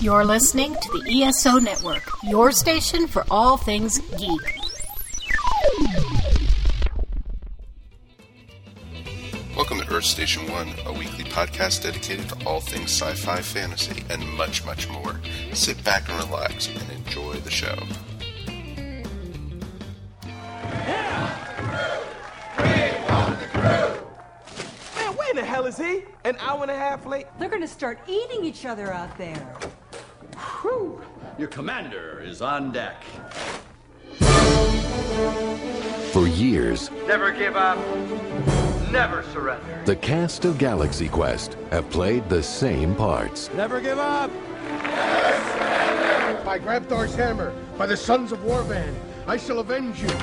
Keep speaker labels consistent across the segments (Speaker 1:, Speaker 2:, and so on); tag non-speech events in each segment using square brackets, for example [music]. Speaker 1: You're listening to the ESO Network, your station for all things geek.
Speaker 2: Welcome to Earth Station One, a weekly podcast dedicated to all things sci fi, fantasy, and much, much more. Sit back and relax and enjoy the show.
Speaker 3: Man, where in the hell is he? An hour and a half late?
Speaker 4: They're gonna start eating each other out there.
Speaker 5: Your commander is on deck.
Speaker 6: For years,
Speaker 7: Never give up. Never surrender.
Speaker 6: the cast of Galaxy Quest have played the same parts.
Speaker 8: Never give up!
Speaker 9: By Grabthar's hammer, by the sons of Warvan, I shall avenge you.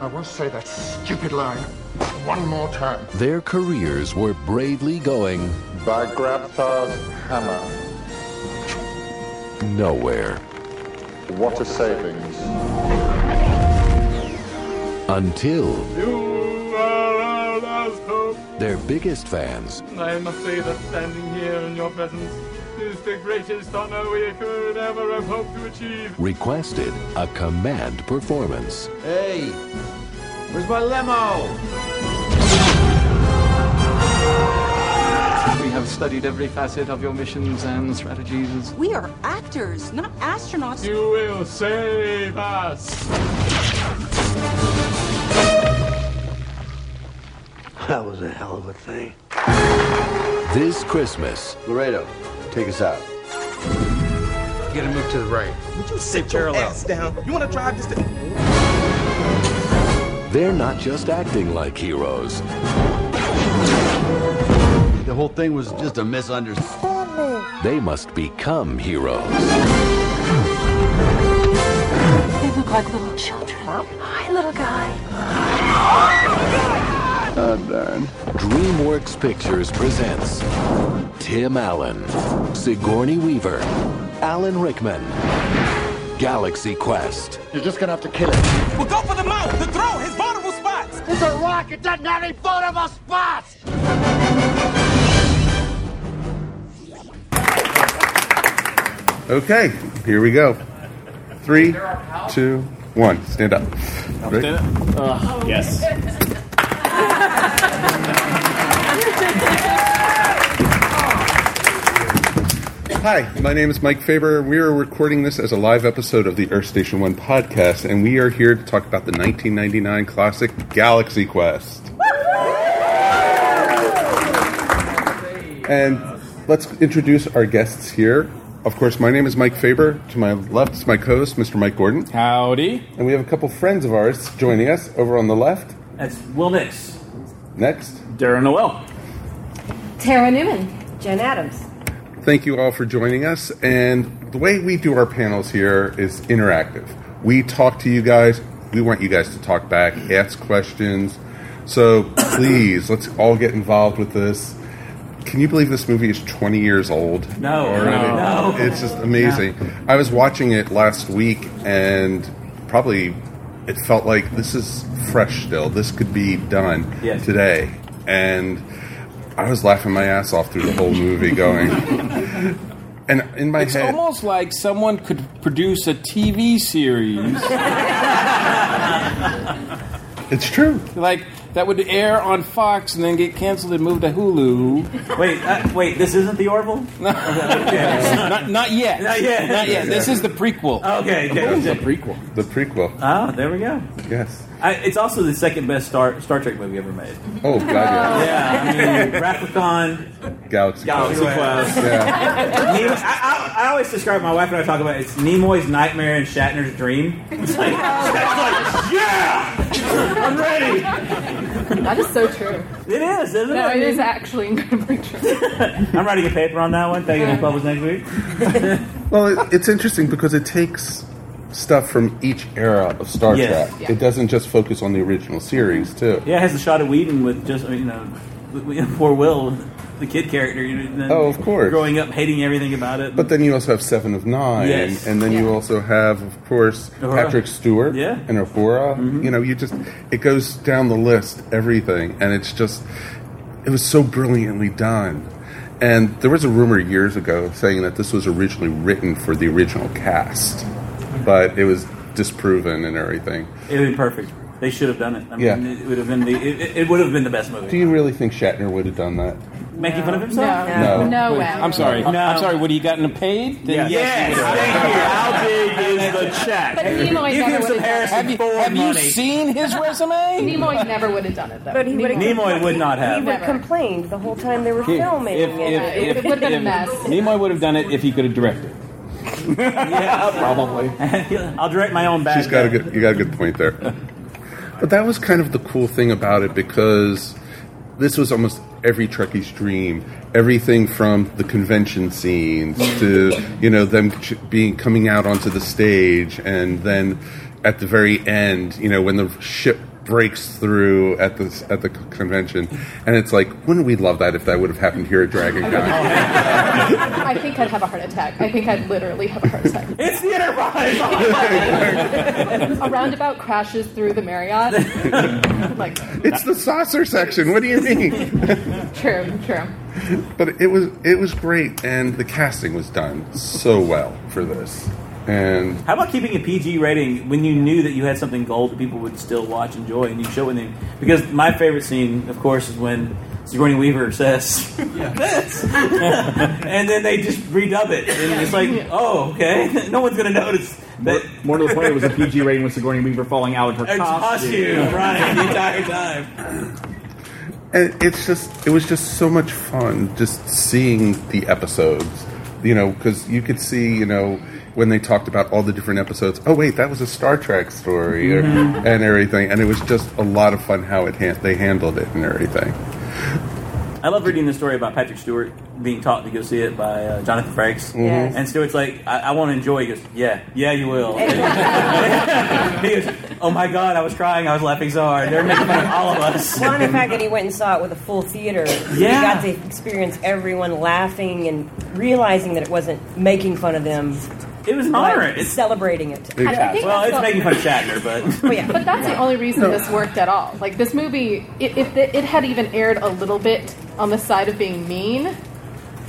Speaker 9: I will say that stupid line one more time.
Speaker 6: Their careers were bravely going
Speaker 9: By Grabthar's hammer,
Speaker 6: nowhere
Speaker 9: what
Speaker 2: [laughs]
Speaker 9: a savings.
Speaker 6: until. Their biggest fans
Speaker 10: I must say that standing here in your presence is the greatest honor we could ever have hoped to achieve.
Speaker 6: requested a command performance.
Speaker 5: Hey, where's my limo?
Speaker 10: We have studied every facet of your missions and strategies.
Speaker 4: We are actors, not astronauts.
Speaker 10: You will save us!
Speaker 7: That was a hell of a thing.
Speaker 6: This Christmas,
Speaker 5: Laredo, take us out.
Speaker 3: Sit your ass down. You wanna drive this thing?
Speaker 6: they're not just acting like heroes,
Speaker 5: The whole thing was just a misunderstanding.
Speaker 6: they must become heroes.
Speaker 4: They look like little children. Hi, little guy.
Speaker 6: DreamWorks Pictures presents Tim Allen, Sigourney Weaver, Alan Rickman, Galaxy Quest.
Speaker 9: You're just gonna have to kill it.
Speaker 3: Well, go for the mouth, the throat, his vulnerable spots.
Speaker 9: It's a rock, it doesn't have any vulnerable spots!
Speaker 2: Okay, here we go. Three, two, one. Stand up. Rick?
Speaker 10: Yes.
Speaker 2: Hi, my name is Mike Faber. We are recording this as a live episode of the Earth Station 1 podcast, and we are here to talk about the 1999 classic Galaxy Quest. And let's introduce our guests here. Of course, my name is Mike Faber. To my left is my co host, Mr. Mike Gordon.
Speaker 10: Howdy.
Speaker 2: And we have a couple friends of ours joining us over on the left.
Speaker 10: That's Will Nix.
Speaker 2: Next.
Speaker 10: Darren Noel.
Speaker 11: Tara Newman,
Speaker 7: [laughs]
Speaker 11: Jen Adams.
Speaker 2: Thank you all for joining us. And the way we do our panels here is interactive. We talk to you guys. We want you guys to talk back, ask questions. So please, let's all get involved with this. Can you believe this movie is 20 years old?
Speaker 10: No,
Speaker 2: already?
Speaker 10: no.
Speaker 2: It's just amazing. I was watching it last week and probably it felt like this is fresh still. This could be done
Speaker 10: Yes.
Speaker 2: today. And I was laughing my ass off through the whole movie going. and in my
Speaker 10: It's
Speaker 2: head
Speaker 10: almost like someone could produce a TV series
Speaker 2: [laughs] it's true.
Speaker 10: like that would air on Fox and then get canceled and moved to Hulu.
Speaker 7: Wait, uh, wait, this isn't the Orville?
Speaker 10: [laughs] Not, not yet.
Speaker 7: Not yet.
Speaker 10: Not yet. This is the prequel.
Speaker 7: Okay,
Speaker 10: This is
Speaker 7: okay.
Speaker 10: the prequel.
Speaker 2: The prequel.
Speaker 7: Oh, there we go.
Speaker 2: yes.
Speaker 7: I, it's also the second best Star, Star Trek movie ever made.
Speaker 2: Oh god yeah.
Speaker 7: Yeah, I mean, Rathacon,
Speaker 2: Galaxy.
Speaker 7: Galaxy Quest.
Speaker 2: Yeah.
Speaker 7: [laughs] Nemo- I, I, I always describe my wife and I talk about it, it's Nimoy's nightmare and Shatner's dream. It's like, Shatner's like, yeah, I'm ready.
Speaker 11: That is so true.
Speaker 7: It is, isn't
Speaker 11: No,
Speaker 7: it?
Speaker 11: it is actually incredibly true.
Speaker 7: I'm writing a paper on that one. Thank you. Publish next week.
Speaker 2: Well, it, it's interesting because it takes stuff from each era of Star
Speaker 7: Yes.
Speaker 2: Trek. It doesn't just focus on the original series too.
Speaker 7: Yeah, it has the shot of Whedon with just you know, with- with poor Will, the kid character. You know, and then
Speaker 2: Oh, of course.
Speaker 7: Growing up, hating everything about it.
Speaker 2: But then you also have Seven of Nine,
Speaker 7: Yes.
Speaker 2: and then you also have, of course,
Speaker 7: Uhura.
Speaker 2: Patrick Stewart
Speaker 7: Yeah. Mm-hmm.
Speaker 2: and Uhura. You know, you just it goes down the list, everything, and it's just it was so brilliantly done. And there was a rumor years ago saying that this was originally written for the original cast, but it was disproven and everything.
Speaker 7: It would be perfect. They should have done it. I mean,
Speaker 2: Yeah.
Speaker 7: it would have been the it, it- it would have been the best movie.
Speaker 2: Do you really think Shatner would have done that?
Speaker 7: Making fun of himself?
Speaker 2: No. No.
Speaker 11: No way.
Speaker 10: I'm sorry.
Speaker 7: No.
Speaker 10: I'm sorry. Would he gotten paid?
Speaker 7: Yes.
Speaker 10: Then
Speaker 7: Yes, thank you. How big is the check?
Speaker 11: But Nimoy
Speaker 7: Give him some
Speaker 11: never would've done it.
Speaker 7: Harrison
Speaker 11: Have
Speaker 10: you-
Speaker 7: Ford
Speaker 10: have you
Speaker 7: money.
Speaker 10: seen his resume?
Speaker 11: Nimoy never would have done it though.
Speaker 4: But he would
Speaker 11: Nimoy-
Speaker 7: Nimoy would not
Speaker 4: He
Speaker 7: have.
Speaker 4: would complained the whole time they were
Speaker 10: He-
Speaker 4: filming.
Speaker 10: If,
Speaker 4: and-
Speaker 10: if, if,
Speaker 11: would've been a
Speaker 10: if
Speaker 11: mess.
Speaker 10: Nimoy would have done it if he could have directed.
Speaker 7: yeah,
Speaker 10: probably.
Speaker 7: [laughs] I'll direct my own bad.
Speaker 2: She's got a good. You got a good point there. But that was kind of the cool thing about it because this was almost every Trekkie's dream. Everything from the convention scenes to you know them ch- being coming out onto the stage, and then at the very end, you know when the ship breaks through at the at the convention, and it's like, wouldn't we love that if that would have happened here at Dragon Con? [laughs]
Speaker 11: I think I'd have a heart attack. I think I'd literally have a heart attack.
Speaker 7: it's the Enterprise.
Speaker 11: a roundabout crashes through the Marriott. like
Speaker 2: It's the saucer section. What do you mean?
Speaker 11: true, true.
Speaker 2: But it was it was great, and the casting was done so well for this. And
Speaker 7: How about keeping a PG rating when you knew that you had something gold that people would still watch, enjoy, and you show it them? Because my favorite scene, of course, is when Sigourney Weaver [laughs] says this, and then they just redub it, and
Speaker 10: [laughs]
Speaker 7: it's like, oh, [laughs] okay, no one's gonna notice that
Speaker 3: More to the point, it was a PG rating with Sigourney Weaver falling out of her
Speaker 7: it's
Speaker 3: costume.
Speaker 7: costume, right? The entire time.
Speaker 2: and it's just it was just so much fun just seeing the episodes, you know, because you could see you know when they talked about all the different episodes. Oh wait, that was a Star Trek story or,
Speaker 7: Mhm.
Speaker 2: and everything, and it was just a lot of fun how it han- they handled it and everything.
Speaker 7: I love reading the story about Patrick Stewart being taught to go see it by uh, Jonathan Frakes,
Speaker 10: Mm-hmm.
Speaker 2: Yes.
Speaker 7: and Stewart's like, I, I want to enjoy. it." He goes, Yeah, yeah, you will.
Speaker 10: [laughs]
Speaker 7: [laughs] he goes, Oh my God, I was crying, I was laughing so hard. They're making fun of all of us.
Speaker 4: [laughs] Well, and the fact that he went and saw it with a full theater,
Speaker 7: Yeah.
Speaker 4: he got to experience everyone laughing and realizing that it wasn't making fun of them.
Speaker 7: It was an
Speaker 4: but
Speaker 7: honor. It's-
Speaker 4: celebrating it.
Speaker 11: I think
Speaker 7: Well,
Speaker 11: that's
Speaker 7: it's
Speaker 11: the-
Speaker 7: making fun of Shatner, but
Speaker 11: But that's the only reason this worked at all. Like this movie, it, if the, it had even aired a little bit on the side of being mean,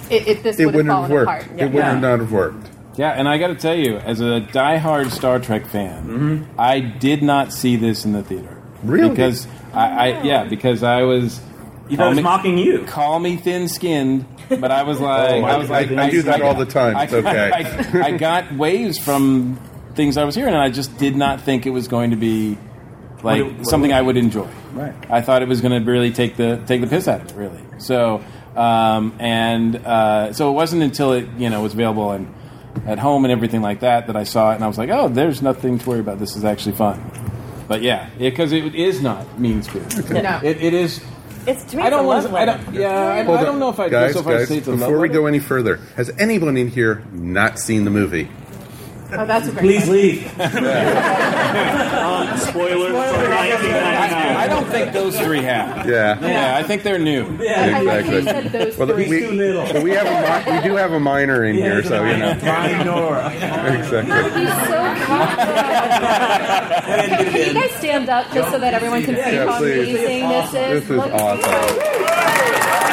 Speaker 11: it, it this
Speaker 2: It
Speaker 11: would have
Speaker 2: wouldn't have
Speaker 11: fallen
Speaker 2: worked.
Speaker 11: apart.
Speaker 2: It uh, would have not have worked.
Speaker 10: Yeah, and I got to tell you, as a diehard Star Trek fan, I did not see this in the theater.
Speaker 2: Mm-hmm. Really?
Speaker 10: Because I, I yeah, because I was.
Speaker 7: You thought it was mocking you.
Speaker 10: Call me thin-skinned, but I was like,
Speaker 2: [laughs] Oh, I-
Speaker 10: I was like,
Speaker 2: I- I do that all the time.
Speaker 10: I- [laughs]
Speaker 2: It's okay.
Speaker 10: I, I got waves from things I was hearing, and I just did not think it was going to be like
Speaker 7: What it- what
Speaker 10: something
Speaker 7: it
Speaker 10: I would enjoy.
Speaker 7: Right.
Speaker 10: I thought it was going to really take the take the piss out of it, really. So, um, and uh, so it wasn't until it you know was available and at home and everything like that that I saw it and I was like, oh, there's nothing to worry about. This is actually fun. But yeah, because
Speaker 2: [laughs]
Speaker 10: it is not mean spirited.
Speaker 4: [laughs]
Speaker 11: [laughs]
Speaker 4: No.
Speaker 10: It, it is.
Speaker 4: It's to me,
Speaker 10: I don't
Speaker 4: it's
Speaker 10: want to.
Speaker 4: a love
Speaker 10: I
Speaker 4: letter.
Speaker 10: don't, yeah, I, I
Speaker 2: Hold
Speaker 10: don't
Speaker 2: on.
Speaker 10: know if I
Speaker 2: guys,
Speaker 10: so far
Speaker 2: guys,
Speaker 10: say it's a love
Speaker 2: before we
Speaker 10: letter.
Speaker 2: go any further, has anyone in here not seen the movie?
Speaker 11: Oh, that's a very
Speaker 7: Please leave.
Speaker 2: Uh,
Speaker 12: spoiler for
Speaker 10: I, I don't think those three have.
Speaker 2: Yeah.
Speaker 10: Yeah, I think they're new.
Speaker 11: I- I like how you said
Speaker 2: Exactly.
Speaker 11: those
Speaker 2: Well,
Speaker 11: three.
Speaker 2: we, but we have a mi- we do have a minor in here, so you know. Exactly.
Speaker 11: He's so confident. Okay, can you guys stand up just so that everyone can see
Speaker 2: Yeah,
Speaker 11: how
Speaker 2: please.
Speaker 11: amazing this
Speaker 2: This is
Speaker 11: is? Look-
Speaker 2: awesome.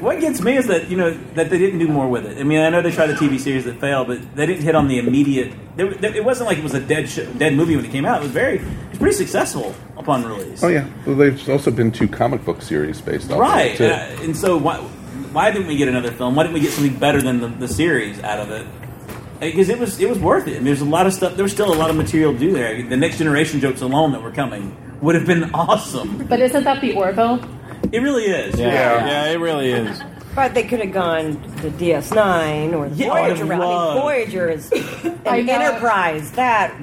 Speaker 7: What gets me is that you know that they didn't do more with it. I mean, I know they tried the TV series that failed, but they didn't hit on the immediate. There, there, it wasn't like it was a dead show, dead movie when it came out. It was very, it was pretty successful upon release.
Speaker 2: Oh yeah. Well, there's also been two comic book series based on
Speaker 7: right.
Speaker 2: It too.
Speaker 7: Uh, and so why, why didn't we get another film? Why didn't we get something better than the, the series out of it? Because it was it was worth it. I mean, there's a lot of stuff. There was still a lot of material to do there. The next generation jokes alone that were coming would have been [laughs] awesome.
Speaker 11: But isn't that the Orville?
Speaker 7: It really is.
Speaker 10: Yeah. Yeah. it really is.
Speaker 4: But they could have gone to DS9 or the
Speaker 7: Yeah, I
Speaker 4: Voyager
Speaker 7: would've
Speaker 4: route. I
Speaker 7: loved-
Speaker 4: mean,
Speaker 7: [laughs]
Speaker 4: Voyager is
Speaker 11: I
Speaker 4: an
Speaker 11: know.
Speaker 4: Enterprise. That,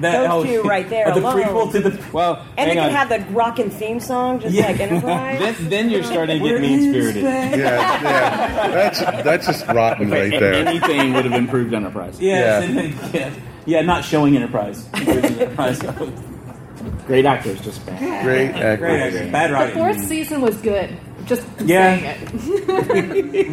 Speaker 7: [laughs] That-
Speaker 4: those
Speaker 7: oh, [laughs]
Speaker 4: two right there
Speaker 7: The
Speaker 4: alone.
Speaker 7: prequel to the
Speaker 10: Well,
Speaker 4: and they
Speaker 10: hang
Speaker 4: could
Speaker 10: on.
Speaker 4: have the rockin' theme song, just
Speaker 7: Yeah.
Speaker 4: like Enterprise.
Speaker 7: [laughs]
Speaker 10: then, then you're starting to get mean spirited.
Speaker 2: Yeah, yeah. That's that's just rotten right there.
Speaker 3: Anything would have improved Enterprise.
Speaker 7: Yes,
Speaker 2: Yeah.
Speaker 7: and- [laughs] yeah. yeah, not showing Enterprise. [laughs] Enterprise.
Speaker 3: Great actors, just bad.
Speaker 2: Great
Speaker 7: Great
Speaker 2: actors.
Speaker 7: actor, bad
Speaker 11: The
Speaker 7: writing.
Speaker 11: fourth season was good. Just
Speaker 7: Yeah.
Speaker 11: saying it.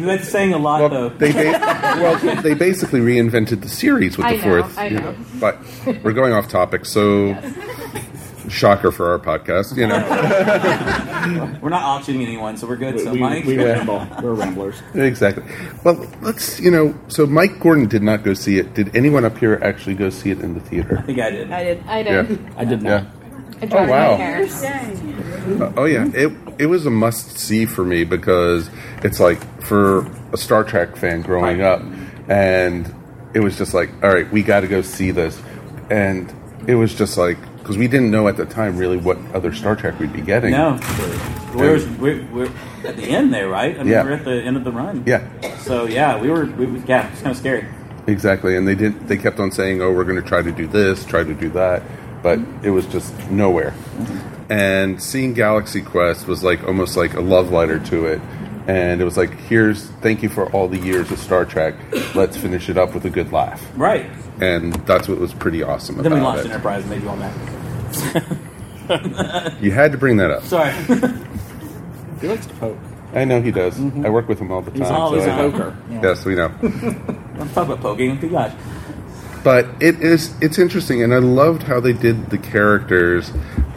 Speaker 7: [laughs] That's saying a lot, though.
Speaker 2: They ba- well, they basically reinvented the series with
Speaker 11: I
Speaker 2: the
Speaker 11: know,
Speaker 2: fourth.
Speaker 11: I
Speaker 2: you
Speaker 11: know.
Speaker 2: But we're going off topic, so shocker for our podcast, you know.
Speaker 7: [laughs] we're not auctioning anyone, so we're good. so
Speaker 3: we-
Speaker 7: Mike, [laughs]
Speaker 3: we ramble. We're ramblers.
Speaker 2: exactly. Well, let's you know. So Mike Gordon did not go see it. Did anyone up here actually go see it in the theater?
Speaker 7: think I did.
Speaker 4: I did.
Speaker 11: I did.
Speaker 2: I did not.
Speaker 11: I dried
Speaker 2: Oh, wow.
Speaker 11: my
Speaker 13: [laughs]
Speaker 11: hair.
Speaker 2: Uh, oh yeah, it it was a must see for me because it's like for a Star Trek fan growing up, and it was just like, all right, we got to go see this, and it was just like because we didn't know at the time really what other Star Trek we'd be getting.
Speaker 7: No. We're, we're, we're at the end there, right? I mean,
Speaker 2: Yeah.
Speaker 7: we're at the end of the run.
Speaker 2: Yeah.
Speaker 7: So yeah, we were. We, we- yeah, it's kind of scary.
Speaker 2: Exactly, and they did. They kept on saying, "Oh, we're going to try to do this, try to do that," but
Speaker 7: Mm-hmm.
Speaker 2: it was just nowhere. And seeing Galaxy Quest was like almost like a love letter to it, and it was like, "Here's thank you for all the years of Star Trek. Let's finish it up with a good laugh."
Speaker 7: Right.
Speaker 2: And that's what was pretty awesome
Speaker 7: Then we
Speaker 2: about
Speaker 7: launched
Speaker 2: it.
Speaker 7: Enterprise, and they do
Speaker 2: [laughs]
Speaker 7: all that.
Speaker 2: You had to bring that up.
Speaker 7: Sorry.
Speaker 3: He likes to
Speaker 2: Oh
Speaker 3: poke.
Speaker 2: [laughs] I know he does. I work with him all the time.
Speaker 7: Mm-hmm. He's always
Speaker 2: so I
Speaker 7: a
Speaker 2: know.
Speaker 7: poker. Yeah.
Speaker 2: Yes, we know.
Speaker 7: [laughs] Don't talk about poking. Good gosh.
Speaker 2: but it is it's interesting and i loved how they did the characters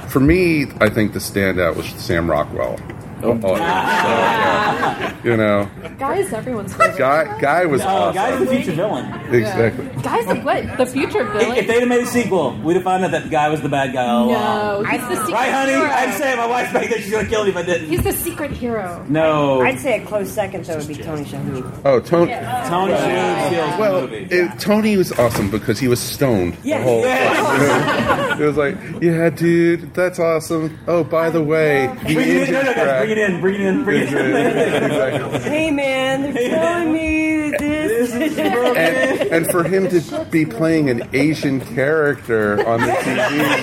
Speaker 2: for me i think the standout was sam rockwell oh. yeah. you know
Speaker 11: Guys, everyone's favorite.
Speaker 2: guy guy was
Speaker 7: No,
Speaker 2: awesome
Speaker 7: Guy's the future villain.
Speaker 2: exactly
Speaker 11: Guys, like what? The future villain?
Speaker 7: If if they'd have made a sequel, we'd have found out that guy was the bad guy all along.
Speaker 11: no, he's the secret
Speaker 7: Right, honey?
Speaker 11: hero.
Speaker 7: I'd say my wife's back there. She's gonna kill me if I didn't.
Speaker 11: he's the secret hero.
Speaker 7: No.
Speaker 4: I'd say a close second though would be Tony Shalhoub.
Speaker 2: oh tony
Speaker 7: Tony Shalhoub steals
Speaker 2: well,
Speaker 7: the movie.
Speaker 2: it- Tony was awesome because he was stoned.
Speaker 4: Yes.
Speaker 2: The
Speaker 7: [laughs]
Speaker 2: whole time. [laughs] it was like, yeah, dude, that's awesome. Oh, by the way, you
Speaker 7: Bring it in, no,
Speaker 2: injured
Speaker 7: no, guys, bring it in, bring it in, bring it in.
Speaker 4: Hey man, they're telling me that this.
Speaker 2: and, and for him to be playing an Asian character on the TV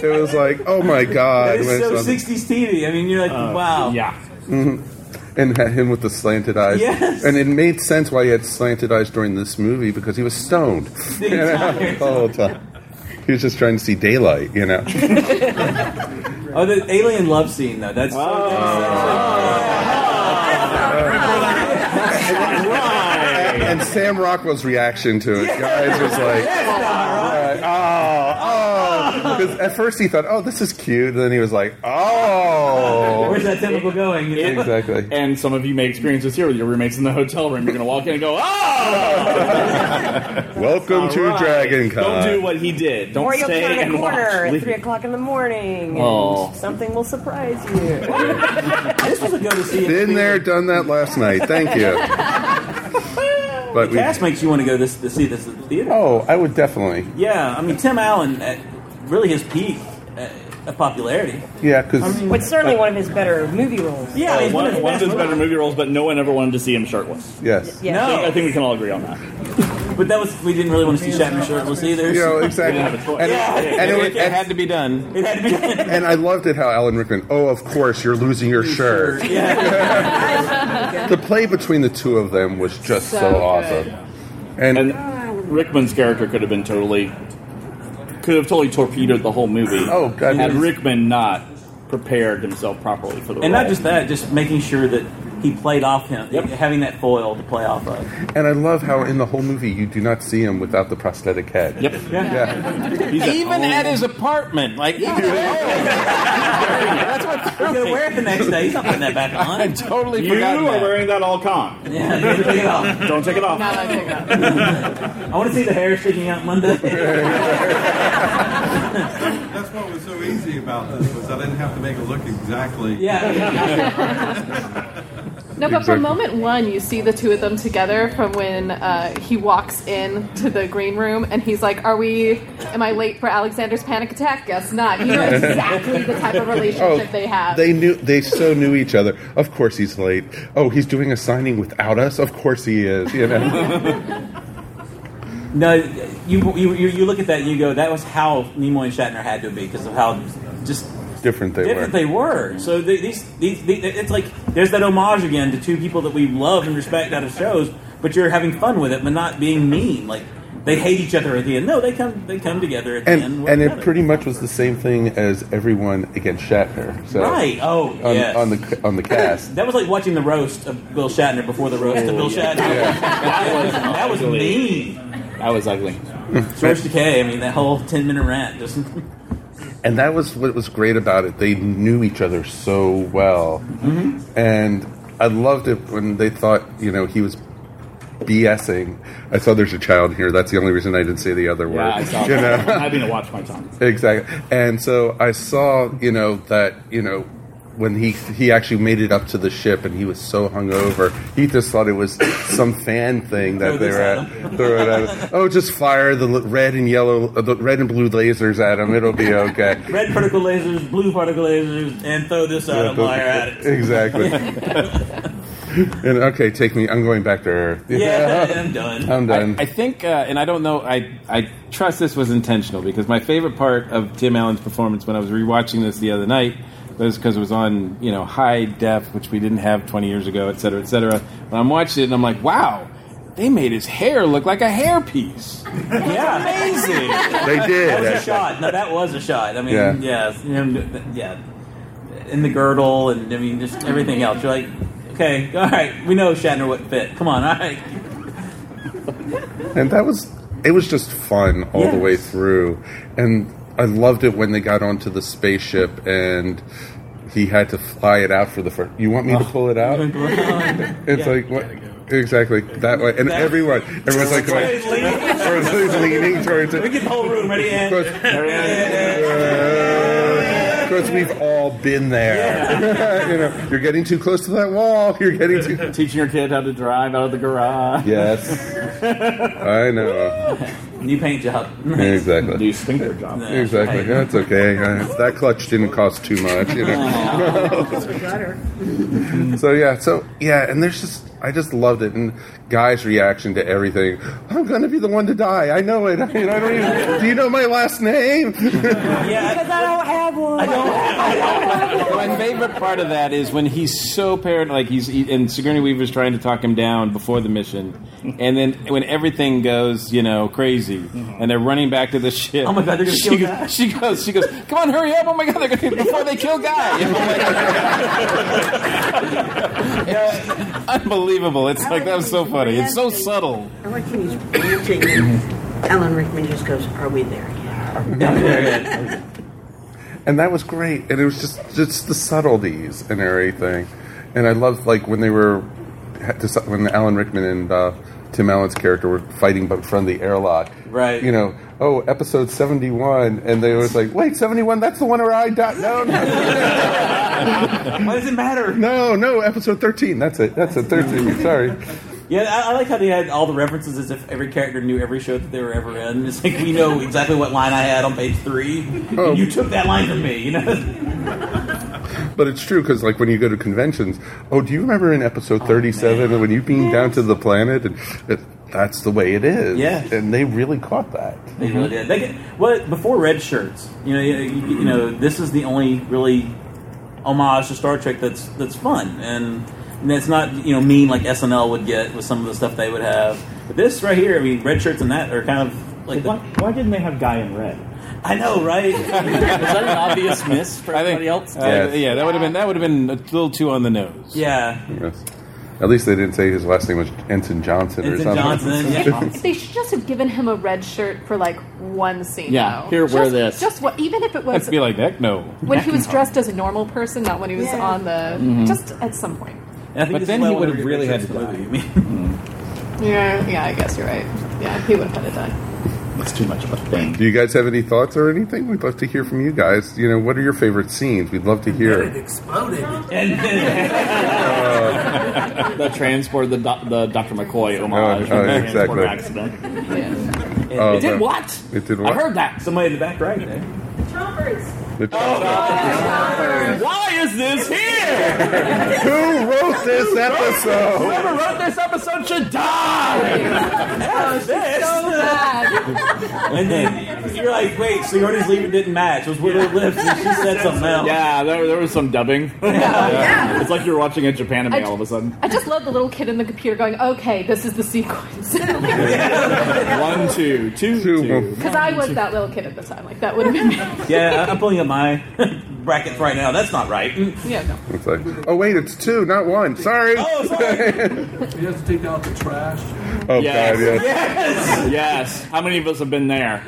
Speaker 2: show, it was like, oh my god!
Speaker 7: It's
Speaker 2: when
Speaker 7: so
Speaker 2: it's on-
Speaker 7: 60s TV. [laughs] I mean, you're like,
Speaker 3: Uh,
Speaker 7: wow.
Speaker 3: Yeah.
Speaker 2: Mm-hmm. and had him with the slanted eyes,
Speaker 7: Yes.
Speaker 2: and it made sense why he had slanted eyes during this movie because he was
Speaker 7: [laughs]
Speaker 2: stoned
Speaker 7: The entire
Speaker 2: the whole time. He was just trying to see daylight, you know.
Speaker 7: Oh, the alien love scene though. That's so
Speaker 2: and, and Sam Rockwell's reaction to it, guys, was like. Oh, oh! Because at first he thought, "Oh, this is cute," and then he was like, "Oh,
Speaker 7: where's that typical going? You know?
Speaker 2: exactly."
Speaker 3: And some of you may experience this here with your roommates in the hotel room. You're going to walk in and go, oh!
Speaker 2: [laughs] Welcome to
Speaker 3: All right.
Speaker 2: Dragon Con.
Speaker 3: Don't do what he did. Don't
Speaker 4: Or you'll
Speaker 3: stay
Speaker 4: turn
Speaker 3: and
Speaker 4: a corner
Speaker 3: watch.
Speaker 4: at
Speaker 3: Leave.
Speaker 4: three o'clock in the morning. And
Speaker 3: Oh.
Speaker 4: Something will surprise you.
Speaker 7: This was a go to see. in
Speaker 2: Been
Speaker 7: theater.
Speaker 2: there, done that last night. Thank you. But we.
Speaker 7: Cast makes you want to go this to see this at the theater.
Speaker 2: Oh, I would definitely.
Speaker 7: [laughs] Yeah, I mean Tim Allen at really his peak uh, of popularity.
Speaker 2: Yeah, because
Speaker 4: But certainly one of his better movie roles.
Speaker 7: Yeah, he's one of
Speaker 3: Oh, One,
Speaker 7: the best
Speaker 3: [laughs] one of his better
Speaker 7: movies.
Speaker 3: movie roles, but no one ever wanted to see him shirtless.
Speaker 2: yes,
Speaker 3: I think- I
Speaker 4: Yeah.
Speaker 7: No,
Speaker 3: think we can all agree on that.
Speaker 7: but that was we didn't really want to see Shatner shirtless either.
Speaker 2: you
Speaker 7: [laughs]
Speaker 2: know exactly.
Speaker 3: didn't have a choice.
Speaker 2: And,
Speaker 7: Yeah.
Speaker 2: and, it was,
Speaker 14: It
Speaker 2: and,
Speaker 14: had to be done.
Speaker 7: It had to be.
Speaker 2: [laughs] and I loved it how Alan Rickman. Oh, of course, you're losing your shirt. [laughs]
Speaker 7: [laughs]
Speaker 2: the play between the two of them was just so,
Speaker 11: So good.
Speaker 2: awesome. And,
Speaker 3: And Rickman's character could have been totally, could have totally torpedoed the whole movie.
Speaker 2: Oh, God.
Speaker 3: Had Rickman not prepared himself properly for the
Speaker 7: And
Speaker 3: role.
Speaker 7: not just that, just making sure that he played off him,
Speaker 3: Yep.
Speaker 7: having that foil to play off of.
Speaker 2: [laughs] and I love how in the whole movie you do not see him without the prosthetic head.
Speaker 3: Yep.
Speaker 2: Yeah.
Speaker 3: He's a-
Speaker 14: Even at his apartment, like
Speaker 7: He's gonna wear it the next day. He's not putting that back
Speaker 14: I
Speaker 7: on.
Speaker 14: totally
Speaker 3: you
Speaker 14: forgot.
Speaker 3: are
Speaker 14: that.
Speaker 3: wearing that all con.
Speaker 7: [laughs] Yeah,
Speaker 2: [laughs]
Speaker 7: he's gonna take it off.
Speaker 3: Don't take it off.
Speaker 11: Now that I think about it.
Speaker 7: [laughs] I want to see the hair sticking
Speaker 2: [laughs]
Speaker 7: out Monday.
Speaker 15: That's what was so easy about this was I didn't have to make it look exactly.
Speaker 7: yeah.
Speaker 2: [laughs]
Speaker 11: No, but from
Speaker 2: Exactly.
Speaker 11: moment one, you see the two of them together from when uh, he walks in to the green room and he's like, "Are we? Am I late for Alexander's panic attack? Guess not."
Speaker 2: [laughs]
Speaker 11: You know exactly the type of
Speaker 2: Oh.
Speaker 11: relationship they have.
Speaker 2: They knew they so knew each other. Of course he's late. Oh, he's doing a signing without us. Of course he is. You know.
Speaker 7: [laughs] No, you, you you you look at that and you go, that was how Nimoy and Shatner had to be because of how just
Speaker 2: Different they
Speaker 7: different
Speaker 2: were.
Speaker 7: they were. So they, these, these these it's like there's that homage again to two people that we love and respect out of shows, but you're having fun with it, but not being mean. Like they hate each other at the end. No, they come they come together at the end.
Speaker 2: And
Speaker 7: We're
Speaker 2: and it
Speaker 7: together.
Speaker 2: pretty much was the same thing as everyone against Shatner. So
Speaker 7: Right. Oh,
Speaker 2: on,
Speaker 7: yes.
Speaker 2: on the on the cast.
Speaker 7: [laughs] that was like watching the roast of Bill Shatner before the roast of Bill Shatner. that was that was mean.
Speaker 3: That was ugly.
Speaker 7: George Takei. I mean, that whole ten minute rant just [laughs]
Speaker 2: and that was what was great about it. They knew each other so well,
Speaker 7: Mhm.
Speaker 3: Mm-hmm.
Speaker 2: and I loved it when they thought you know he was BSing. I saw there's a child here. That's the only reason I didn't say the other word.
Speaker 3: Yeah, [laughs] I saw
Speaker 2: you
Speaker 3: that.
Speaker 2: know?
Speaker 3: I'm having to watch my tongue.
Speaker 2: Exactly. And so I saw, you know, that, you know, when he he actually made it up to the ship and he was so hungover, he just thought it was some fan thing that
Speaker 6: Throw
Speaker 2: they
Speaker 6: this
Speaker 2: were
Speaker 6: at
Speaker 2: at. Throw it at him. Oh, just fire the l- red and yellow, uh, the red and blue lasers at him. It'll be okay.
Speaker 7: red particle lasers, blue particle lasers, and throw this out of liar at it. [laughs]
Speaker 2: Exactly. and okay, take me. I'm going back to Earth. [laughs] I'm done.
Speaker 14: I, I think, uh, and I don't know. I I trust this was intentional because my favorite part of Tim Allen's performance when I was rewatching this the other night was because it was on you know high def, which we didn't have 20 years ago, et cetera, et cetera. And I'm watching it and I'm like, wow, they made his hair look like a hairpiece.
Speaker 7: Yeah,
Speaker 14: amazing.
Speaker 2: They did,
Speaker 7: That was a
Speaker 2: actually.
Speaker 7: shot. No, that was a shot. I mean,
Speaker 2: Yeah.
Speaker 7: yeah, yeah, yeah. In the girdle, and I mean, just everything else. You're like, okay, all right, we know Shatner would fit. Come on, all right.
Speaker 2: and that was it was just fun all the way through and i loved it when they got onto the spaceship and he had to fly it out for the first you want me to pull it out it's like what exactly that way and everyone everyone's like going, [laughs] everyone's leaning towards it we
Speaker 7: get the whole room ready and
Speaker 2: because we've all been there [laughs] you know you're getting too close to that wall [laughs] you're getting too
Speaker 3: [laughs] teaching your kid how to drive out of the garage
Speaker 2: yes
Speaker 7: [laughs]
Speaker 2: i know
Speaker 7: New paint job.
Speaker 2: Exactly.
Speaker 3: New stinker job.
Speaker 2: Exactly.
Speaker 3: Hey.
Speaker 2: That's okay. Uh, that clutch didn't cost too much. You
Speaker 16: [laughs]
Speaker 7: Mm.
Speaker 2: know. so yeah. So yeah. And there's just I just loved it and Guy's reaction to everything. I'm gonna be the one to die. I know it. I, mean, I don't even. Do you know my
Speaker 7: [laughs]
Speaker 2: last name?
Speaker 4: Because I don't have one. I don't
Speaker 14: My favorite part of that is when he's so paranoid, like he's he, and Sigourney Weaver's trying to talk him down before the mission, and then when everything goes, you know, crazy, and they're running back to the ship.
Speaker 7: Mm-hmm. Oh my God, they're gonna
Speaker 14: [laughs] she
Speaker 7: kill
Speaker 14: goes,
Speaker 7: Guy.
Speaker 14: She goes, she goes, come on, hurry up! Oh my God, they're gonna before they kill Guy. Unbelievable! It's like that was so funny. It's so subtle.
Speaker 17: I like when he's ranting. Alan Rickman just goes, "Are we there yet?"
Speaker 2: and that was great. And it was just just the subtleties and everything. And I loved like when they were had to- when Alan Rickman and uh, Tim Allen's character were fighting but from the airlock.
Speaker 7: Right.
Speaker 2: You know, oh, episode seventy one, and they was like, wait, seventy one, that's the one where I died. No, no.
Speaker 7: [laughs] Why does it matter?
Speaker 2: No, no, episode thirteen. That's it. That's it. Thirteen. Sorry.
Speaker 7: Yeah, I, I like how they had all the references as if every character knew every show that they were ever in. It's like we know exactly what line I had on page three.
Speaker 2: Oh.
Speaker 7: And you took that line from me, you know. [laughs]
Speaker 2: But it's true because, like, when you go to conventions, oh, do you remember in
Speaker 7: Oh,
Speaker 2: episode thirty-seven when you beamed down to the planet, and it, that's the way it is.
Speaker 7: Yeah.
Speaker 2: and they really caught that.
Speaker 7: They really did. They get, well, before red shirts, you know, you, you know, this is the only really homage to Star Trek that's that's fun, and, and it's not you know mean like SNL would get with some of the stuff they would have. But this right here, I mean, red shirts and that are kind of like why, why didn't they have guy in red? I know, right? Is
Speaker 3: that
Speaker 7: [laughs]
Speaker 3: an obvious miss for everybody else?
Speaker 14: Uh, yeah, that would have been that would have been a little too on the nose.
Speaker 7: Yeah.
Speaker 2: Yes. At least they didn't say his last name was Ensign Johnson or
Speaker 14: Ensign
Speaker 2: something.
Speaker 14: Johnson,
Speaker 2: [laughs]
Speaker 11: They should just have given him a red shirt for like one scene.
Speaker 14: Yeah,
Speaker 11: though.
Speaker 14: here,
Speaker 11: just,
Speaker 14: wear this.
Speaker 11: Just what, even if it was
Speaker 14: I'd be like, heck no.
Speaker 11: when he was dressed as a normal person, not when he was on the.
Speaker 14: Mhm.
Speaker 11: Just at some point.
Speaker 14: But then he would have really had to
Speaker 7: [laughs]
Speaker 14: [laughs] die.
Speaker 11: Yeah, yeah, I guess you're right. Yeah, he would have had it done.
Speaker 2: That's too much of a thing. Do you guys have any thoughts or anything? We'd love to hear from you guys. You know, what are your favorite scenes? We'd love to hear.
Speaker 17: exploded.
Speaker 3: the transport, the, do- the Dr. McCoy homage,
Speaker 2: Oh, oh,
Speaker 3: the transport
Speaker 2: exactly.
Speaker 3: accident.
Speaker 2: Oh,
Speaker 3: it did
Speaker 2: the-
Speaker 3: what?
Speaker 2: It did what?
Speaker 3: I heard that.
Speaker 7: Somebody in the back right there.
Speaker 2: The
Speaker 3: Why is this here?
Speaker 2: Who wrote this episode?
Speaker 3: Whoever wrote this episode should die.
Speaker 7: This. and then you're like, wait, Sigourney's leaving didn't match. It was with her lips, and she said
Speaker 3: [laughs]
Speaker 7: something else.
Speaker 3: Yeah, there, there was some
Speaker 7: [laughs]
Speaker 3: dubbing. It's like you're watching a Japan anime all of a sudden.
Speaker 11: [laughs] I just love the little kid in the computer going, "Okay, this is the sequence."
Speaker 18: One,
Speaker 7: [laughs]
Speaker 18: two, two, two.
Speaker 11: Because I was that little kid at the time. Like, that would have been me. [laughs]
Speaker 7: Yeah, I- I'm pulling up my [laughs] brackets right now. That's not right.
Speaker 11: Yeah, no.
Speaker 2: It's like, oh wait, it's two, not one. Sorry.
Speaker 7: Oh, sorry.
Speaker 6: You have to take out the trash.
Speaker 2: Oh,
Speaker 18: yes.
Speaker 2: God, yes.
Speaker 18: yes. Yes. How many of us have been there?
Speaker 7: [laughs]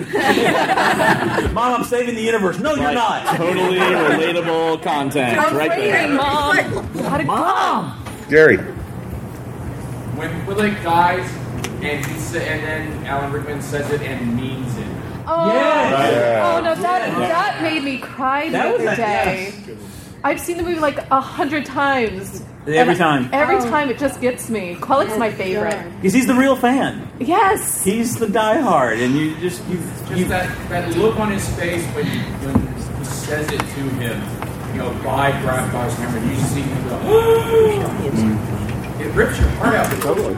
Speaker 7: Mom, I'm saving the universe. No, you're not.
Speaker 18: Totally relatable content
Speaker 11: I'm
Speaker 18: right
Speaker 11: waiting,
Speaker 18: there.
Speaker 11: Mom. Gotta go.
Speaker 2: Gary.
Speaker 3: When Willick dies, and he sa- and then Alan Rickman says it and means it.
Speaker 11: Oh,
Speaker 3: Yes. Yeah.
Speaker 11: oh no, that
Speaker 3: Yeah.
Speaker 11: that made me cry the
Speaker 3: That was
Speaker 11: other
Speaker 3: a-
Speaker 11: day. I've seen the movie like a hundred times.
Speaker 7: Every time.
Speaker 11: Every
Speaker 2: Oh.
Speaker 11: time it just gets me. Quellic's my favorite.
Speaker 7: Because he's the real fan.
Speaker 11: Yes.
Speaker 7: He's the diehard, and you just you
Speaker 3: Just that, that look on his face when, you, when he says it to him, you know, by Brad Fox Cameron, you see him go, [gasps] it rips your heart out. Totally.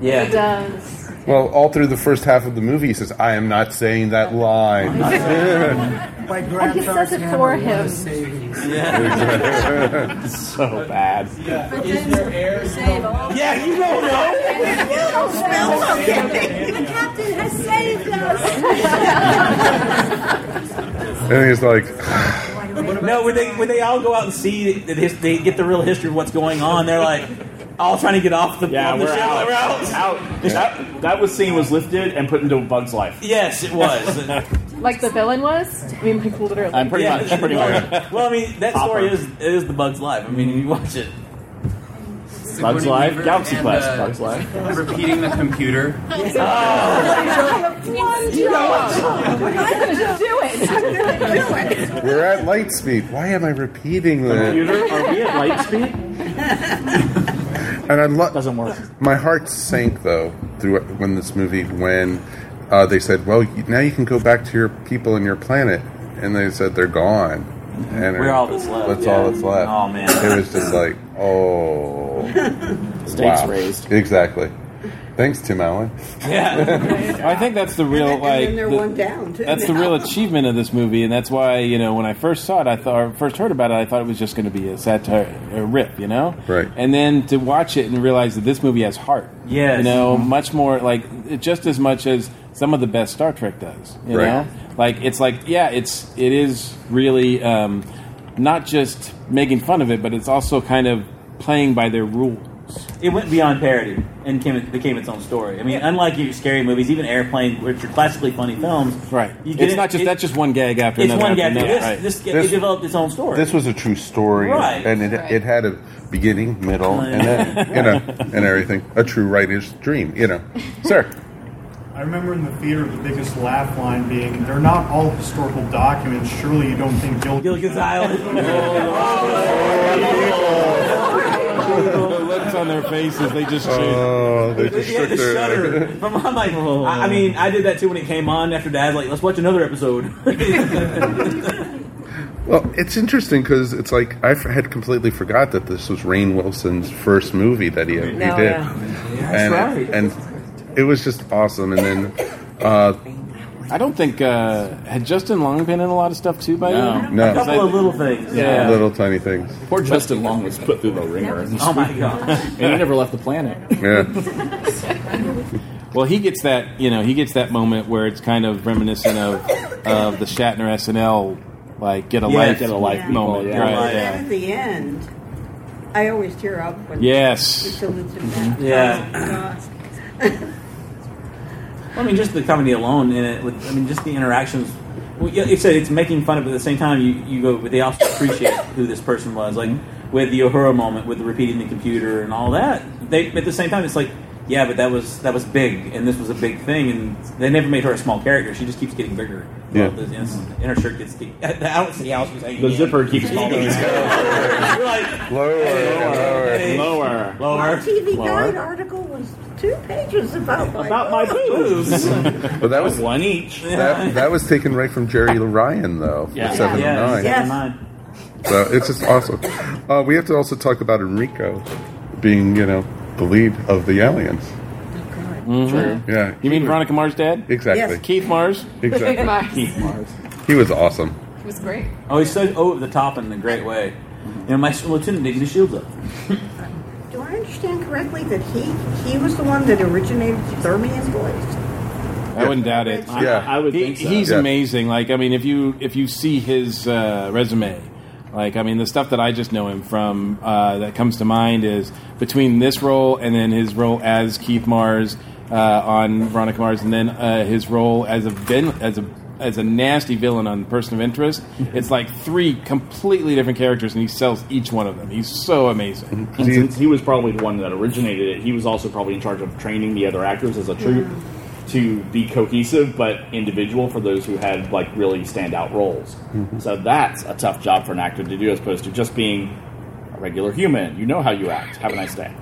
Speaker 7: Yeah.
Speaker 11: It does.
Speaker 2: [laughs] Well, all through the first half of the movie, he says, "I am not saying that line." [laughs]
Speaker 17: My
Speaker 11: And he says it for him.
Speaker 18: [laughs] so bad.
Speaker 3: Yeah. Is there air?
Speaker 7: Yeah, you don't know.
Speaker 11: [laughs]
Speaker 19: You don't smell something.
Speaker 17: The captain has saved us.
Speaker 2: and he's like,
Speaker 7: No, when they when they all go out and see that his, they get the real history of what's going on, they're like all trying to get off the
Speaker 18: Yeah,
Speaker 7: off
Speaker 18: we're
Speaker 7: the ship.
Speaker 18: out.
Speaker 7: We're out.
Speaker 18: Out. That, that was scene was lifted and put into Bug's life.
Speaker 7: Yes,
Speaker 18: [laughs]
Speaker 7: it was.
Speaker 11: Like the villain was? I mean, like literally.
Speaker 18: I'm pretty
Speaker 7: Yeah.
Speaker 18: much, pretty much.
Speaker 7: Well, I mean that
Speaker 18: Hopper.
Speaker 7: story is it is the Bug's life. I mean, you watch it.
Speaker 18: Bug's Life, Galaxy
Speaker 3: and,
Speaker 18: Quest,
Speaker 3: uh,
Speaker 18: Bug's Life.
Speaker 3: Repeating the computer.
Speaker 11: You I'm gonna do it.
Speaker 2: "We're at light speed. Why am I repeating that?"
Speaker 18: Computer, are we at light speed?
Speaker 2: And I love
Speaker 18: Doesn't work.
Speaker 2: My heart sank though through when this movie when uh, they said, "Well, you- now you can go back to your people and your planet," and they said they're gone. And
Speaker 7: We're all that's left,
Speaker 2: That's
Speaker 7: yeah.
Speaker 2: all that's left.
Speaker 7: Oh, man.
Speaker 2: it was just like, oh,
Speaker 10: Stakes
Speaker 2: wow.
Speaker 10: raised.
Speaker 2: Exactly. Thanks, Tim Allen.
Speaker 10: I think that's the real like
Speaker 17: and they're
Speaker 10: the-
Speaker 17: one down. Too
Speaker 10: that's the
Speaker 17: now.
Speaker 10: real
Speaker 17: [laughs]
Speaker 10: achievement of this movie, and that's why you know when I first saw it, I thought or first heard about it, I thought it was just going to be a satire, a rip, you know.
Speaker 2: Right.
Speaker 10: And then to watch it and realize that this movie has heart.
Speaker 7: Yes.
Speaker 10: You know, much more like it- just as much as some of the best Star Trek does. You
Speaker 2: Right.
Speaker 10: know, like it's like yeah, it's it is really um, not just making fun of it, but it's also kind of playing by their rules.
Speaker 7: [laughs] It went beyond parody and came, became its own story. I mean, unlike your scary movies, even Airplane, which are classically funny films,
Speaker 10: Right.
Speaker 7: You get
Speaker 10: it's
Speaker 7: it-
Speaker 10: not just
Speaker 7: it-
Speaker 10: that's just one gag after
Speaker 7: it's
Speaker 10: another.
Speaker 7: one
Speaker 10: after
Speaker 7: gag.
Speaker 10: another,
Speaker 7: This,
Speaker 10: right.
Speaker 7: this,
Speaker 2: This-
Speaker 7: it developed its own story.
Speaker 2: This was a true story,
Speaker 7: Right.
Speaker 2: and it, it had a beginning, middle, and end, you know, and everything. A true writer's dream, you know, sir.
Speaker 8: I remember in the theater the biggest laugh line being, "They're not all historical documents. Surely you don't think Gil-
Speaker 7: Gilligan's Island."
Speaker 10: the looks on their faces, they just
Speaker 2: Oh, they just
Speaker 7: Yeah,
Speaker 2: shook
Speaker 7: the
Speaker 2: their.
Speaker 7: shudder. From, I'm like,
Speaker 10: Oh.
Speaker 7: I, I mean, I did that too when it came on. After Dad's like, let's watch another episode. [laughs]
Speaker 2: Well, it's interesting because it's like I f- had completely forgot that this was Rain Wilson's first movie that he, he
Speaker 20: No,
Speaker 2: did,
Speaker 20: yeah.
Speaker 2: and
Speaker 7: That's
Speaker 2: it, and it was just awesome. And then, uh,
Speaker 10: I don't think uh, had Justin Long been in a lot of stuff too by
Speaker 18: No.
Speaker 10: then?
Speaker 2: No. A
Speaker 7: couple of little things.
Speaker 10: Yeah.
Speaker 2: little tiny things,
Speaker 18: Poor Justin Long was put through the ringer.
Speaker 7: Oh my god.
Speaker 18: And he never left the planet.
Speaker 2: yeah.
Speaker 10: Well, he gets that you know he gets that moment where it's kind of reminiscent of of the Shatner SNL like get a
Speaker 7: Yeah,
Speaker 10: life
Speaker 18: get a life people,
Speaker 10: moment
Speaker 18: yeah.
Speaker 10: right
Speaker 17: And
Speaker 10: yeah
Speaker 17: at the end, I always tear up when
Speaker 10: Yes.
Speaker 17: the salutes him back.
Speaker 7: Yeah. I mean, just the comedy alone in it. With, I mean, just the interactions. Well, yeah, it's it's making fun of, it, but at the same time, you, you go. But they also
Speaker 10: [laughs]
Speaker 7: appreciate who this person was. Like
Speaker 10: Mm-hmm.
Speaker 7: with the Uhura moment, with the repeating the computer and all that. They but at the same time, it's like, yeah, but that was that was big, and this was a big thing, and they never made her a small character. She just keeps getting bigger.
Speaker 2: Yeah.
Speaker 7: The, and her shirt gets. deep. I don't see how she's hanging.
Speaker 18: The
Speaker 7: in.
Speaker 18: zipper keeps falling.
Speaker 7: You're like
Speaker 2: Lower,
Speaker 7: Hey.
Speaker 18: Lower.
Speaker 17: Our
Speaker 7: lower.
Speaker 17: TV
Speaker 18: Lower.
Speaker 17: Guide article was two pages about
Speaker 18: About my boobs.
Speaker 2: But that was
Speaker 18: One each.
Speaker 2: that, that was taken right from Jerry Ryan though, for
Speaker 18: Yeah.
Speaker 2: seven
Speaker 7: Yeah,
Speaker 2: and nine.
Speaker 17: Yes.
Speaker 7: never mind.
Speaker 2: So it's just awesome. Uh, we have to also talk about Enrico being, you know, the lead of the aliens.
Speaker 18: Mm-hmm.
Speaker 10: True.
Speaker 2: Yeah,
Speaker 10: You mean Mm-hmm. Veronica Mars' dad?
Speaker 2: exactly.
Speaker 17: Yes.
Speaker 10: Keith Mars.
Speaker 11: Big
Speaker 2: Exactly.
Speaker 11: Mars. It
Speaker 18: Mars.
Speaker 2: He was awesome.
Speaker 11: was great.
Speaker 7: Oh, he's so over the top in a great way. You know, my lieutenant digging his shields up.
Speaker 17: Do I understand correctly that he he was the one that originated the Thermion voice?
Speaker 14: I wouldn't doubt it.
Speaker 3: Yeah. I- I would
Speaker 14: He-
Speaker 3: think so.
Speaker 14: He's
Speaker 3: Yeah.
Speaker 14: amazing. Like, I mean, if you if you see his uh, resume, like, I mean, the stuff that I just know him from uh, that comes to mind is between this role and then his role as Keith Mars uh, on Veronica Mars, and then uh, his role as a vin- as a as a nasty villain on Person of
Speaker 3: [laughs]
Speaker 14: Interest. It's like three completely different characters, and he sells each one of them. He's so
Speaker 3: [laughs]
Speaker 14: amazing.
Speaker 3: And since he was probably the one that originated it, he was also probably in charge of training the other actors as a troupe to be cohesive but individual for those who had like really standout roles.
Speaker 2: Mm-hmm.
Speaker 3: So that's a tough job for an actor to do as opposed to just being a regular human. You know how you act. Have a nice day.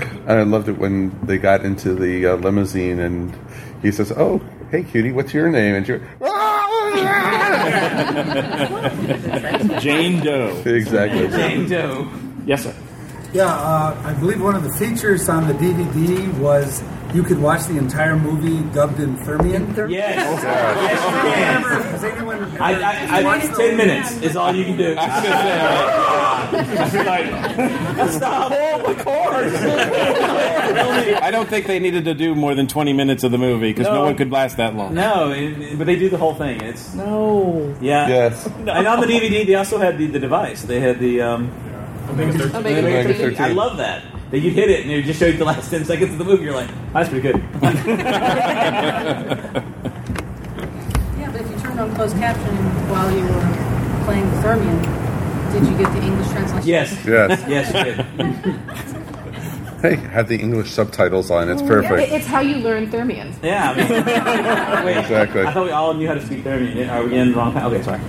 Speaker 2: And I loved it when they got into the uh, limousine and he says, "Oh, hey, cutie, what's your name?" And she,
Speaker 3: Jane Doe.
Speaker 2: Exactly.
Speaker 3: Jane Doe. Yes, sir.
Speaker 21: Yeah, uh, I believe one of the features on the DVD was you could watch the entire movie dubbed in Thermion.
Speaker 7: Yes. Yes, you can. I, I, I, ten minutes is all you can do.
Speaker 3: Stop. Hold the
Speaker 14: I don't think they needed to do more than 20 minutes of the movie because no.
Speaker 7: No.
Speaker 14: one could last that long.
Speaker 7: No, and- and- but they do the whole thing. It's
Speaker 3: no.
Speaker 7: Yeah.
Speaker 14: Yes.
Speaker 7: And on the DVD, they also had the, the device. They had the um, Omega
Speaker 3: 13. Omega 13.
Speaker 7: I love that. That you'd hit it and it would just show you the last ten seconds of the movie. You're like, that's pretty good.
Speaker 22: Yeah, but if you turned on closed caption while you were playing the Thermion, did you get the English translation?
Speaker 7: Yes.
Speaker 2: Yes.
Speaker 7: Yes, you did. [laughs]
Speaker 2: "Hey, have the English subtitles on. It's
Speaker 11: It-
Speaker 2: perfect."
Speaker 11: It's how you learn Thermion.
Speaker 7: Yeah. I mean, wait,
Speaker 2: Exactly.
Speaker 7: I thought we all knew how to speak Thermion. Are we in the wrong? Okay, sorry.
Speaker 11: [laughs]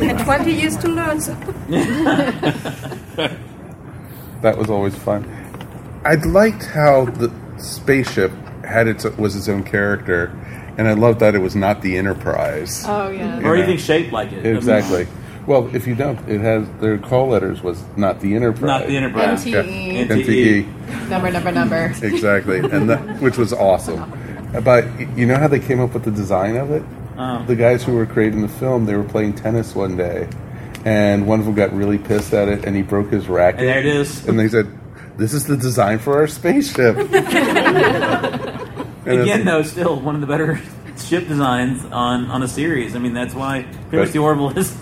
Speaker 22: We had 20 years to learn. So.
Speaker 2: That was always fun. I liked how the spaceship had its was its own character, and I loved that it was not the Enterprise.
Speaker 11: Oh, yeah.
Speaker 2: You know?
Speaker 7: Or anything shaped like it.
Speaker 2: Exactly. Well, if you don't, it has their call letters was not the Enterprise.
Speaker 7: Not the Enterprise.
Speaker 2: Yeah. E.
Speaker 11: NTE.
Speaker 7: E.
Speaker 2: NTE.
Speaker 11: E. Number, number, number.
Speaker 2: exactly, and that, which was awesome. But y- you know how they came up with the design of it?
Speaker 7: Oh.
Speaker 2: The guys who were creating the film, they were playing tennis one day, and one of them got really pissed at it, and he broke his racket.
Speaker 7: And there it is.
Speaker 2: And they said, "This is the design for our
Speaker 7: [laughs]
Speaker 2: spaceship." And
Speaker 7: Again,
Speaker 2: it's-
Speaker 7: though, still one of the better ship designs on on a series. I mean, that's why Timothy Orville [laughs] has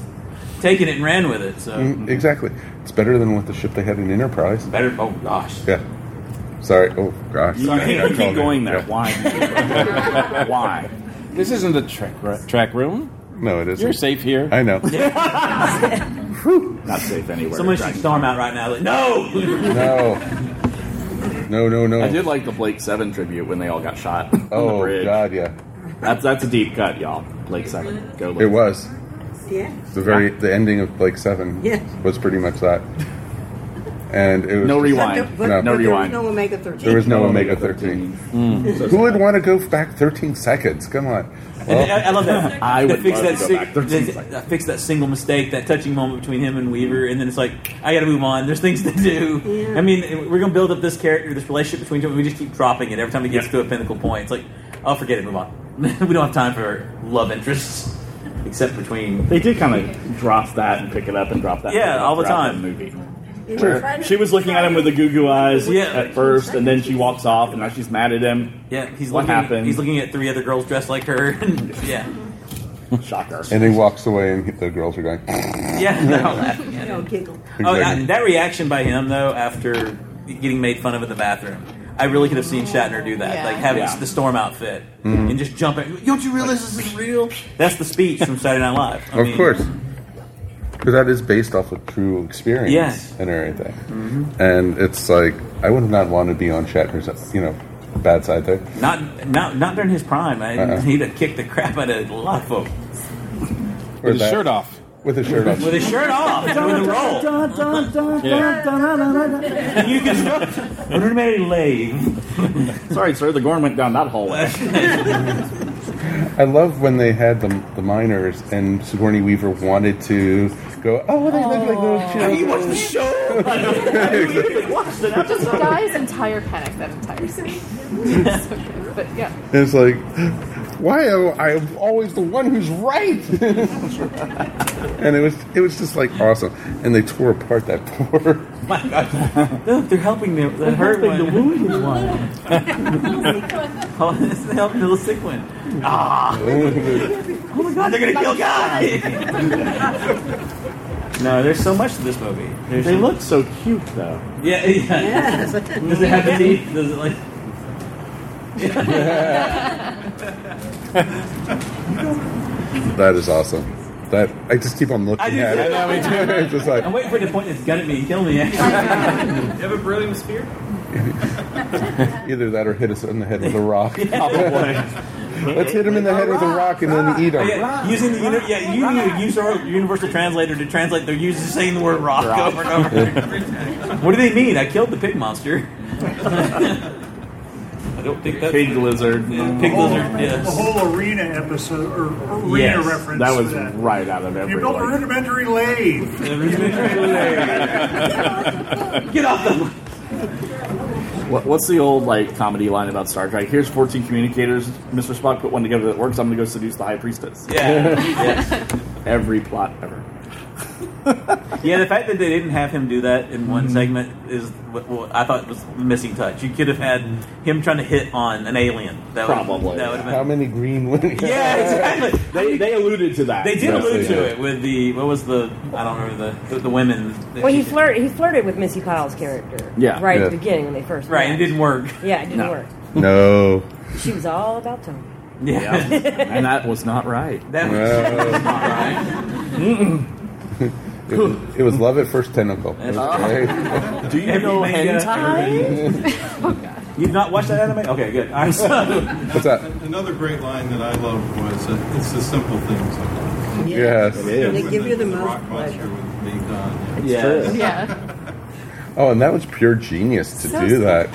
Speaker 7: taken it and ran with it. So
Speaker 2: Mm, exactly, it's better than what the ship they had in Enterprise.
Speaker 7: Better. Oh gosh.
Speaker 2: Yeah. Sorry. Oh gosh.
Speaker 14: You keep- you keep going there.
Speaker 2: Why?
Speaker 3: Why?
Speaker 14: This isn't the track r- track room.
Speaker 2: No, it isn't.
Speaker 14: Hmm? You're safe here.
Speaker 2: I know.
Speaker 3: Not safe anywhere.
Speaker 7: Someone should storm out right now. Like, no.
Speaker 2: no. No, no, no.
Speaker 3: I did like the Blake Seven tribute when they all got shot. on
Speaker 2: Oh,
Speaker 3: the bridge.
Speaker 2: God, yeah.
Speaker 3: That's that's a deep cut, y'all. Blake Seven. Go look.
Speaker 2: It was
Speaker 17: Yeah.
Speaker 2: the very the ending of Blake Seven.
Speaker 17: Yeah.
Speaker 2: was pretty much that. And it was
Speaker 3: No
Speaker 17: But,
Speaker 3: rewind. Mm.
Speaker 17: but- but there was no Omega 13.
Speaker 2: There was no Omega 13. Who would want to go back 13 seconds? Come on.
Speaker 7: And I, I love that.
Speaker 3: [laughs] I
Speaker 7: They
Speaker 3: would
Speaker 7: fix
Speaker 3: love
Speaker 7: that
Speaker 3: to go
Speaker 7: si-
Speaker 3: back
Speaker 7: they- they fix that single mistake, that touching moment between him and Weaver, and then it's like I got to move on. There's things to do. I mean, we're gonna build up this character, this relationship between two. of them. We just keep dropping it every time it gets to a pinnacle point. It's like, oh, forget it, move on. [laughs] we don't have time for love interests, except between.
Speaker 3: They did kind of drop that and pick it up and drop that. and pick
Speaker 7: Yeah,
Speaker 3: it up
Speaker 7: all the
Speaker 3: throughout
Speaker 7: time.
Speaker 3: the movie.
Speaker 7: Sure.
Speaker 3: Sure. She was looking at him with the goo goo eyes at first, and then she walks off, and now she's mad at him.
Speaker 7: Yeah, he's
Speaker 3: what
Speaker 7: looking,
Speaker 3: happened?
Speaker 7: He's looking at three other girls dressed like her. [laughs] and- yeah,
Speaker 3: shocker.
Speaker 2: And he walks away, and the girls are going.
Speaker 7: [laughs] Yeah,
Speaker 2: [laughs]
Speaker 7: they're all laughing.
Speaker 17: You
Speaker 7: At
Speaker 17: know, giggle.
Speaker 7: Oh, that, that reaction by him though, after getting made fun of in the bathroom, I really could have seen Shatner do that,
Speaker 3: Yeah.
Speaker 7: like having
Speaker 3: Yeah.
Speaker 7: the storm outfit
Speaker 2: Mhm.
Speaker 7: and just jumping. Don't you realize this is real? That's the speech from Saturday Night Live. I
Speaker 2: of
Speaker 7: mean,
Speaker 2: course, because that is based off of true experience
Speaker 7: Yes.
Speaker 2: and everything.
Speaker 3: Mm-hmm.
Speaker 2: And it's like I would have not wanted to be on Shatner's, you know, bad side there.
Speaker 7: Not not not during his prime. I,
Speaker 2: Uh-uh.
Speaker 7: He'd have kicked the crap out of a lot of folks.
Speaker 2: Or that- With his shirt off.
Speaker 7: With his shirt off. with a roll.
Speaker 3: Yeah.
Speaker 7: [laughs] You can Renee
Speaker 3: Lave. Sorry, sir. The Gorn went down that hallway.
Speaker 2: I love when they had the the miners and Sigourney Weaver wanted to go. Oh, they look like little children.
Speaker 7: Have you watched the show?
Speaker 11: [laughs]
Speaker 7: watched an
Speaker 11: Just Guy's entire panic, that entire scene. So good. but yeah.
Speaker 2: It's like why am I always the one who's right? and it was it was just like awesome. And they tore apart that [laughs] poor.
Speaker 7: My God. Look, they're helping the, the hurt one. The wounded [laughs] one. oh, it's helping the little sick one. Ah. oh my God, they're going to kill God. no, there's so much to this movie. There's
Speaker 3: They look so cute, though.
Speaker 7: Yeah, yeah.
Speaker 3: Yes.
Speaker 7: Does it have the teeth? Does it like.
Speaker 2: That is awesome. That I just keep on looking
Speaker 7: I do
Speaker 2: at
Speaker 7: too.
Speaker 2: it. It's just like
Speaker 7: I'm waiting for it to point its gun at me and [laughs] kill me. actually.
Speaker 23: You have a brilliant spear?
Speaker 2: either that or hit us in the head with a rock.
Speaker 7: [laughs] Probably.
Speaker 2: Let's hit him in the head with a rock and then eat him.
Speaker 7: Yeah, using the uni- yeah, you need to use our universal translator to translate. They're using saying the word rock,
Speaker 2: Rock.
Speaker 7: over and over. [laughs] what do they mean? I killed the pig [laughs] monster. I don't think that's
Speaker 3: Pig lizard.
Speaker 7: Yeah, pig lizard.
Speaker 8: The
Speaker 7: Yes.
Speaker 8: whole arena episode or arena
Speaker 3: Yes,
Speaker 8: reference.
Speaker 3: that was
Speaker 8: to that.
Speaker 3: right out of
Speaker 8: You
Speaker 3: every.
Speaker 8: built a
Speaker 3: Like,
Speaker 8: rudimentary lathe.
Speaker 7: Get off the.
Speaker 3: what, what's the old like comedy line about Star Trek? Here's 14 communicators. Mr. Spock put one together that works. I'm going to go seduce the High Priestess.
Speaker 7: Yeah.
Speaker 2: [laughs]
Speaker 7: Yes.
Speaker 3: Every plot ever.
Speaker 7: Yeah, the fact that they didn't have him do that in one segment is what what I thought was the missing touch. You could have had him trying to hit on an alien. That
Speaker 3: Probably.
Speaker 7: Would, that would have been.
Speaker 2: How many green wings?
Speaker 7: [laughs] Yeah, exactly.
Speaker 3: They, they alluded to that.
Speaker 7: They did
Speaker 3: Yes,
Speaker 7: allude
Speaker 3: they
Speaker 7: to
Speaker 3: did.
Speaker 7: it with the what was the I don't remember the the, the women. that [laughs]
Speaker 4: Well,
Speaker 7: she
Speaker 4: he
Speaker 7: did.
Speaker 4: flirted. He flirted with Missy Pyle's character.
Speaker 7: Yeah.
Speaker 4: Right at the
Speaker 7: Yeah.
Speaker 4: beginning when they first.
Speaker 7: right,
Speaker 4: met.
Speaker 7: it didn't work.
Speaker 4: Yeah, it didn't
Speaker 7: No.
Speaker 4: work.
Speaker 2: No.
Speaker 4: She was all about Tom.
Speaker 7: Yeah.
Speaker 3: and that was not right.
Speaker 7: That
Speaker 2: was- Well. not It was, it was love at first tentacle.
Speaker 7: Oh. Do you
Speaker 2: [laughs]
Speaker 7: [laughs] know [laughs] Oh, You've not watched that anime? [laughs] Okay, good. All right, so-
Speaker 2: What's that?
Speaker 15: Another great line that I loved was, uh, "It's the simple things." I love."
Speaker 2: Yes. Yes. It is.
Speaker 17: They give you the
Speaker 15: When
Speaker 17: most
Speaker 15: rock monster was being done.
Speaker 2: It's Yes. true.
Speaker 17: Yeah.
Speaker 2: Oh, and that was pure genius [laughs] to do that.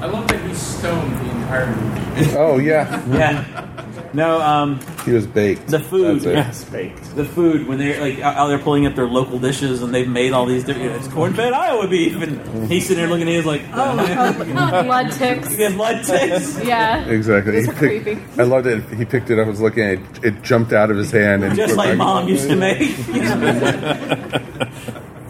Speaker 6: I love that he's stoned the entire movie.
Speaker 2: Oh yeah.
Speaker 7: Yeah. No. Um.
Speaker 2: He was baked.
Speaker 7: The food,
Speaker 2: That's
Speaker 3: baked.
Speaker 7: The food when they're like out out there pulling up their local dishes and they've made all these different. It's corn-fed Iowa beef, and he's sitting there looking at it like,
Speaker 11: [laughs] oh, blood ticks.
Speaker 7: Yeah, blood ticks.
Speaker 11: [laughs] Yeah.
Speaker 2: Exactly.
Speaker 11: Those
Speaker 2: He
Speaker 11: are
Speaker 2: picked-
Speaker 11: creepy.
Speaker 2: I loved it. He picked it up. I was looking at it. It jumped out of his hand. And
Speaker 7: just like mom used to make.
Speaker 2: [laughs]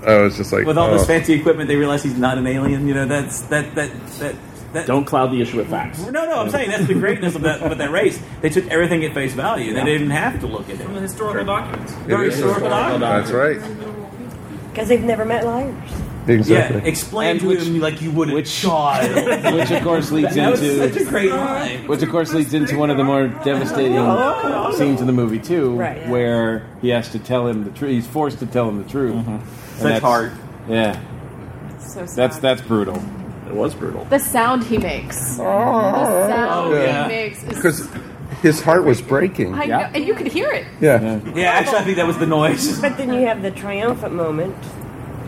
Speaker 2: I was just like,
Speaker 7: With all
Speaker 2: oh.
Speaker 7: this fancy equipment, they realize he's not an alien. You know, that's that that that. that
Speaker 3: Don't cloud the issue with facts.
Speaker 7: No, no, I'm saying that's the greatness of that, of that race. They took everything at face value. They didn't have to look at it.
Speaker 23: From the historical documents.
Speaker 7: It Very is historical historical documents.
Speaker 2: That's
Speaker 7: right.
Speaker 4: Because they've never met liars.
Speaker 2: Exactly.
Speaker 7: Yeah, explain to him like you would a
Speaker 14: [laughs]
Speaker 7: child.
Speaker 14: [laughs] which of course leads
Speaker 7: That was
Speaker 14: into
Speaker 7: such a great line. Oh.
Speaker 14: Which of course leads into one of the more devastating scenes in the movie too,
Speaker 7: Right.
Speaker 14: where he has to tell him the truth. He's forced to tell him the truth.
Speaker 7: Mm-hmm.
Speaker 14: And
Speaker 7: That's hard.
Speaker 14: Yeah,
Speaker 11: So sad.
Speaker 14: that's that's brutal.
Speaker 3: It was brutal.
Speaker 11: the sound he makes. The
Speaker 7: Oh,
Speaker 11: sound
Speaker 2: Yeah.
Speaker 11: he makes is.
Speaker 2: Because his heart was
Speaker 11: [laughs]
Speaker 7: Mm,
Speaker 2: breaking.
Speaker 11: I know, and you could hear it.
Speaker 2: Yeah.
Speaker 7: Yeah, actually, I think that was the noise.
Speaker 4: [laughs] But then you have the triumphant moment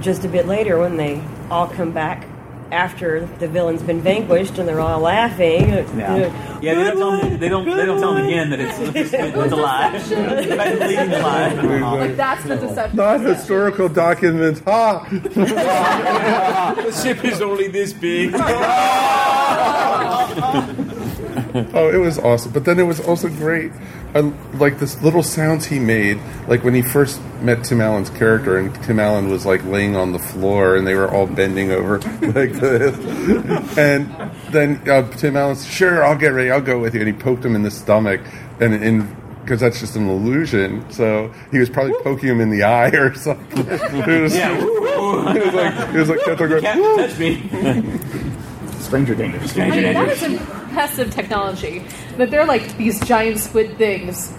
Speaker 4: just a bit later when they all come back after the villain's been vanquished and they're all laughing.
Speaker 7: Yeah, yeah they don't tell them. They don't. They don't tell them again that it's, it's, it's a lie. It's [laughs] leading the lie.
Speaker 11: Like that's the deception.
Speaker 2: Not historical documents. Ha!
Speaker 7: [laughs] the ship is only this [laughs] big.
Speaker 2: [laughs] oh, it was awesome. But then it was also great. I, like this little sounds he made, like when he first met Tim Allen's character, and Tim Allen was like laying on the floor, and they were all bending over [laughs] like this. And then uh, Tim Allen, said, sure, I'll get ready, I'll go with you, and he poked him in the stomach, and in because that's just an illusion. So he was probably poking him in the eye or something. [laughs] It was-
Speaker 7: Yeah.
Speaker 2: it
Speaker 3: [laughs]
Speaker 2: was like it was like
Speaker 7: [laughs]
Speaker 2: Captain Kirk,
Speaker 7: Can't
Speaker 2: "Woo!"
Speaker 7: touch me.
Speaker 2: [laughs]
Speaker 3: Stranger danger.
Speaker 11: I mean, that is impressive technology. That they're like these giant squid things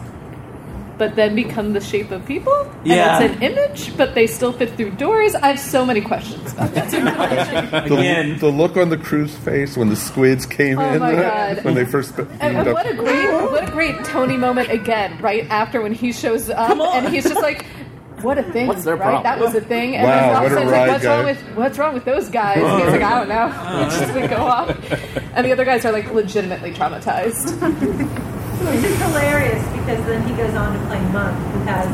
Speaker 11: that then become the shape of people.
Speaker 7: Yeah.
Speaker 11: And it's an image, but they still fit through doors. I have so many questions about that technology.
Speaker 2: The, the look on the crew's face when the squids came
Speaker 11: Oh
Speaker 2: in [laughs]
Speaker 11: my God.
Speaker 2: when they first beamed
Speaker 11: And, and
Speaker 2: up.
Speaker 11: what a great, what a great Tony moment again, right after when he shows up and he's just like, "What a thing!
Speaker 3: What's their
Speaker 11: right?
Speaker 3: problem?
Speaker 11: That was a thing." And
Speaker 2: Wow,
Speaker 11: then all
Speaker 2: what
Speaker 11: of
Speaker 2: a
Speaker 11: a sudden,
Speaker 2: ride,
Speaker 11: he's like, "What's wrong
Speaker 2: guys."
Speaker 11: with what's wrong with those guys?" And he's like, "I don't know." [laughs] It's just gonna go off, and the other guys are like legitimately traumatized.
Speaker 8: [laughs]
Speaker 1: Which is hilarious because then he goes on to play Monk, who has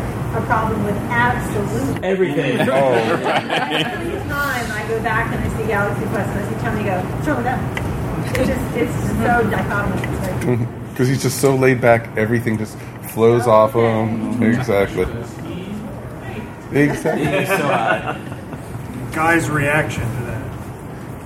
Speaker 1: a problem with absolutely
Speaker 7: Everything.
Speaker 1: everything.
Speaker 7: Oh,
Speaker 1: Every
Speaker 7: [laughs]
Speaker 1: time I go back and I see Galaxy Quest and I see Tony go, throw it up. It's just, it's so dichotomous. It's like,
Speaker 2: [laughs] Because because he's just so laid back. Everything just flows off of him. Exactly. Exactly.
Speaker 8: Guy's reaction to that.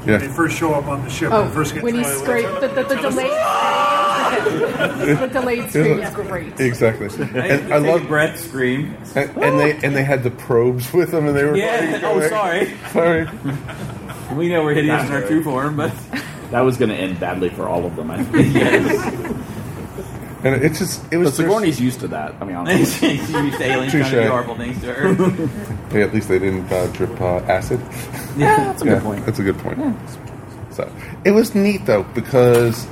Speaker 2: Yeah.
Speaker 8: When they first show up on the ship,
Speaker 11: Oh,
Speaker 8: they first get
Speaker 11: when he
Speaker 8: thrown away.
Speaker 11: scraped the, the, the delayed [laughs] the delayed scream is
Speaker 2: [laughs]
Speaker 11: great.
Speaker 2: Exactly. And I love
Speaker 7: breath scream.
Speaker 2: And, and they and they had the probes [laughs] with them, and they were
Speaker 7: Yeah.
Speaker 2: fucking
Speaker 7: Oh,
Speaker 2: going- [laughs]
Speaker 7: sorry. [laughs]
Speaker 2: Sorry.
Speaker 7: We know we're hideous in our true form, but
Speaker 3: that was going to end badly for all of them. I think. yes.
Speaker 2: And it's just it was.
Speaker 3: But Sigourney's used to that. I mean,
Speaker 7: [laughs]
Speaker 3: honestly.
Speaker 7: She's used to aliens trying to do
Speaker 2: Touche.
Speaker 7: horrible things to her.
Speaker 2: [laughs] Hey, at least they didn't uh, drip uh, acid. [laughs]
Speaker 7: Yeah, that's a good point.
Speaker 2: That's a good point. So it was neat though because,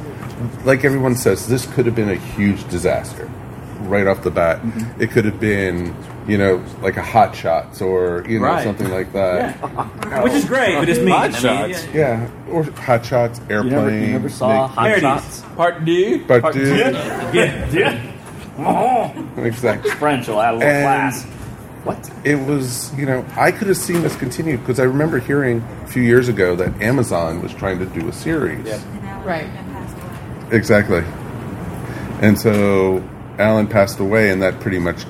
Speaker 2: like everyone says, this could have been a huge disaster right off the bat.
Speaker 7: Mm-hmm.
Speaker 2: It could have been, you know, like a hot shots or you know
Speaker 7: Right.
Speaker 2: something like that.
Speaker 7: Yeah. Which is great, but it's mean. I mean, yeah.
Speaker 2: Yeah, or hot shots, airplane.
Speaker 7: never- you never saw Hot There it is. Shots? Part two.
Speaker 2: Part,
Speaker 7: Part
Speaker 2: two.
Speaker 7: two. Yeah. [laughs]
Speaker 2: Exactly.
Speaker 3: [laughs] French will add a little
Speaker 2: And
Speaker 3: class.
Speaker 2: It was, you know, I could have seen this continue because I remember hearing a few years ago that Amazon was trying to do a series.
Speaker 11: Right.
Speaker 2: Exactly. And so Alan passed away, and that pretty much,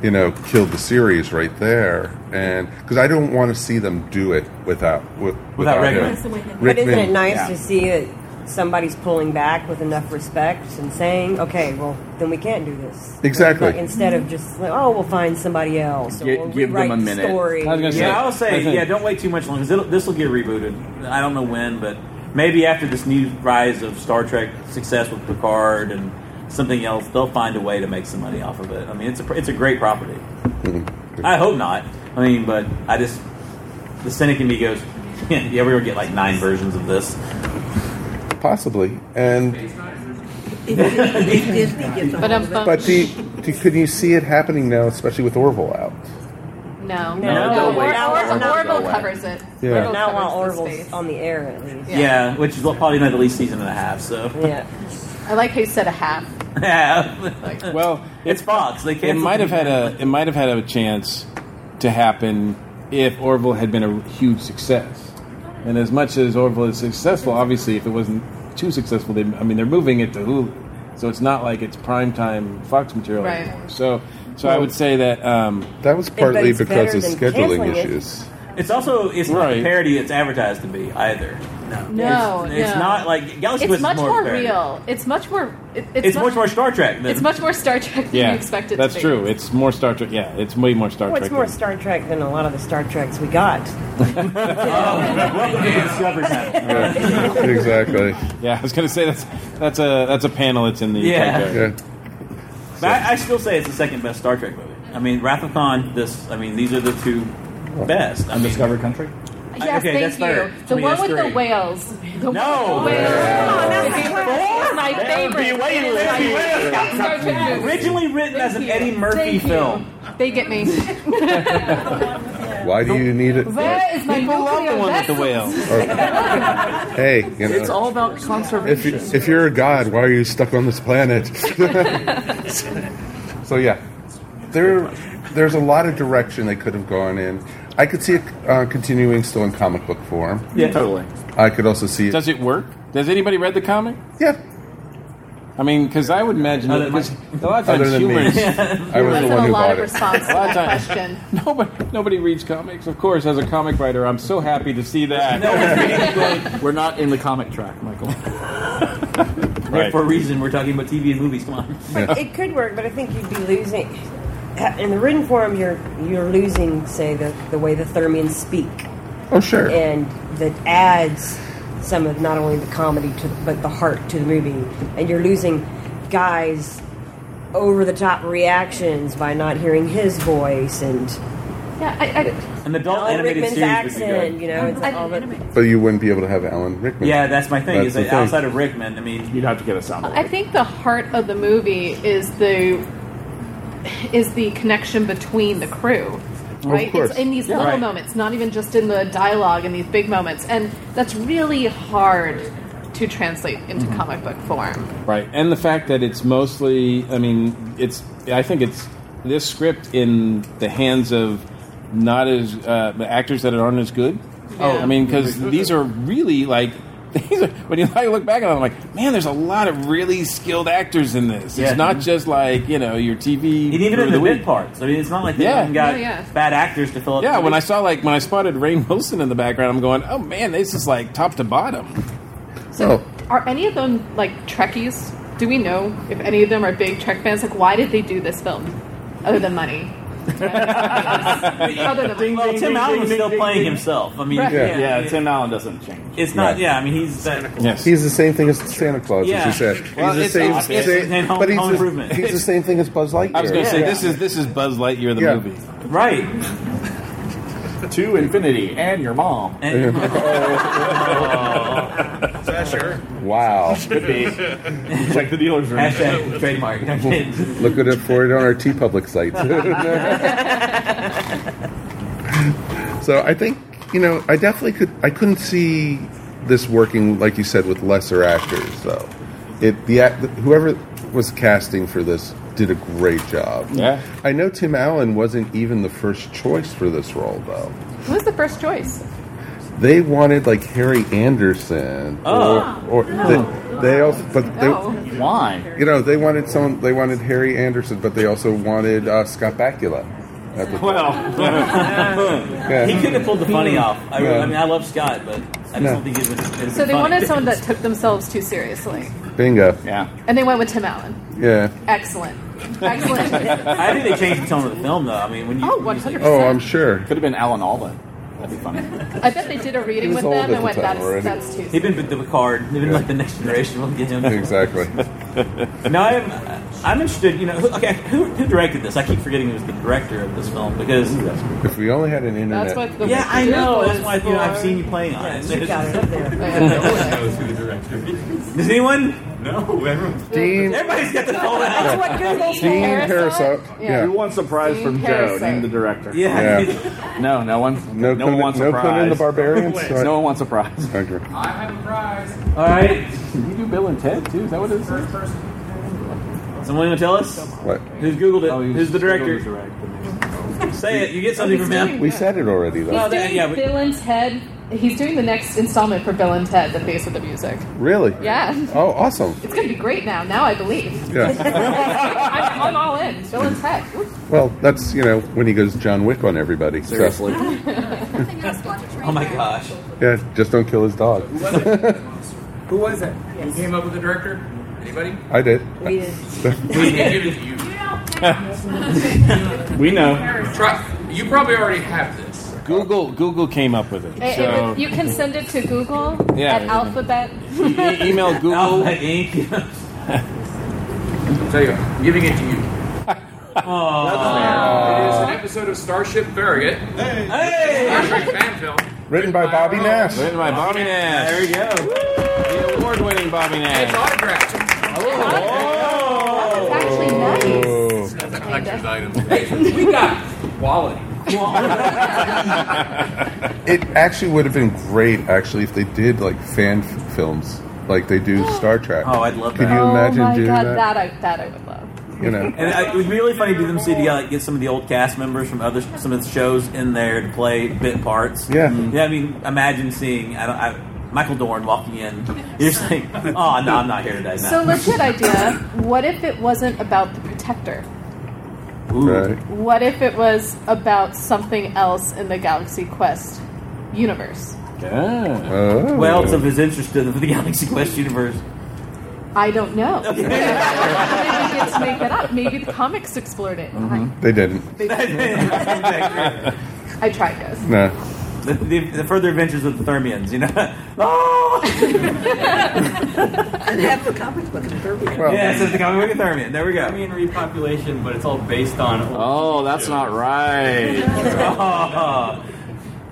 Speaker 2: you know, killed the series right there. And because I don't want to see them do it without with,
Speaker 7: Without
Speaker 2: him.
Speaker 4: But isn't it
Speaker 2: Rickman.
Speaker 4: nice to see that somebody's pulling back with enough respect and saying, "Okay, well, then we can't do this."
Speaker 2: Exactly.
Speaker 4: Like, instead of just like, "Oh, we'll find somebody else." Or
Speaker 3: Gi-
Speaker 4: we'll
Speaker 3: give them
Speaker 4: rewrite
Speaker 3: a
Speaker 4: the
Speaker 3: minute.
Speaker 4: Story.
Speaker 3: I was gonna say-
Speaker 7: yeah, I'll
Speaker 3: I
Speaker 7: say,
Speaker 3: think-
Speaker 7: yeah, don't wait too much longer. This will get rebooted. I don't know when, but maybe after this new rise of Star Trek success with Picard and something else, they'll find a way to make some money off of it. I mean, it's a it's a great property.
Speaker 2: Mm-hmm.
Speaker 7: I hope not. I mean, but I just the cynic in me goes, [laughs] yeah, we're gonna get like nine versions of this.
Speaker 2: Possibly. And
Speaker 7: [laughs]
Speaker 11: But I'm
Speaker 2: but do you, do, could you see it happening now, especially with Orville out?
Speaker 11: no, no,
Speaker 4: No,
Speaker 11: no.
Speaker 4: go away.
Speaker 11: Orville,
Speaker 4: Go
Speaker 11: Orville
Speaker 4: away.
Speaker 11: covers it.
Speaker 2: Yeah.
Speaker 11: Orville
Speaker 4: Not while
Speaker 11: covers the
Speaker 4: Orville's
Speaker 11: space.
Speaker 4: on the air, at least.
Speaker 7: Yeah, which is probably another at least season and a half. So [laughs]
Speaker 4: Yeah.
Speaker 11: I like how you said a half.
Speaker 7: yeah.
Speaker 10: Well,
Speaker 7: it's Fox. They
Speaker 10: it
Speaker 7: can't.
Speaker 10: might have had a it might have had a chance to happen if Orville had been a huge success. And as much as Orville is successful, obviously, if it wasn't too successful, they, I mean, they're moving it to Hulu, so it's not like it's primetime Fox material
Speaker 4: Right.
Speaker 10: anymore. So, so I would say that um,
Speaker 2: that was
Speaker 4: partly it's because better of than scheduling canceling it.
Speaker 2: issues.
Speaker 7: It's also it's not the parody it's advertised to be either. No,
Speaker 11: No,
Speaker 7: it's, it's
Speaker 11: no.
Speaker 7: not like Galaxy
Speaker 11: it's
Speaker 7: Quest
Speaker 11: much
Speaker 7: is more,
Speaker 11: more
Speaker 7: parody.
Speaker 11: real. It's much more. It, it's,
Speaker 7: It's, much, more Star Trek. Than,
Speaker 11: It's much more Star Trek than
Speaker 10: yeah,
Speaker 11: you expect it
Speaker 10: that's
Speaker 11: to be.
Speaker 10: true. It's more Star Trek. Yeah, it's way more Star
Speaker 4: Well,
Speaker 10: Trek.
Speaker 4: it's more Star Trek than a lot of the Star Treks we got.
Speaker 7: Welcome to Discovery
Speaker 2: Yeah,
Speaker 7: Panel.
Speaker 2: exactly.
Speaker 10: [laughs] Yeah, I was gonna say that's that's a that's a panel that's in the
Speaker 7: Yeah.
Speaker 10: Trek
Speaker 7: But I, I still say it's the second best Star Trek movie. I mean, Wrath of Khan. This. I mean, these are the two best. I mean, Discovery
Speaker 3: Country.
Speaker 11: Yes,
Speaker 7: okay, that's
Speaker 11: thank you.
Speaker 7: third.
Speaker 11: The
Speaker 7: I mean,
Speaker 11: one
Speaker 7: that's Oh,
Speaker 11: with
Speaker 7: three.
Speaker 11: the whales. The
Speaker 7: No.
Speaker 11: one with the whales. It's my
Speaker 7: That would be
Speaker 11: favorite.
Speaker 7: way
Speaker 11: It is
Speaker 7: less-
Speaker 11: my favorite Star Trek movie.
Speaker 7: Originally written as an Eddie Murphy
Speaker 11: Thank you.
Speaker 7: film.
Speaker 11: They get me.
Speaker 2: Why do you need it?
Speaker 7: [laughs]
Speaker 11: Where is my
Speaker 7: People love the
Speaker 11: nuclear
Speaker 7: one with the
Speaker 11: vessel?
Speaker 7: whale.
Speaker 2: Hey, you know,
Speaker 3: It's all about
Speaker 2: if,
Speaker 3: conservation.
Speaker 2: you, if you're a god, why are you stuck on this planet? [laughs] so yeah, there, there's a lot of direction they could have gone in. I could see it uh, continuing still in comic book form.
Speaker 10: Yeah, totally.
Speaker 2: I could also see it.
Speaker 10: Does it work? Does anybody read the comic?
Speaker 2: Yeah.
Speaker 10: I mean, because I would imagine that
Speaker 7: Other than
Speaker 10: because
Speaker 7: Mike.
Speaker 10: a lot of
Speaker 7: Other
Speaker 10: times
Speaker 7: than
Speaker 10: [laughs]
Speaker 7: me.
Speaker 2: [laughs]
Speaker 10: humans.
Speaker 2: I was the
Speaker 11: Wasn't
Speaker 2: one
Speaker 11: a
Speaker 2: who
Speaker 11: lot
Speaker 2: bought
Speaker 11: of
Speaker 2: it. [laughs]
Speaker 11: response to
Speaker 10: A lot of
Speaker 11: that
Speaker 10: times-
Speaker 11: question.
Speaker 10: Nobody, nobody reads comics. Of course, as a comic writer, I'm so happy to see that. [laughs]
Speaker 3: We're not in the comic
Speaker 7: [laughs]
Speaker 3: track, Michael.
Speaker 7: Right. For a reason, we're talking about TV and movies. Come on.
Speaker 4: But
Speaker 11: [laughs]
Speaker 4: it could work, but I think you'd be losing. In the written form, you're you're losing, say, the the way the Thermians speak.
Speaker 2: Oh, sure.
Speaker 4: And that adds some of not only the comedy to, but the heart to the movie. And you're losing guys over the top reactions by not hearing his voice and
Speaker 11: Yeah, I,
Speaker 7: An adult
Speaker 4: Alan
Speaker 7: animated series
Speaker 4: Rickman's
Speaker 7: would
Speaker 4: accent.
Speaker 7: be good.
Speaker 4: You know, it's like all that.
Speaker 2: But you wouldn't be able to have Alan Rickman.
Speaker 7: Yeah, that's my thing.
Speaker 2: That's
Speaker 7: is
Speaker 2: the
Speaker 7: that
Speaker 2: thing.
Speaker 7: outside of Rickman, I mean,
Speaker 3: you'd have to get a sound.
Speaker 11: I, I think the heart of the movie is the is the connection between the crew. Right?
Speaker 3: course.
Speaker 11: It's in these
Speaker 3: Yeah.
Speaker 11: little
Speaker 3: Right.
Speaker 11: moments, not even just in the dialogue in these big moments. And that's really hard to translate into
Speaker 7: Mm-hmm.
Speaker 11: comic book form.
Speaker 10: Right, and the fact that it's mostly, I mean, it's, I think it's this script in the hands of not as, uh, the actors that aren't as good.
Speaker 7: Oh.
Speaker 10: I mean, because these are really like,
Speaker 14: these are- [laughs] when you like, look back at it, I'm like, man, there's a lot of really skilled actors in this.
Speaker 7: Yeah.
Speaker 14: It's not just like you know your TV.
Speaker 7: And even
Speaker 14: crew
Speaker 7: in
Speaker 14: of
Speaker 7: the
Speaker 14: week.
Speaker 7: mid parts. I mean, it's not like they
Speaker 14: Yeah.
Speaker 7: haven't got
Speaker 14: Yeah, yeah.
Speaker 7: bad actors to fill up.
Speaker 14: Yeah,
Speaker 7: the
Speaker 14: when I
Speaker 7: big-
Speaker 14: saw like when I spotted Rain Wilson in the background, I'm going, oh man, this is like top to bottom.
Speaker 11: So are any of them like Trekkies? Do we know if any of them are big Trek fans? Like, why did they do this film, other than money? other than
Speaker 7: well, Tim Allen was still playing himself. I mean,
Speaker 11: Right.
Speaker 2: Yeah.
Speaker 3: Yeah, Tim Allen doesn't change.
Speaker 7: It's not.
Speaker 2: Right.
Speaker 7: Yeah, I mean, he's that.
Speaker 2: He's the same thing as Santa Claus,
Speaker 7: Yeah.
Speaker 2: as you said.
Speaker 7: Well,
Speaker 2: he's the
Speaker 7: it's
Speaker 2: same,
Speaker 7: obvious.
Speaker 2: same-
Speaker 7: And [laughs] Home-
Speaker 2: but he's,
Speaker 7: Home
Speaker 2: the,
Speaker 7: Improvement.
Speaker 2: he's
Speaker 7: [laughs]
Speaker 2: the same thing as Buzz Lightyear.
Speaker 14: I was going to say
Speaker 2: Yeah.
Speaker 14: this is this is Buzz Lightyear the
Speaker 2: Yeah.
Speaker 14: movie.
Speaker 7: Right.
Speaker 3: to infinity and your mom. [laughs]
Speaker 23: Is that sure?
Speaker 2: Wow.
Speaker 3: Could be. Check the dealer's room.
Speaker 7: Hashtag
Speaker 3: [laughs]
Speaker 7: trademark.
Speaker 2: [laughs] Look it up for it on our T Public site. [laughs] so I think you know I definitely could. I couldn't see this working like you said with lesser actors though. It the act- whoever was casting for this did a great job.
Speaker 14: Yeah.
Speaker 2: I know Tim Allen wasn't even the first choice for this role though.
Speaker 11: Who was the first choice?
Speaker 2: They wanted like Harry Anderson,
Speaker 11: Oh.
Speaker 2: or, or they, they also, but they,
Speaker 3: Why?
Speaker 2: you know, they wanted someone. They wanted Harry Anderson, but they also wanted uh, Scott Bakula. At the-
Speaker 7: Well, he could have pulled the funny off. I,
Speaker 2: Yeah.
Speaker 7: I mean, I love Scott, but I just
Speaker 2: No.
Speaker 7: don't think he's. been-
Speaker 11: So
Speaker 7: funny.
Speaker 11: they wanted someone that took themselves too seriously,
Speaker 2: [laughs] Bingo.
Speaker 3: Yeah.
Speaker 11: and they went with Tim Allen.
Speaker 2: Yeah.
Speaker 11: Excellent,
Speaker 7: [laughs]
Speaker 11: excellent.
Speaker 7: I think they changed the tone of the film, though. I mean, when you
Speaker 11: Oh, 100%.
Speaker 2: Oh, I'm sure.
Speaker 3: Could have been Alan Alda. That'd be funny.
Speaker 11: I bet they did a reading
Speaker 7: He was
Speaker 11: with
Speaker 7: old
Speaker 11: them
Speaker 7: at
Speaker 11: and
Speaker 7: the
Speaker 11: went,
Speaker 7: time
Speaker 11: "That's
Speaker 7: already.
Speaker 11: that's too."
Speaker 7: he'd been with the Picard, he'd been like the next generation. We'll get him
Speaker 2: exactly.
Speaker 7: [laughs] no, I'm I'm interested. You know, who, okay, who, who directed this? I keep forgetting who was the director of this film because
Speaker 2: If we only had
Speaker 7: [laughs]
Speaker 2: an internet.
Speaker 7: yeah, I know. That's why you know, I've seen you playing on it. [laughs]
Speaker 23: no one knows who the director is.
Speaker 7: Does anyone?
Speaker 23: No, everyone's.
Speaker 2: Dean.
Speaker 7: Everybody's got the phone
Speaker 23: That's
Speaker 7: out.
Speaker 23: what
Speaker 3: Google's
Speaker 2: Dean uh, Parasite.
Speaker 3: Who wants a prize
Speaker 2: Dean
Speaker 3: from Joe?
Speaker 2: Parasite.
Speaker 3: Name the director.
Speaker 2: Yeah.
Speaker 3: No, no one. No, one
Speaker 2: Conan-
Speaker 3: wants
Speaker 2: no
Speaker 3: a prize.
Speaker 2: Conan the Barbarian? Sorry.
Speaker 3: no one wants a prize.
Speaker 23: I have a prize.
Speaker 7: All right.
Speaker 3: Did you do Bill and Ted too? Is that what it is? First
Speaker 7: Someone gonna tell us?
Speaker 2: What?
Speaker 7: Who's Oh, Googled it? Who's the director? Say it. You get something from him. Oh,
Speaker 2: We said it already though.
Speaker 11: He's doing Bill and Ted. He's doing the next installment for Bill and Ted, The Face of the Music.
Speaker 2: really?
Speaker 11: Yeah.
Speaker 2: Oh, awesome.
Speaker 11: It's going to be great now. Now I believe.
Speaker 2: Yeah.
Speaker 11: I'm, I'm all in. Bill and Ted.
Speaker 2: Well, that's you know when he goes John Wick on everybody. so-
Speaker 3: Seriously.
Speaker 7: Oh my gosh.
Speaker 2: [laughs] Yeah. Just don't kill his
Speaker 21: [laughs]
Speaker 2: dog. [laughs]
Speaker 21: Who was it?
Speaker 6: Who came up with the director? Anybody?
Speaker 2: I did.
Speaker 6: We
Speaker 2: [laughs]
Speaker 6: did. We did. You.
Speaker 3: we know.
Speaker 6: Try, you probably already have this.
Speaker 14: Google Google came up with it.
Speaker 11: It- it
Speaker 14: so
Speaker 11: would- you can send it to Google
Speaker 14: Yeah,
Speaker 11: at
Speaker 14: yeah.
Speaker 11: Alphabet.
Speaker 14: e-
Speaker 6: [laughs]
Speaker 14: email Google
Speaker 6: I'll tell you, what, I'm giving it to you. It is an episode of Starship Farragut. Hey! Starship fan film.
Speaker 2: Written by Bobby Nash.
Speaker 14: Written by Bobby Nash. There
Speaker 7: you go.
Speaker 14: The award-winning Bobby Nash.
Speaker 6: It's autographed. Oh! That's actually nice. That's a collector's item. Hey, we got quality.
Speaker 2: It actually would have been great, actually, if they did like fan f- films like they
Speaker 7: [gasps]
Speaker 2: do Star Trek.
Speaker 7: Oh, I'd love
Speaker 2: Could
Speaker 7: that.
Speaker 2: you
Speaker 7: Oh
Speaker 2: imagine
Speaker 11: oh my
Speaker 2: doing
Speaker 11: god,
Speaker 2: that?
Speaker 11: that I that I would love.
Speaker 2: You know,
Speaker 7: And I, it would be really funny to do them see to like, get some of the old cast members from other some of the shows in there to play bit parts.
Speaker 2: Yeah.
Speaker 7: yeah. I mean, imagine seeing I don't, I, Michael Dorn walking in. You're just like, oh no, I'm not here today. No.
Speaker 11: So
Speaker 14: [laughs]
Speaker 11: legit idea. What if it wasn't about the protector?
Speaker 2: right?
Speaker 11: What if it was about something else in the Galaxy Quest universe?
Speaker 2: Oh.
Speaker 7: Ah. Well, it's of his interest to the [laughs] Galaxy Quest
Speaker 2: [laughs]
Speaker 7: universe.
Speaker 11: I don't
Speaker 14: [laughs]
Speaker 11: know. Maybe we get to make that up. Maybe the comics explored it.
Speaker 14: Mm-hmm.
Speaker 2: They didn't.
Speaker 11: I tried, guys.
Speaker 2: No.
Speaker 7: The, the, the further adventures of the Thermians, you know. [laughs]
Speaker 17: And have the comic book in Burbank.
Speaker 7: yes, it's the comic book of Thermian. There we go.
Speaker 23: Korean repopulation, but it's all based on. Oh.
Speaker 3: Oh, that's
Speaker 23: [laughs]
Speaker 3: not right.
Speaker 7: [laughs] Oh,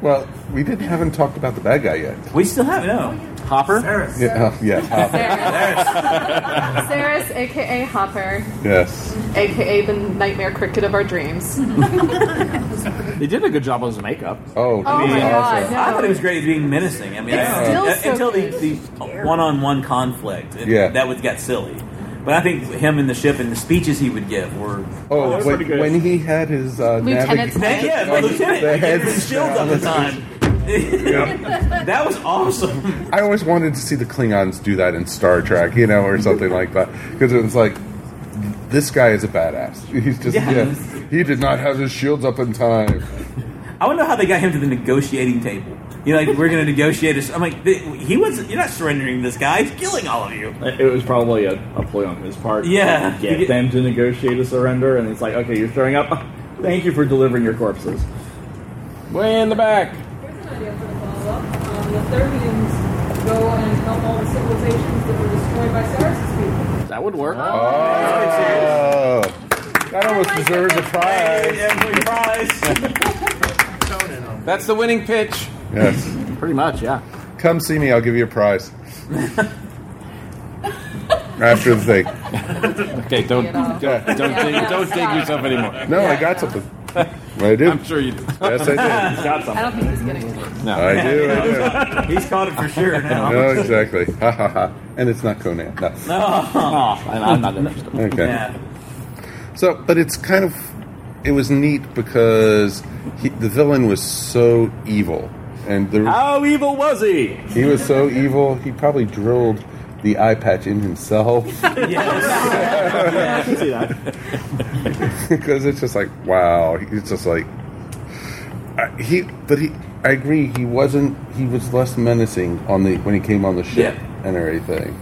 Speaker 2: Well, we didn't haven't talked about the bad guy yet. Oh,
Speaker 7: We still haven't. No.
Speaker 3: Hopper.
Speaker 2: Yeah, oh, yeah, Hopper.
Speaker 11: Saris, aka Hopper,
Speaker 2: yes.
Speaker 11: aka the nightmare cricket of
Speaker 14: [laughs]
Speaker 11: our dreams.
Speaker 3: They did a good job on his makeup.
Speaker 2: Oh,
Speaker 11: Oh my God, no.
Speaker 7: I thought it was great being menacing. I mean,
Speaker 11: It's
Speaker 7: I,
Speaker 11: still
Speaker 7: uh,
Speaker 11: so
Speaker 7: until the, the one-on-one conflict, it-
Speaker 2: Yeah.
Speaker 7: that was got silly. But I think him in the ship and the speeches he would give were
Speaker 2: Oh,
Speaker 7: [laughs]
Speaker 2: when, when he had his uh,
Speaker 7: Lieutenant's
Speaker 2: navig-
Speaker 7: Yeah, yeah,
Speaker 2: on
Speaker 7: lieutenant.
Speaker 2: the
Speaker 7: He gave him
Speaker 2: heads [laughs]
Speaker 7: his shield all the time. that was awesome.
Speaker 2: I always wanted to see the Klingons do that in Star Trek, you know, or something like that, because it was like this guy is a badass. [laughs] He's [laughs] just
Speaker 7: Yeah.
Speaker 2: yeah, he did not have his shields up in time.
Speaker 7: I want to know how they got him to the negotiating table. You're like, we're going to negotiate. This. I'm like, "Th- he was. You're not surrendering to this guy. He's killing all of you.
Speaker 3: It was probably a, a ploy on his part.
Speaker 7: Yeah.
Speaker 3: To get them to negotiate a surrender, and it's like, okay, you're throwing up. Thank you for delivering your corpses.
Speaker 14: Way in the back.
Speaker 1: Um, the Thermians go and help all the civilizations that were destroyed by Cyrus's people.
Speaker 3: That would work.
Speaker 2: Oh, that
Speaker 11: Oh
Speaker 2: almost deserves a prize.
Speaker 14: [laughs] That's the winning pitch.
Speaker 2: Yes,
Speaker 3: pretty much. Yeah.
Speaker 2: Come see me. I'll give you a
Speaker 7: [laughs]
Speaker 2: prize. After the thing.
Speaker 14: Okay, don't don't don't dig, don't dig yourself anymore.
Speaker 2: No, I got something. I do.
Speaker 14: I'm [laughs] sure you do.
Speaker 2: Yes, I
Speaker 7: [laughs]
Speaker 2: did.
Speaker 11: I don't think he's getting it.
Speaker 14: No.
Speaker 2: I do. I do.
Speaker 7: He's caught it
Speaker 2: [laughs]
Speaker 7: for sure now.
Speaker 2: No, exactly. [laughs] Ha ha ha. And it's not Conan. No.
Speaker 3: and I'm not interested.
Speaker 2: Okay.
Speaker 7: Yeah.
Speaker 2: So, but it's kind of it was neat because he, the villain was so evil, and there was,
Speaker 3: How evil was he?
Speaker 2: he was so evil. He probably drilled the eye patch in
Speaker 7: [laughs]
Speaker 2: himself
Speaker 3: [laughs] yeah, I can see that.
Speaker 2: because it's just like wow. It's just like I he, but he. I agree. He wasn't. He was less menacing on the when he came on the ship and everything.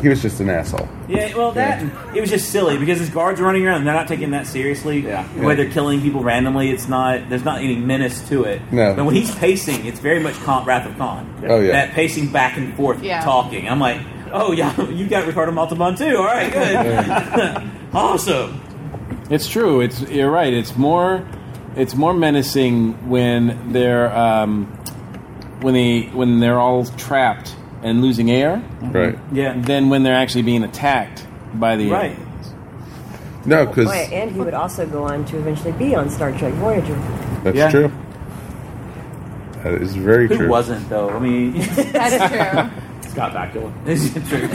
Speaker 2: He was just an asshole.
Speaker 7: Yeah, well, that it was just silly because his guards are running around and they're not taking that seriously. Yeah, the way
Speaker 2: Yeah.
Speaker 7: they're killing people randomly, it's not there's not any menace to it.
Speaker 2: No.
Speaker 7: but when he's pacing, it's very much Con, Wrath of Khan.
Speaker 2: Oh, yeah.
Speaker 7: that pacing back and forth,
Speaker 11: Yeah.
Speaker 7: talking. I'm like, oh yeah, [laughs] you got Ricardo Montalban too. All right, good, [laughs] awesome.
Speaker 14: It's true. It's you're right. It's more it's more menacing when they're um, when they when they're all trapped and losing air.
Speaker 2: Right.
Speaker 7: Yeah.
Speaker 14: Than when they're actually being attacked by the
Speaker 4: Right.
Speaker 14: aliens.
Speaker 2: No, because
Speaker 4: Boy, oh, and he would also go on to eventually be on Star Trek Voyager.
Speaker 2: that's
Speaker 4: Yeah.
Speaker 2: true. That is very
Speaker 7: Who
Speaker 2: true.
Speaker 7: wasn't [laughs] though? I mean,
Speaker 11: [laughs] That is true.
Speaker 3: Scott Bakula.
Speaker 7: Is it true?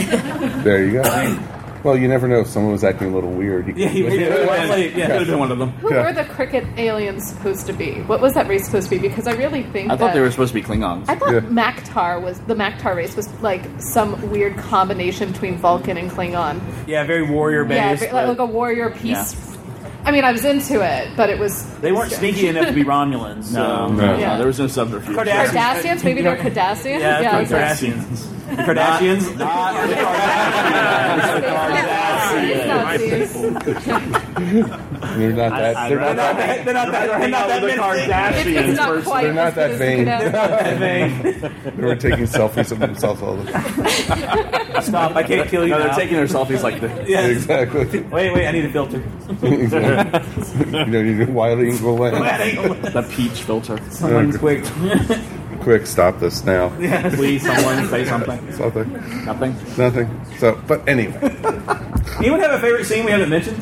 Speaker 2: There you go. Well, you never know if someone was acting a little weird.
Speaker 7: Yeah, he was-
Speaker 3: Could have been one of them.
Speaker 11: Who were the cricket aliens supposed to be? What was that race supposed to be? Because I really think
Speaker 3: I
Speaker 11: that
Speaker 3: thought they were supposed to be Klingons.
Speaker 11: I thought Maktar was the Maktar race was like some weird combination between Vulcan and Klingon.
Speaker 7: [laughs] yeah, very warrior
Speaker 11: yeah,
Speaker 7: based.
Speaker 11: ve- like, like a warrior piece. I mean, I was into it, but it was
Speaker 7: they weren't sneaky enough to be Romulans. So.
Speaker 3: No, no,
Speaker 7: Yeah.
Speaker 3: no, there was no subterfuge.
Speaker 11: [laughs] Cardassians. Maybe they're Cardassians.
Speaker 7: Yeah,
Speaker 11: it's like-
Speaker 7: Cardassians. The Kardashians.
Speaker 2: They're not that.
Speaker 7: I-
Speaker 2: they're, not that
Speaker 7: I'd rather- They're not that. They're not that.
Speaker 3: Kardashians
Speaker 2: It's- it's not
Speaker 3: versus-
Speaker 2: quite They're not as that good as vain. the [laughs] they were taking selfies of themselves all the time.
Speaker 7: Stop! I can't kill you.
Speaker 3: No, they're
Speaker 7: now.
Speaker 3: taking their selfies like this.
Speaker 7: Yes.
Speaker 2: Exactly.
Speaker 7: [laughs] Wait, wait! I need
Speaker 2: [laughs]
Speaker 7: a
Speaker 3: [laughs]
Speaker 7: filter.
Speaker 2: Exactly. you know, you do Wiley and Goulet.
Speaker 3: the peach filter.
Speaker 7: Someone quick.
Speaker 2: [laughs] Quick, stop this
Speaker 7: [laughs]
Speaker 2: now.
Speaker 3: Please, someone say
Speaker 2: [laughs]
Speaker 3: something.
Speaker 2: Something.
Speaker 3: Nothing.
Speaker 2: Nothing. So, but anyway.
Speaker 7: Anyone have a favorite scene we haven't mentioned?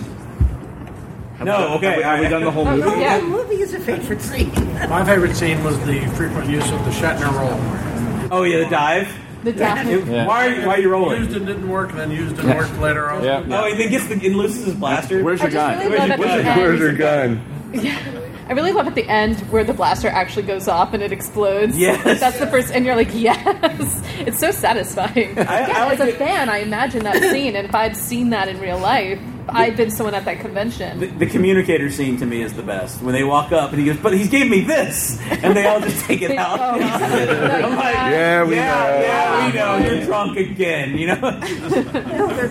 Speaker 7: No. Okay.
Speaker 3: Have we- have we done the whole
Speaker 11: Oh,
Speaker 7: movie?
Speaker 17: The Oh, movie is a favorite scene.
Speaker 24: My favorite scene was the frequent use of the Shatner roll.
Speaker 7: Oh yeah, the dive.
Speaker 11: The dive.
Speaker 7: Yeah. Why are you- why are you rolling?
Speaker 24: Used and didn't work, and then used and worked later on.
Speaker 7: Oh, he then gets the, and loses his blaster. Where's
Speaker 11: your I just gun? really love at the
Speaker 2: Where's your gun?
Speaker 11: I really love at the end where the blaster actually goes off and it explodes.
Speaker 7: Yes.
Speaker 11: That's the first, and you're like, yes. [laughs] It's so satisfying. yeah, as a fan, I imagine that scene, and if I'd seen that in real life, I'd been someone at that convention.
Speaker 7: The, the communicator scene to me is the best when they walk up and he goes, "But he gave me this," and they all just take it out. [laughs] I'm like,
Speaker 2: Yeah, we know.
Speaker 7: yeah, we know you're drunk again. You know,
Speaker 17: No, they're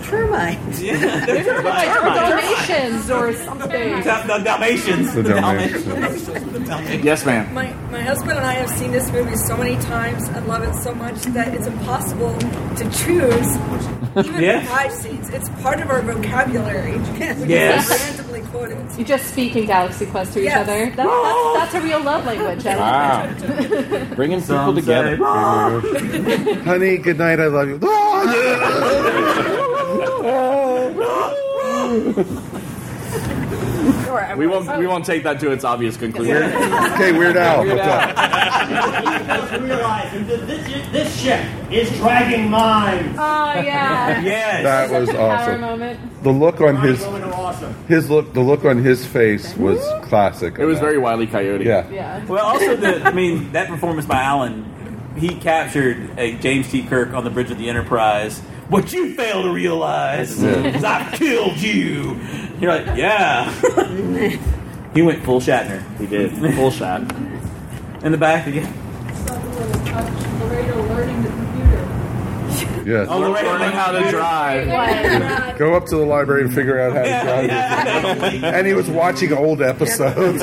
Speaker 2: [laughs]
Speaker 17: termites. [laughs]
Speaker 7: Yeah, [laughs] they're
Speaker 11: Or
Speaker 7: termites.
Speaker 11: Dalmatians or something.
Speaker 7: Dal- the Dalmatians.
Speaker 2: The Dalmatians.
Speaker 3: Yes, ma'am.
Speaker 25: My, my husband and I have seen this movie so many times and love it so much that it's impossible to choose even
Speaker 7: Yeah.
Speaker 25: the five scenes. It's part of our vocabulary. We
Speaker 7: Yes.
Speaker 25: just randomly quote it.
Speaker 11: You just speak in Galaxy Quest to each
Speaker 25: Yes.
Speaker 11: other. That, that's, that's a real love language. I love it.
Speaker 14: Bringing people
Speaker 7: Some
Speaker 14: together.
Speaker 7: say, "Ah!"
Speaker 2: [laughs] Honey, good night. I love you.
Speaker 3: We won't. We won't take that to its obvious conclusion. [laughs]
Speaker 2: okay, Weird Al. What's up?
Speaker 26: realize that this, this ship is dragging mine.
Speaker 16: Uh,
Speaker 11: Oh yeah.
Speaker 2: That was
Speaker 11: Power
Speaker 2: awesome.
Speaker 11: moment.
Speaker 2: The look on his
Speaker 26: awesome.
Speaker 2: His look, the look on his face was classic.
Speaker 3: It was very wily coyote.
Speaker 2: Yeah.
Speaker 7: Well, also the I mean that performance by Allen, he captured a James T. Kirk on the bridge of the Enterprise. What you fail to realize
Speaker 3: Yeah.
Speaker 7: is I've killed
Speaker 27: [laughs]
Speaker 7: you. You're like, yeah. he went full Shatner. He
Speaker 3: did full shot.
Speaker 7: [laughs] In the back again.
Speaker 22: Laredo learning the computer.
Speaker 2: [laughs] Yes.
Speaker 7: Oh, Lorraine,
Speaker 3: Learning how to
Speaker 2: [laughs]
Speaker 3: drive.
Speaker 2: Go up to the library and figure out how to drive. [laughs] and he was watching old episodes.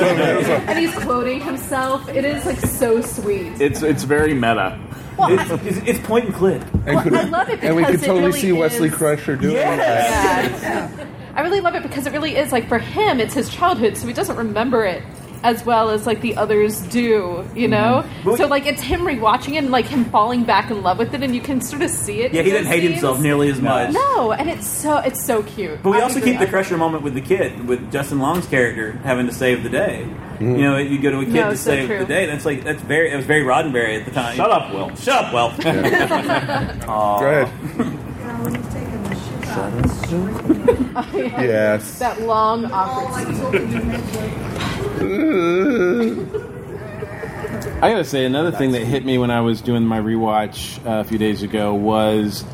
Speaker 2: of it.
Speaker 11: and he's quoting himself. It is like so sweet.
Speaker 3: It's it's very meta.
Speaker 11: Well,
Speaker 3: it's,
Speaker 7: it's, point and click.
Speaker 11: Well, I love it
Speaker 2: and we
Speaker 11: because
Speaker 2: could
Speaker 11: it
Speaker 2: totally
Speaker 11: really
Speaker 2: see Wesley
Speaker 11: is-
Speaker 2: Crusher doing
Speaker 11: Yeah. I really love it because it really is like for him, it's his childhood, so he doesn't remember it as well as like the others do,
Speaker 7: Mm-hmm.
Speaker 11: you know. So like it's him rewatching it and like him falling back in love with it, and you can sort of see it.
Speaker 7: Yeah,
Speaker 11: in
Speaker 7: he didn't
Speaker 11: those
Speaker 7: hate
Speaker 11: scenes.
Speaker 7: himself nearly as much.
Speaker 11: No, and it's so it's so cute.
Speaker 7: But we
Speaker 11: I
Speaker 7: also
Speaker 11: agree.
Speaker 7: keep the Crusher moment with the kid, with Justin Long's character having to save the day.
Speaker 3: Mhm.
Speaker 7: You know, you go to a kid
Speaker 11: No,
Speaker 7: to
Speaker 11: so
Speaker 7: save
Speaker 11: true.
Speaker 7: the day. That's like that's very that was very Roddenberry at the time.
Speaker 3: Shut up, Will.
Speaker 7: Shut up, Will. [laughs] Aw.
Speaker 11: [laughs] Oh, yeah.
Speaker 2: Yes.
Speaker 11: that long awkward.
Speaker 14: I gotta say, another thing that hit me when I was doing my rewatch uh, a few days ago was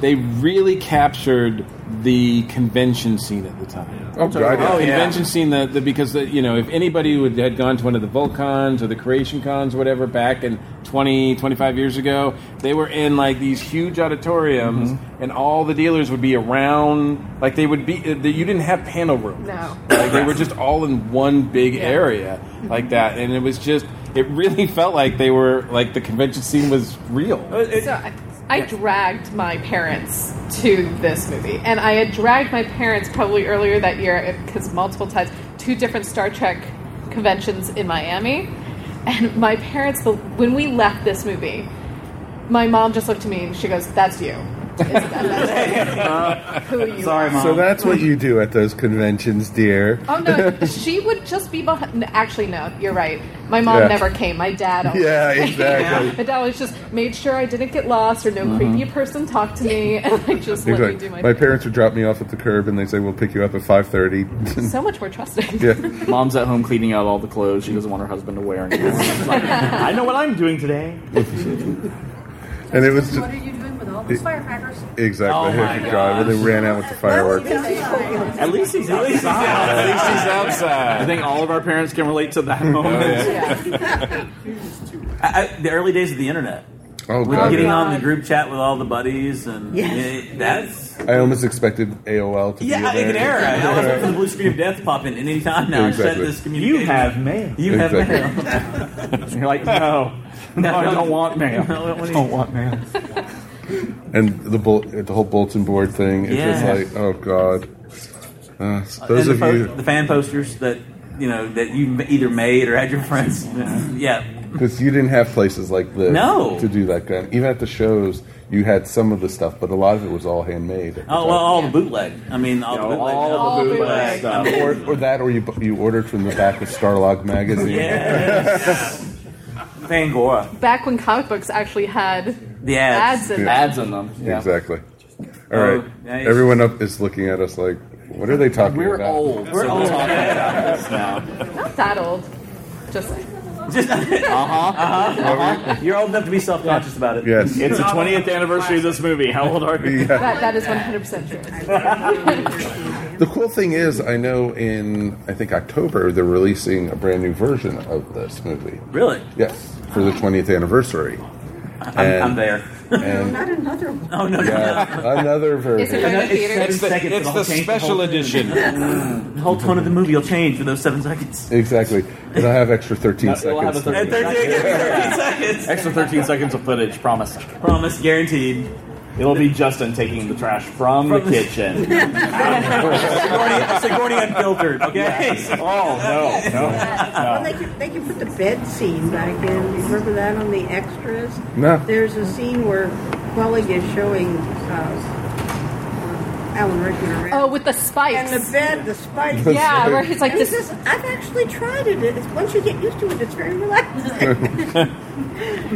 Speaker 14: they really captured the convention scene at the time.
Speaker 2: Oh, God, yeah.
Speaker 14: The convention scene that the, because the, you know if anybody would had gone to one of the Volcons or the Creation Cons, or whatever, back in 20, 25 years ago, they were in like these huge auditoriums, and all the dealers would be around. Like they would be, uh, you didn't have panel rooms.
Speaker 3: [laughs]
Speaker 11: No.
Speaker 14: Like they were just all in one big area like that, and it was just it really felt like they were like the convention scene was real.
Speaker 2: Uh,
Speaker 11: so I, I dragged my parents to this movie, and I had dragged my parents probably earlier that year because multiple times two different Star Trek conventions in Miami, and my parents when we left this movie, my mom just looked at me and she goes, "That's you."
Speaker 7: Sorry, mom.
Speaker 2: So that's what you do at those conventions, dear. [laughs]
Speaker 11: Oh no, she would just be behind. Actually, no, you're right. My mom
Speaker 2: Yeah.
Speaker 11: never came. My dad. Always
Speaker 2: Yeah,
Speaker 11: came.
Speaker 2: exactly.
Speaker 11: My dad always just made sure I didn't get lost or no
Speaker 2: Mhm.
Speaker 11: creepy person talked to me, [laughs] and I just
Speaker 2: He's
Speaker 11: let me
Speaker 2: like,
Speaker 11: do my.
Speaker 2: my parents would drop me off at the curb and they say, we'll pick you up at [laughs] 5.30.
Speaker 11: so much more trusting.
Speaker 2: yeah.
Speaker 3: Mom's at home cleaning out all the clothes she doesn't want her husband to wear
Speaker 11: [laughs]
Speaker 3: anymore. She's like, I know what I'm doing today.
Speaker 2: [laughs] And it was
Speaker 22: What are you doing with all those firecrackers?
Speaker 2: exactly
Speaker 3: Oh
Speaker 2: oh
Speaker 3: my
Speaker 2: drive and they ran out with the fireworks.
Speaker 3: At least he's outside.
Speaker 14: At least he's outside.
Speaker 3: I think all of our parents can relate to that moment. [laughs]
Speaker 7: I, I, the early days of the internet.
Speaker 2: Oh,
Speaker 7: With
Speaker 2: God,
Speaker 7: getting
Speaker 2: yeah.
Speaker 7: on the group chat with all the buddies and
Speaker 2: Yes.
Speaker 7: yeah, that's
Speaker 2: I almost expected AOL to
Speaker 7: yeah,
Speaker 2: be
Speaker 7: I
Speaker 2: in
Speaker 7: can
Speaker 2: there. [laughs]
Speaker 7: error. I was waiting for the blue screen of death to pop in at any time now.
Speaker 2: Exactly.
Speaker 7: Shut this communication. You have
Speaker 3: mail.
Speaker 7: You have
Speaker 2: Exactly.
Speaker 7: mail.
Speaker 3: [laughs]
Speaker 7: [laughs]
Speaker 3: You're like, no, no, I don't want mail. I don't want mail.
Speaker 2: and the bull, the whole bulletin board thing. It's
Speaker 7: Yeah.
Speaker 2: just like, oh God. Uh, s-
Speaker 7: And
Speaker 2: those
Speaker 7: the
Speaker 2: of
Speaker 7: po-
Speaker 2: you,
Speaker 7: the fan posters that you know that you m- either made or had your friends. Yeah,
Speaker 2: because you didn't have places like this
Speaker 7: No.
Speaker 2: to do that kind. Even at the shows, you had some of the stuff, but a lot of it was all handmade.
Speaker 7: Oh well, all the bootleg. I mean, all the bootleg.
Speaker 3: all the All bootleg bootleg. stuff.
Speaker 2: or, or that, or you bu- you ordered from the back of Starlog
Speaker 7: [laughs]
Speaker 2: magazine. [laughs]
Speaker 7: Yes. Pangora.
Speaker 11: [laughs] Back when comic books actually had
Speaker 7: The
Speaker 11: ads, in them.
Speaker 3: them.
Speaker 2: Exactly. All right.
Speaker 7: nice.
Speaker 2: Everyone up is looking at us like, what are they talking about?
Speaker 7: We're
Speaker 3: so
Speaker 7: old.
Speaker 3: we're talking
Speaker 7: Yeah.
Speaker 3: about this now.
Speaker 11: Not that old. Just like.
Speaker 7: Just, uh-huh. Uh-huh. You're old enough to be self-conscious about it.
Speaker 2: Yes.
Speaker 3: It's the 20th anniversary of this movie. How old are you?
Speaker 11: [laughs]
Speaker 3: [laughs]
Speaker 11: That, that is 100% true.
Speaker 2: The cool thing is, I know in I think October they're releasing a brand new version of this movie.
Speaker 7: Really?
Speaker 2: Yes, for the 20th anniversary.
Speaker 7: I'm, I'm there.
Speaker 2: And
Speaker 17: Not another one.
Speaker 7: Oh no,
Speaker 2: yeah, another version.
Speaker 17: Is it going to It's theaters? seven
Speaker 7: It's the-
Speaker 17: seconds,
Speaker 7: it's
Speaker 17: the
Speaker 7: the
Speaker 17: whole change, the
Speaker 7: special
Speaker 17: whole thing.
Speaker 7: edition. [laughs] the whole tone of the movie will change for those seven seconds. [laughs]
Speaker 2: Exactly. And I have extra 13
Speaker 3: No, it'll have
Speaker 2: seconds.
Speaker 3: a 13
Speaker 7: And 13
Speaker 3: [laughs]
Speaker 7: seconds.
Speaker 3: Extra 13 seconds of footage, promise.
Speaker 7: Promise, guaranteed.
Speaker 3: It'll be Justin taking the trash from, the,
Speaker 7: [laughs]
Speaker 3: kitchen.
Speaker 7: Sigourney, Sigourney unfiltered. Okay.
Speaker 3: Oh no, no.
Speaker 2: Uh,
Speaker 17: Well, they can, they can put the bed scene back in. You Remember that on the extras?
Speaker 2: No.
Speaker 17: There's a scene where Quellig is showing uh, Alan Rickman around.
Speaker 11: oh, with the spikes.
Speaker 17: And the bed, the spikes.
Speaker 11: The Yeah, spikes. where he's like
Speaker 17: And
Speaker 11: this-
Speaker 17: He says, I've actually tried it. It's, once you get used to it, it's very relaxing.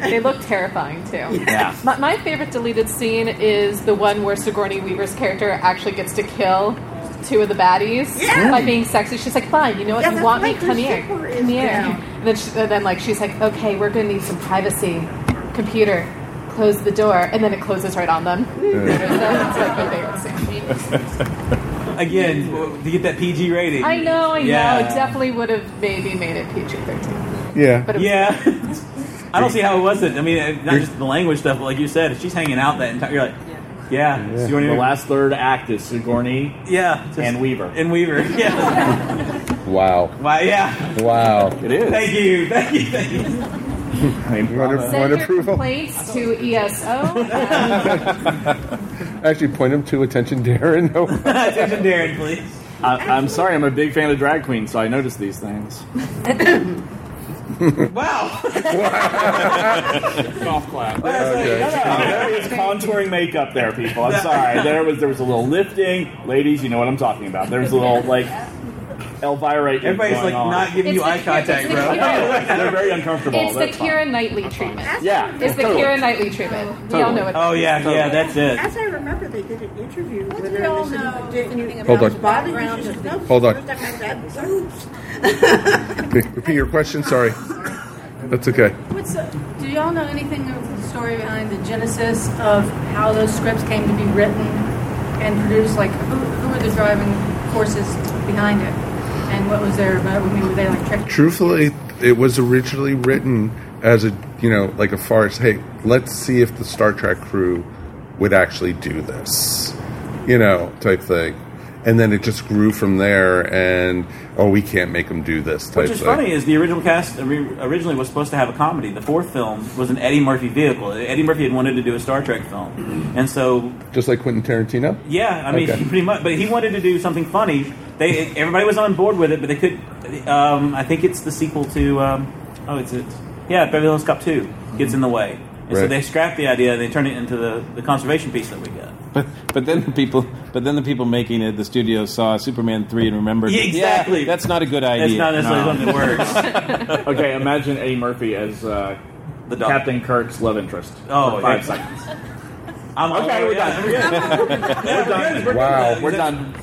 Speaker 11: they look terrifying too.
Speaker 17: Yeah.
Speaker 11: My, my favorite deleted scene is the one where Sigourney Weaver's character actually gets to kill two of the baddies
Speaker 17: Yeah.
Speaker 11: by being sexy. She's like, "Fine, you know what
Speaker 17: Yeah,
Speaker 11: you
Speaker 17: that's
Speaker 11: want me?
Speaker 17: right,
Speaker 11: Come
Speaker 17: their
Speaker 11: here,
Speaker 17: shipper is
Speaker 11: come here."
Speaker 17: down.
Speaker 11: And then, she, and then like she's like, "Okay, we're gonna need some privacy. Computer, close the door," and then it closes right on them. so it's like my favorite
Speaker 7: [laughs]
Speaker 11: scene.
Speaker 7: Again, w- to get that PG rating.
Speaker 11: I know, I
Speaker 7: Yeah.
Speaker 11: know. It definitely would have maybe made it PG thirteen.
Speaker 2: Yeah.
Speaker 11: But it was- [laughs]
Speaker 7: yeah. I don't see how it wasn't. I mean, it- not just the language stuff, but like you said, if she's hanging out that entire, you're like, yeah.
Speaker 3: The last third act is Sigourney.
Speaker 7: Yeah.
Speaker 3: and Weaver.
Speaker 7: And Weaver. [laughs] Yeah.
Speaker 2: Wow.
Speaker 7: Wow. Yeah.
Speaker 2: Wow.
Speaker 3: It is.
Speaker 7: Thank you. Thank you. Thank you. [laughs] uh,
Speaker 2: Wonderful.
Speaker 11: Send your
Speaker 2: Wonderful.
Speaker 11: complaints to
Speaker 14: [laughs]
Speaker 11: E ESO.
Speaker 2: Actually, point him to attention, Darren. [laughs] No.
Speaker 7: Attention, Darren, please.
Speaker 3: I, I'm sorry, I'm a big fan of drag queens, so I notice these things.
Speaker 7: wow.
Speaker 3: Golf clap. There is contouring makeup there, people. I'm sorry. There was there was a little lifting. Ladies, you know what I'm talking about. There was a little like Elvira.
Speaker 7: Everybody's, like, not giving It's you the eye Kira- contact, it's the bro. Kira- [laughs]
Speaker 3: They're very uncomfortable.
Speaker 11: It's the
Speaker 3: That's fine.
Speaker 11: Kira Knightley treatment.
Speaker 3: Yeah,
Speaker 11: It's the
Speaker 3: totally.
Speaker 11: Kira Knightley treatment. We all know it.
Speaker 7: Oh yeah, yeah. That's it.
Speaker 17: As I remember, they did an interview with her. and they
Speaker 22: all
Speaker 17: said,
Speaker 22: know
Speaker 17: "Did
Speaker 22: anything
Speaker 17: you-
Speaker 2: about Hold on.
Speaker 17: Bobby,
Speaker 2: the
Speaker 22: background
Speaker 17: did you
Speaker 22: of
Speaker 17: know
Speaker 2: Hold on.
Speaker 17: she was talking about boobs?
Speaker 2: Repeat your question. Sorry. That's okay.
Speaker 22: What's the, do y'all know anything of the story behind the genesis of how those scripts came to be written and produced? Like, who, who were the driving forces behind it, and what was their? uh, I mean, were they like tricked?
Speaker 2: Truthfully, it was originally written as a you know like a farce. Hey, let's see if the Star Trek crew would actually do this, you know, type thing. And then it just grew from there. And oh, we can't make them do this type
Speaker 7: Which is
Speaker 2: thing.
Speaker 7: funny is the original cast ori- originally was supposed to have a comedy. The fourth film was an Eddie Murphy vehicle. Eddie Murphy had wanted to do a Star Trek film, and so
Speaker 2: Just like Quentin Tarantino.
Speaker 7: yeah, I mean
Speaker 2: Okay.
Speaker 7: [laughs] pretty much. But he wanted to do something funny. They everybody was on board with it, but they could. Um, I think it's the sequel to um, oh, it's it. Yeah, Beverly Hills Cop Two gets in the way, and so
Speaker 14: Right.
Speaker 7: they scrapped the idea and they turned it into the, the conservation piece that we got.
Speaker 14: But, but then the people, but then the people making it, the studio saw Superman three and remembered.
Speaker 7: Yeah, exactly.
Speaker 14: "Yeah, that's not a good idea.
Speaker 7: not necessarily something that
Speaker 3: works. [laughs] okay, imagine Eddie Murphy as uh,
Speaker 7: the
Speaker 3: Captain Kirk's love interest.
Speaker 7: Oh,
Speaker 3: for five
Speaker 7: yeah.
Speaker 3: seconds.
Speaker 7: I'm
Speaker 3: okay. We're
Speaker 7: yeah,
Speaker 3: done.
Speaker 7: [laughs] yeah.
Speaker 3: [laughs] We're done.
Speaker 2: Wow.
Speaker 3: We're done.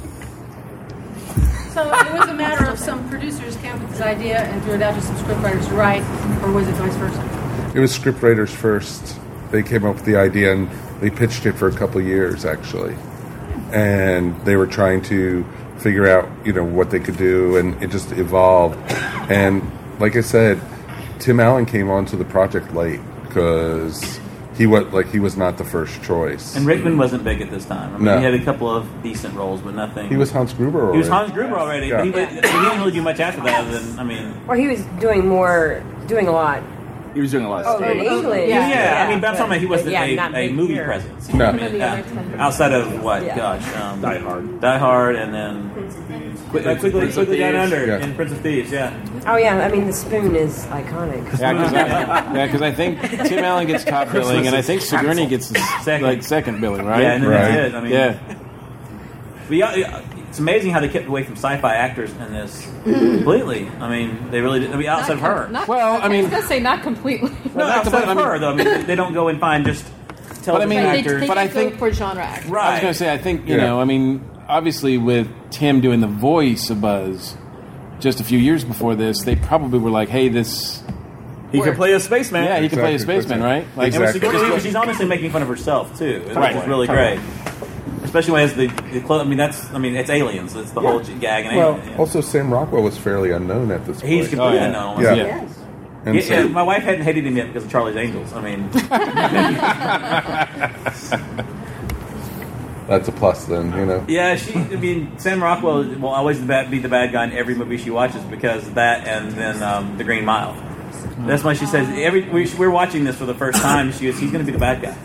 Speaker 22: So it was a matter of some producers came with this idea and threw it out to some scriptwriters to write, or was it vice versa?
Speaker 2: It was scriptwriters first. They came up with the idea and they pitched it for a couple of years actually, and they were trying to figure out you know what they could do, and it just evolved. And like I said, Tim Allen came onto the project late because he was like he was not the first choice.
Speaker 7: And Rickman wasn't big at this time. I mean,
Speaker 2: No.
Speaker 7: he had a couple of decent roles, but nothing.
Speaker 2: He was Hans Gruber. Already.
Speaker 7: He was Hans Gruber already, but he,
Speaker 2: Yeah.
Speaker 7: but he didn't really do much after that. Other than I mean,
Speaker 4: Well, he was doing more, doing a lot.
Speaker 3: He was doing a lot
Speaker 4: Oh,
Speaker 3: of
Speaker 4: in
Speaker 3: stage.
Speaker 4: England.
Speaker 7: yeah, I mean, but I'm
Speaker 4: but-
Speaker 7: talking about he wasn't
Speaker 4: but yeah,
Speaker 7: a,
Speaker 4: not
Speaker 7: a
Speaker 4: big
Speaker 7: movie
Speaker 4: here.
Speaker 7: presence.
Speaker 2: No.
Speaker 7: I mean, yeah. outside of what?
Speaker 4: Yeah.
Speaker 7: Gosh, um,
Speaker 3: Die Hard.
Speaker 7: Die Hard, and then Qui- uh, quickly,
Speaker 3: Prince of
Speaker 7: quickly down
Speaker 3: Thieves.
Speaker 7: under,
Speaker 3: Yeah.
Speaker 7: and Prince of Thieves. Yeah,
Speaker 4: Oh yeah, I mean the spoon is iconic.
Speaker 14: Yeah, because I, yeah, 'cause I think Tim Allen gets top billing, and I think Sigourney gets second. like second billing, right?
Speaker 7: Yeah, and then that's it. I mean,
Speaker 14: yeah.
Speaker 7: But yeah, yeah, it's amazing how they kept away from sci-fi actors in this completely. I mean, they really did. I mean, outside of her.
Speaker 11: Not,
Speaker 14: well, I
Speaker 11: I
Speaker 14: mean,
Speaker 11: was gonna say not completely.
Speaker 7: No, outside of her, though. I mean, they don't go and find just television
Speaker 14: But I mean-
Speaker 11: they,
Speaker 7: actors.
Speaker 11: they do go for genre actors.
Speaker 14: I was going to say, I think you
Speaker 7: Yeah.
Speaker 14: know, I mean, obviously with Tim doing the voice of Buzz just a few years before this, they probably were like, "Hey, this."
Speaker 3: He could play a spaceman.
Speaker 14: Yeah, he could play a
Speaker 3: Exactly,
Speaker 14: spaceman,
Speaker 3: exactly.
Speaker 14: right? Like,
Speaker 7: And when Sigourney Weaver, she's honestly making fun of herself too,
Speaker 14: Right.
Speaker 7: which is really
Speaker 14: Totally.
Speaker 7: great. Especially when it's the, the clo- I mean, that's I mean, it's aliens. It's the whole gag. And
Speaker 2: Well,
Speaker 7: alien.
Speaker 2: also Sam Rockwell was fairly unknown at this point.
Speaker 7: he's completely unknown.
Speaker 2: Oh, Yeah.
Speaker 7: Yeah,
Speaker 2: And so-
Speaker 7: yeah, my wife hadn't hated him yet because of Charlie's Angels. I mean,
Speaker 2: [laughs]
Speaker 7: [laughs]
Speaker 2: That's a plus then, you know.
Speaker 7: yeah, she. I mean, Sam Rockwell will always the bad, be the bad guy in every movie she watches because of that, and then um, the Green Mile. That's why she says every we, we're watching this for the first time. She goes, he's going to be the bad guy.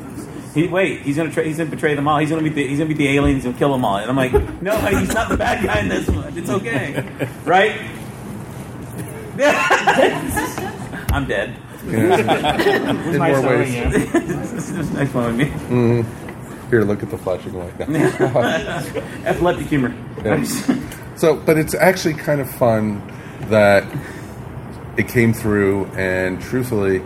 Speaker 7: He, wait, he's going to tra- he's going to betray them all. He's going to be the, he's going to be the aliens and kill them all. And I'm like, no, honey, he's not the bad guy in this one. It's okay, right? [laughs] I'm dead.
Speaker 2: Yeah. In more ways.
Speaker 7: [laughs] Next one with me.
Speaker 2: Mhm. Here, look at the flashing light.
Speaker 7: Epileptic humor.
Speaker 2: Yeah. so, but it's actually kind of fun that it came through, and truthfully,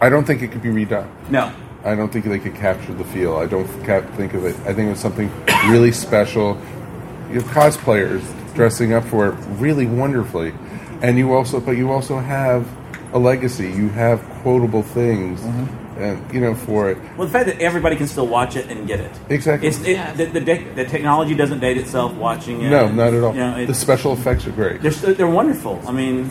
Speaker 2: I don't think it could be redone.
Speaker 7: No.
Speaker 2: I don't think they could capture the feel. I don't cap- think of it. I think it was something really special. you know, cosplayers dressing up for it really wonderfully, and you also but you also have a legacy. You have quotable things,
Speaker 7: Mm-hmm.
Speaker 2: and you know for it.
Speaker 7: Well, the fact that everybody can still watch it and get it.
Speaker 2: Exactly.
Speaker 7: It's, it the, the, de- the technology doesn't date itself watching it.
Speaker 2: No, not at all.
Speaker 7: You know, it-
Speaker 2: the special effects are great.
Speaker 7: they're, st- they're wonderful. I mean,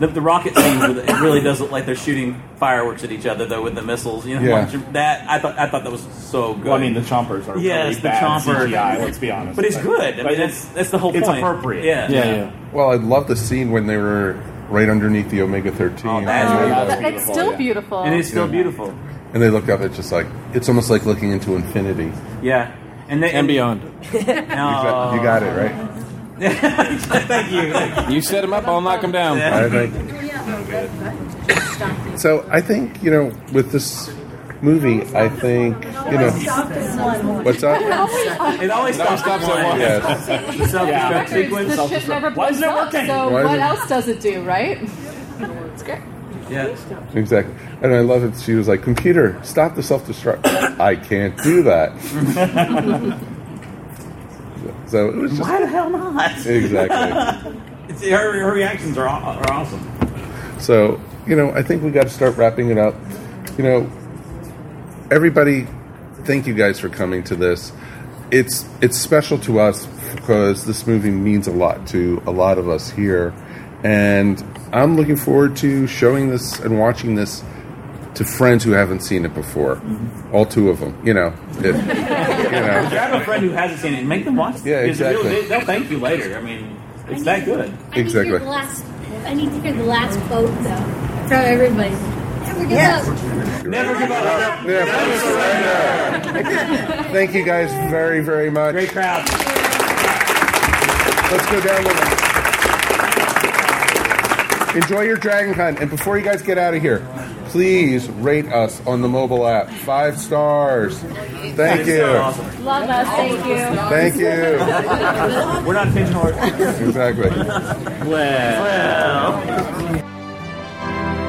Speaker 7: the, the rocket scenes, with it it really does look like they're shooting fireworks at each other, though, with the missiles. You know,
Speaker 3: Yeah.
Speaker 7: like, that I thought I thought that was so good.
Speaker 3: Well, I mean, the chompers are
Speaker 7: yes,
Speaker 3: really
Speaker 7: the
Speaker 3: bad
Speaker 7: chomper.
Speaker 3: CGI, let's be honest.
Speaker 7: but it's good. I mean,
Speaker 3: But
Speaker 7: that's that's the whole
Speaker 3: it's
Speaker 7: point.
Speaker 3: appropriate.
Speaker 7: Yeah,
Speaker 2: Well, I love the scene when they were right underneath the Omega 13.
Speaker 7: Oh,
Speaker 11: But it's still beautiful.
Speaker 7: and it's still beautiful.
Speaker 2: And they look up, it's just like, it's almost like looking into infinity.
Speaker 7: Yeah, and they, and
Speaker 10: beyond.
Speaker 7: No.
Speaker 2: You got it, right?
Speaker 7: [laughs] Thank you.
Speaker 10: You set him up. I'll knock him down.
Speaker 2: I think-
Speaker 11: [laughs]
Speaker 2: So I think, you know, with this movie, I think, you know, what's up?
Speaker 7: It always stops, at one.
Speaker 2: Yes.
Speaker 7: [laughs] The self-destruct
Speaker 11: Records,
Speaker 7: sequence.
Speaker 11: the ship never
Speaker 7: Why
Speaker 11: blows
Speaker 7: isn't it
Speaker 11: up.
Speaker 7: working?
Speaker 11: So
Speaker 2: Why is
Speaker 11: what
Speaker 2: it-
Speaker 11: else does it do, right? it's great.
Speaker 7: Yeah.
Speaker 2: Exactly. And I love it. She was like, computer, stop the self destruct. I can't do [laughs] that. So it was just.
Speaker 7: Why the hell not?
Speaker 2: Exactly.
Speaker 7: it's, her, her reactions are, aw- are awesome.
Speaker 2: So, you know, I think we got to start wrapping it up. You know, everybody, thank you guys for coming to this. It's it's special to us because this movie means a lot to a lot of us here, and I'm looking forward to showing this and watching this to friends who haven't seen it before, all two of them. You know, if,
Speaker 7: [laughs] If you have a friend who hasn't seen it, make them watch it.
Speaker 2: Yeah,
Speaker 7: Because they'll-
Speaker 2: exactly.
Speaker 7: They'll thank you later. I mean, it's that good.
Speaker 2: exactly.
Speaker 28: The last, I need to hear the last quote though from everybody. Never give up.
Speaker 2: Never give up. Never surrender. Thank you guys very, very much. Great
Speaker 7: crowd.
Speaker 2: Let's go down with them. Enjoy your Dragon Con. And before you guys get out of here, please rate us on the mobile app. Five stars. Thank you.
Speaker 11: Love us. Thank you.
Speaker 2: Thank you.
Speaker 7: We're not pinching hard.
Speaker 2: Exactly.
Speaker 7: Well.
Speaker 29: [laughs]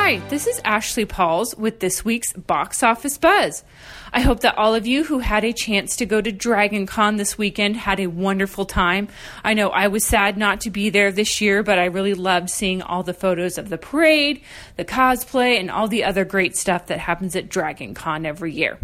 Speaker 29: Hi, this is Ashley Pauls with this week's Box Office Buzz. I hope that all of you who had a chance to go to Dragon Con this weekend had a wonderful time. I know I was sad not to be there this year, but I really loved seeing all the photos of the parade, the cosplay, and all the other great stuff that happens at Dragon Con every year.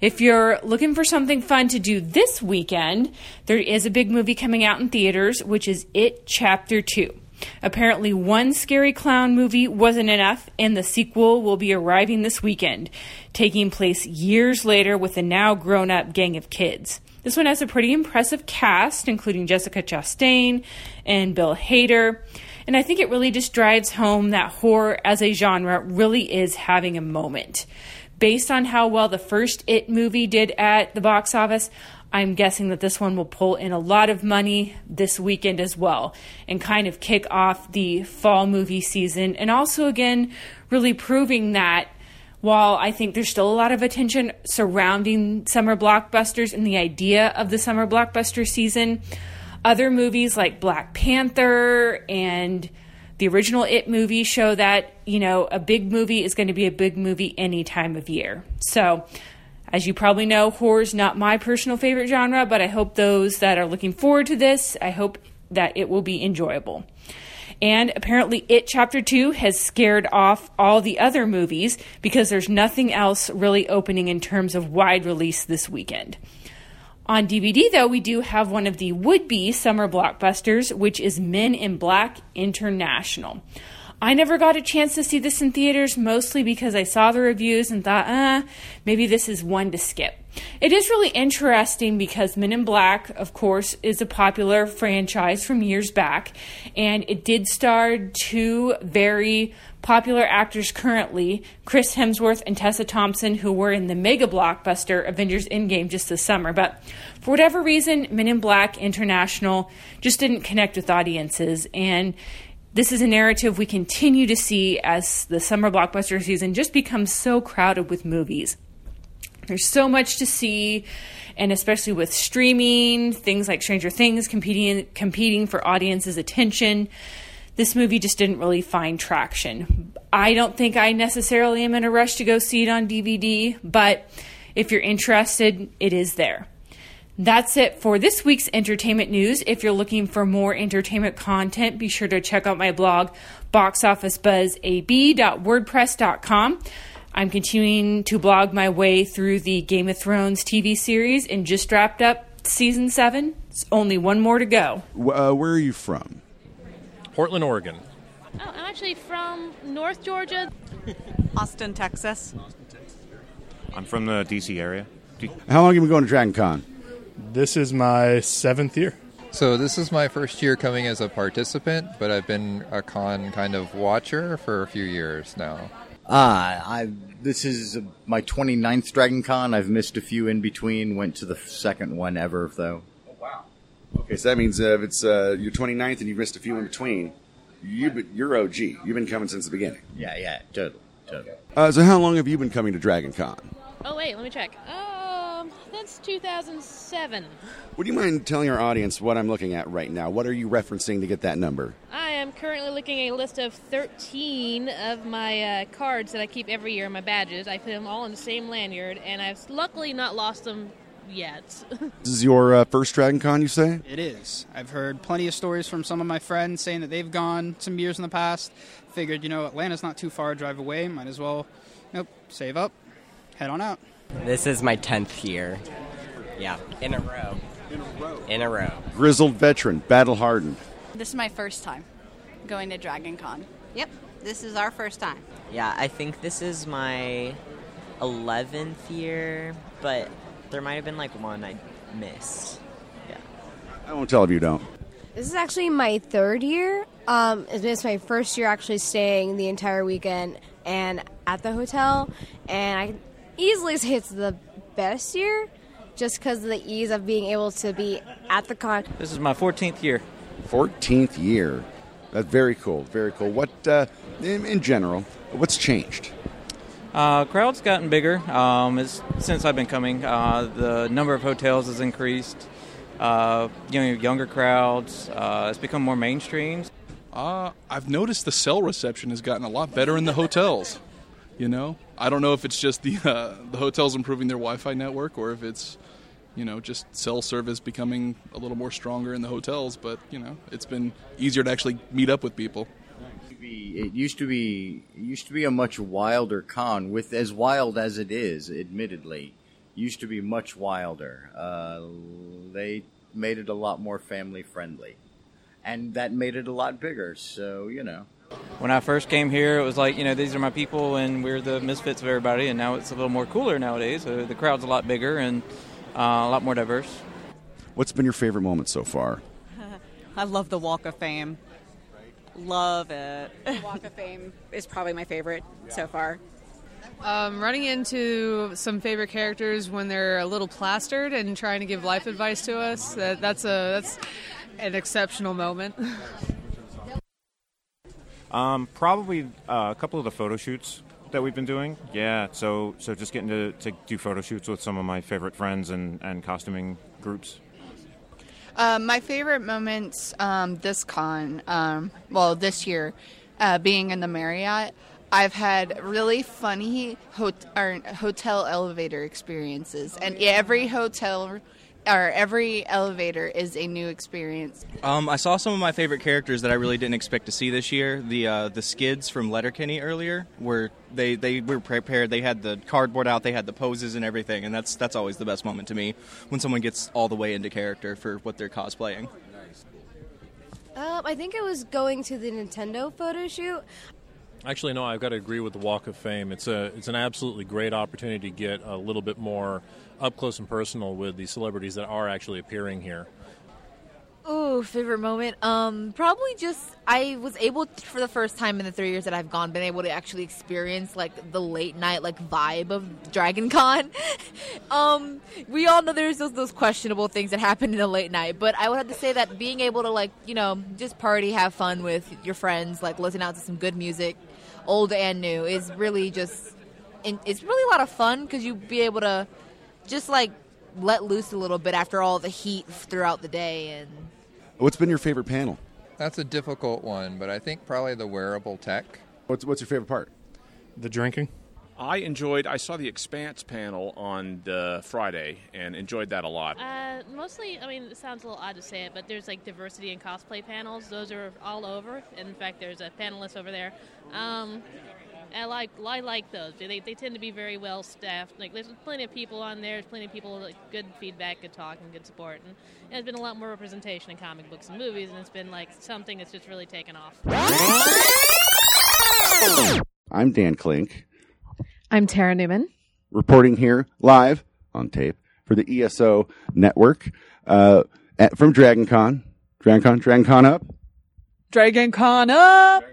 Speaker 29: If you're looking for something fun to do this weekend, there is a big movie coming out in theaters, which is It Chapter 2. Apparently, one scary clown movie wasn't enough, and the sequel will be arriving this weekend, taking place years later with a now grown up gang of kids. This one has a pretty impressive cast, including Jessica Chastain and Bill Hader. And I think it really just drives home that horror as a genre really is having a moment based on how well the first It movie did at the box office, I'm guessing that this one will pull in a lot of money this weekend as well and kind of kick off the fall movie season. And also, again, really proving that while I think there's still a lot of attention surrounding summer blockbusters and the idea of the summer blockbuster season, other movies like Black Panther and the original It movie show that, you know, a big movie is going to be a big movie any time of year. So, as you probably know, horror's not my personal favorite genre, but I hope those that are looking forward to this, I hope that it will be enjoyable. And apparently, It Chapter 2 has scared off all the other movies because there's nothing else really opening in terms of wide release this weekend. On DVD, though, we do have one of the would be summer blockbusters, which is Men in Black International. I never got a chance to see this in theaters, mostly because I saw the reviews and thought, uh, maybe this is one to skip. It is really interesting because Men in Black, of course, is a popular franchise from years back, and it did star two very popular actors currently, Chris Hemsworth and Tessa Thompson, who were in the mega blockbuster Avengers Endgame just this summer. But for whatever reason, Men in Black International just didn't connect with audiences, and this is a narrative we continue to see as the summer blockbuster season just becomes so crowded with movies. There's so much to see, and especially with streaming, things like Stranger Things competing competing for audiences' attention. this movie just didn't really find traction. I don't think I necessarily am in a rush to go see it on DVD, but if you're interested, it is there. That's it for this week's entertainment news. If you're looking for more entertainment content, be sure to check out my blog, boxofficebuzzab.wordpress.com. I'm continuing to blog my way through the Game of Thrones TV series and just wrapped up season seven. It's only one more to go.
Speaker 30: Wh- Uh, where are you from?
Speaker 31: Portland, Oregon.
Speaker 32: Oh, I'm actually from North Georgia.
Speaker 33: Austin, Texas.
Speaker 31: I'm from the DC area.
Speaker 30: How long have you been going to Dragon Con?
Speaker 8: This is my seventh year.
Speaker 9: So this is my first year coming as a participant, but I've been a con kind of watcher for a few years now.
Speaker 34: Ah, I this is my 29th Dragon Con. I've missed a few in between. Went to the second one ever though.
Speaker 30: Okay, so that means uh, if it's uh, your 29th and you've missed a few in between, you, be- you're OG. You've been coming since the beginning.
Speaker 34: Yeah, yeah, totally, totally.
Speaker 30: Uh, so how long have you been coming to Dragon Con?
Speaker 32: Oh, wait, let me check. Um, that's 2007.
Speaker 30: Would you mind telling our audience what I'm looking at right now? What are you referencing to get that number?
Speaker 32: I am currently looking at a list of 13 of my uh, cards that I keep every year, my badges. I put them all in the same lanyard, and I've luckily not lost them yet. [laughs]
Speaker 30: This is your uh, first Dragon Con, you say?
Speaker 18: It is. I've heard plenty of stories from some of my friends saying that they've gone some years in the past. Figured, you know, Atlanta's not too far a drive away. Might as well, nope, save up, head on out.
Speaker 35: [laughs]
Speaker 36: This is my 10th year. Yeah, in a row. In a row. In a row.
Speaker 30: Grizzled veteran, battle hardened.
Speaker 23: This is my first time going to Dragon Con.
Speaker 13: Yep, this is our first time.
Speaker 36: Yeah, I think this is my 11th year, but there might have been like one I missed.
Speaker 30: I won't tell if you don't.
Speaker 28: This is actually my third year. Um, it's my first year actually staying the entire weekend and at the hotel, and I can easily say it's the best year, just because of the ease of being able to be at the con.
Speaker 30: This is my 14th year. 14th year. That's very cool. Very cool. What, uh, in, in general, what's changed?
Speaker 37: Uh, crowd's gotten bigger um, it's, since I've been coming. Uh, the number of hotels has increased. Uh, you know, younger crowds. Uh, it's become more mainstream.
Speaker 3: Uh, I've noticed the cell reception has gotten a lot better in the hotels. You know, I don't know if it's just the uh, the hotels improving their Wi-Fi network or if it's, you know, just cell service becoming a little more stronger in the hotels. But you know, it's been easier to actually meet up with people.
Speaker 34: It used to be it used to be a much wilder con with as wild as it is, admittedly. Used to be much wilder. Uh, they made it a lot more family friendly, and that made it a lot bigger. So you know.
Speaker 37: When I first came here, it was like, you know, these are my people and we're the misfits of everybody. And now it's a little more cooler nowadays. So the crowd's a lot bigger and uh, a lot more diverse.
Speaker 30: What's been your favorite moment so far?
Speaker 13: I love the Walk of Fame. Love it.
Speaker 3: Walk of Fame is probably my favorite so far. Um, running into some favorite characters when they're a little plastered and trying to give life advice to us, that, that's, a, that's an exceptional moment.
Speaker 31: Um, probably uh, a couple of the photo shoots that we've been doing. Yeah, so so just getting to, to do photo shoots with some of my favorite friends and, and costuming groups.
Speaker 38: Uh, my favorite moments um, this con, um, well, this year, uh, being in the Marriott, I've had really funny hot- or hotel elevator experiences,
Speaker 3: Oh,
Speaker 38: and every hotel or every elevator is a new experience.
Speaker 39: Um, I saw some of my favorite characters that I really didn't expect to see this year. The uh, the skids from Letterkenny earlier, where they, they were prepared. They had the cardboard out. They had the poses and everything, and that's that's always the best moment to me when someone gets all the way into character for what they're cosplaying.
Speaker 28: Um, I think it was going to the Nintendo photo shoot.
Speaker 10: Actually, no, I've got to agree with the Walk of Fame. It's a it's an absolutely great opportunity to get a little bit more up close and personal with the celebrities that are actually appearing here.
Speaker 40: Ooh, favorite moment. Um, probably just I was able to, for the first time in the three years that I've gone, been able to actually experience like the late night like vibe of Dragon Con. [laughs] um, we all know there's those, those questionable things that happen in the late night, but I would have to say that being able to like you know just party, have fun with your friends, like listen out to some good music, old and new, is really just and it's really a lot of fun because you be able to just like let loose a little bit after all the heat throughout the day and
Speaker 30: What's been your favorite panel?
Speaker 9: That's a difficult one, but I think probably the wearable tech.
Speaker 30: What's, what's your favorite part?
Speaker 9: The drinking.
Speaker 41: I enjoyed. I saw the Expanse panel on the Friday and enjoyed that a lot.
Speaker 32: Uh, mostly, I mean, it sounds a little odd to say it, but there's like diversity and cosplay panels. Those are all over. In fact, there's a panelist over there. Um, I like I like those. They, they tend to be very well staffed. Like there's plenty of people on there. There's plenty of people with like, good feedback, good talk, and good support. And, and there's been a lot more representation in comic books and movies, and it's been like something that's just really taken off.
Speaker 30: I'm Dan Klink.
Speaker 2: I'm Tara Newman.
Speaker 30: Reporting here live on tape for the ESO network uh, at, from Dragon Con. Dragon Con, Dragon Con up.
Speaker 2: Dragon Con
Speaker 19: uh.
Speaker 2: up.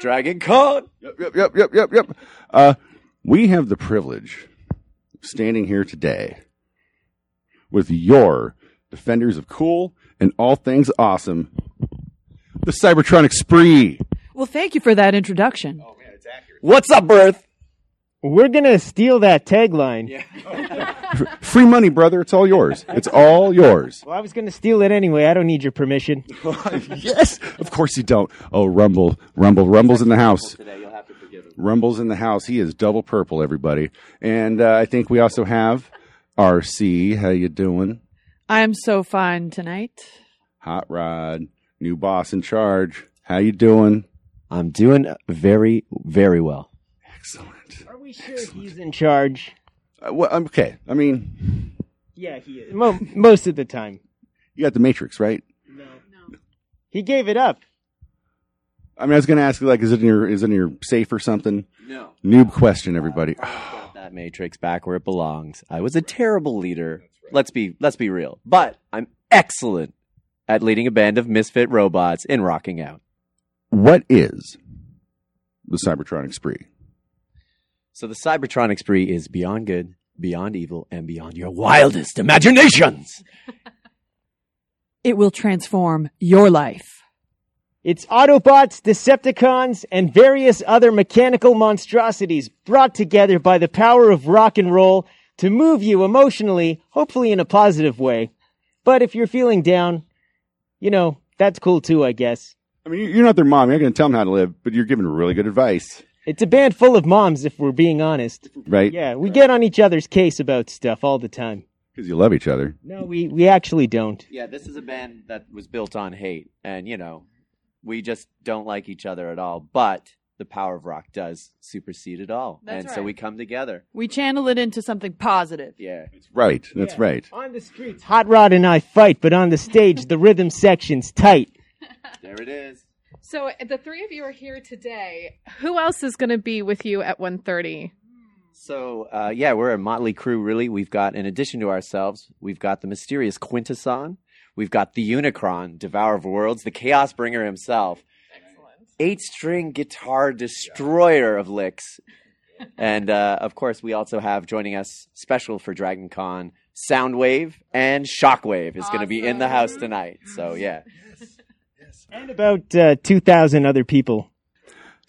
Speaker 30: Dragon Con. Yep, yep, yep, yep, yep, yep. Uh, we have the privilege of standing here today with your defenders of cool and all things awesome, the Cybertronic Spree.
Speaker 2: Well, thank you for that introduction.
Speaker 30: Oh, man, it's accurate. What's up, Birth?
Speaker 16: We're gonna steal that tagline.
Speaker 30: [laughs] Yeah. Free money, brother. It's all yours. It's all yours.
Speaker 16: Well, I was gonna steal it anyway. I don't need your permission.
Speaker 30: [laughs] yes, of course you don't. Oh, Rumble, Rumble, Rumble's in the house. Rumble's in the house. He is double purple, everybody. And uh, I think we also have RC. How you doing?
Speaker 2: I'm so fine tonight.
Speaker 30: Hot Rod, new boss in charge. How you doing?
Speaker 14: I'm doing very, very well.
Speaker 30: Excellent
Speaker 16: we sure Excellent. he's in charge?
Speaker 30: Uh, well, okay. I mean,
Speaker 16: yeah, he is Mo- most of the time.
Speaker 30: You got the Matrix, right?
Speaker 16: No, no. He gave it up.
Speaker 30: I mean, I was going to ask you, like, is it in your is it in your safe or something?
Speaker 14: No.
Speaker 30: Noob question, everybody.
Speaker 14: that Matrix back where it belongs. I was a terrible leader. Right. Let's be let's be real, but I'm excellent at leading a band of misfit robots and rocking out.
Speaker 30: What is the Cybertronic spree?
Speaker 14: So the Cybertronic spree is beyond good, beyond evil, and beyond your wildest imaginations.
Speaker 2: it will transform your life.
Speaker 16: It's Autobots, Decepticons, and various other mechanical monstrosities brought together by the power of rock and roll to move you emotionally, hopefully in a positive way. But if you're feeling down, you know, that's cool too, I guess.
Speaker 30: I mean, you're not their mom. You're not going to tell them how to live, but you're giving really good advice.
Speaker 16: It's a band full of moms, if we're being honest.
Speaker 30: Right.
Speaker 16: Yeah, we right. get on each other's case about stuff all the time.
Speaker 30: Because you love each other.
Speaker 16: No, we, we actually don't.
Speaker 14: Yeah, this is a band that was built on hate. And, you know, we just don't like each other at all. But the power of rock does supersede it all.
Speaker 2: That's
Speaker 14: and
Speaker 2: right.
Speaker 14: so we come together.
Speaker 2: We channel it into something positive.
Speaker 14: Yeah.
Speaker 30: That's right. That's
Speaker 16: Yeah.
Speaker 30: right.
Speaker 16: On the streets, Hot Rod and I fight, but on the stage, the rhythm section's tight.
Speaker 14: There it is.
Speaker 2: So the three of you are here today. Who else is going to be with you at 1:30?
Speaker 14: So uh, yeah, we're a motley crew. Really, we've got in addition to ourselves, we've got the mysterious Quintesson, we've got the Unicron, Devourer of Worlds, the Chaos Bringer himself, eight-string guitar destroyer of licks, and uh, of course, we also have joining us special for Dragon Con. Soundwave and Shockwave is going to be in the house tonight. So, yeah.
Speaker 16: And about uh, 2,000 other people.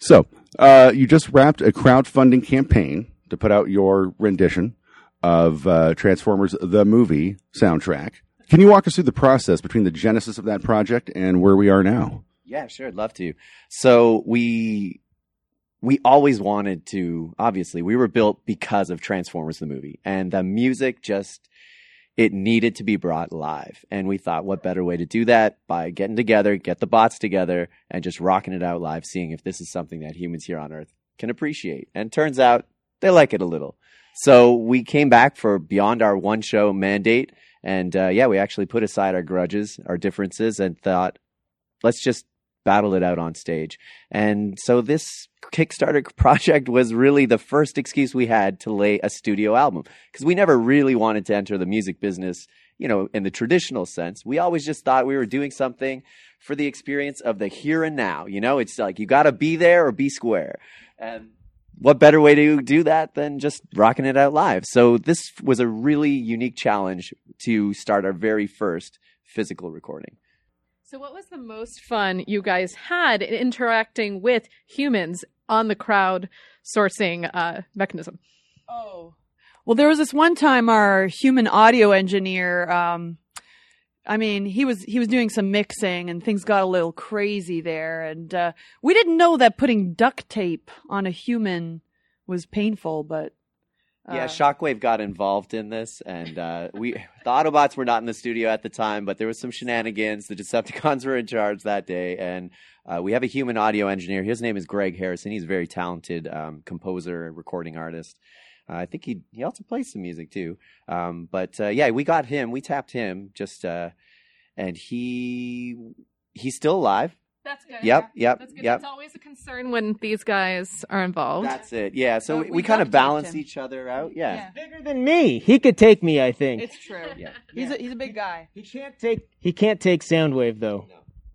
Speaker 30: So, uh, you just wrapped a crowdfunding campaign to put out your rendition of uh, Transformers the movie soundtrack. Can you walk us through the process between the genesis of that project and where we are now?
Speaker 14: Yeah, sure, I'd love to. So we we always wanted to obviously we were built because of Transformers the movie and the music just it needed to be brought live. And we thought, what better way to do that by getting together, get the bots together, and just rocking it out live, seeing if this is something that humans here on Earth can appreciate. And turns out they like it a little. So we came back for beyond our one show mandate. And uh, yeah, we actually put aside our grudges, our differences, and thought, let's just battle it out on stage. And so this Kickstarter [laughs] project was really the first excuse we had to lay a studio album because we never really wanted to enter the music business, you know, in the traditional sense. We always just thought we were doing something for the experience of the here and now. You know, it's like you got to be there or be square. And what better way to do that than just rocking it out live? So this was a really unique challenge to start our very first physical recording.
Speaker 2: So, what was the most fun you guys had in interacting with humans on the crowd sourcing uh, mechanism? Oh, well, there was this one time our human audio engineer um,
Speaker 19: I mean, he was he was doing some mixing and things got a little crazy there and uh we didn't know that putting duct tape on a human was painful, but
Speaker 14: Yeah, Shockwave got involved in this, and uh, we the Autobots were not in the studio at the time, but there was some shenanigans. The Decepticons were in charge that day, and uh, we have a human audio engineer. His name is Greg Harrison. He's a very talented um, composer, recording artist. Uh, I think he he also plays some music too. Um, but uh, yeah, we got him. We tapped him just, uh, and he he's still alive.
Speaker 11: That's good.
Speaker 14: Yep, yep,
Speaker 11: That's good.
Speaker 14: yep.
Speaker 11: That's always a concern when these guys are involved.
Speaker 14: That's it. Yeah. So
Speaker 11: Uh,
Speaker 14: we,
Speaker 11: we
Speaker 14: we, kind
Speaker 11: duct-taped
Speaker 14: of balance
Speaker 11: him.
Speaker 14: each other out. Yeah.
Speaker 16: Bigger than me. He could take me, I think.
Speaker 19: It's true.
Speaker 14: Yeah.
Speaker 19: He's a he's a big guy.
Speaker 16: He can't take He can't take Soundwave though.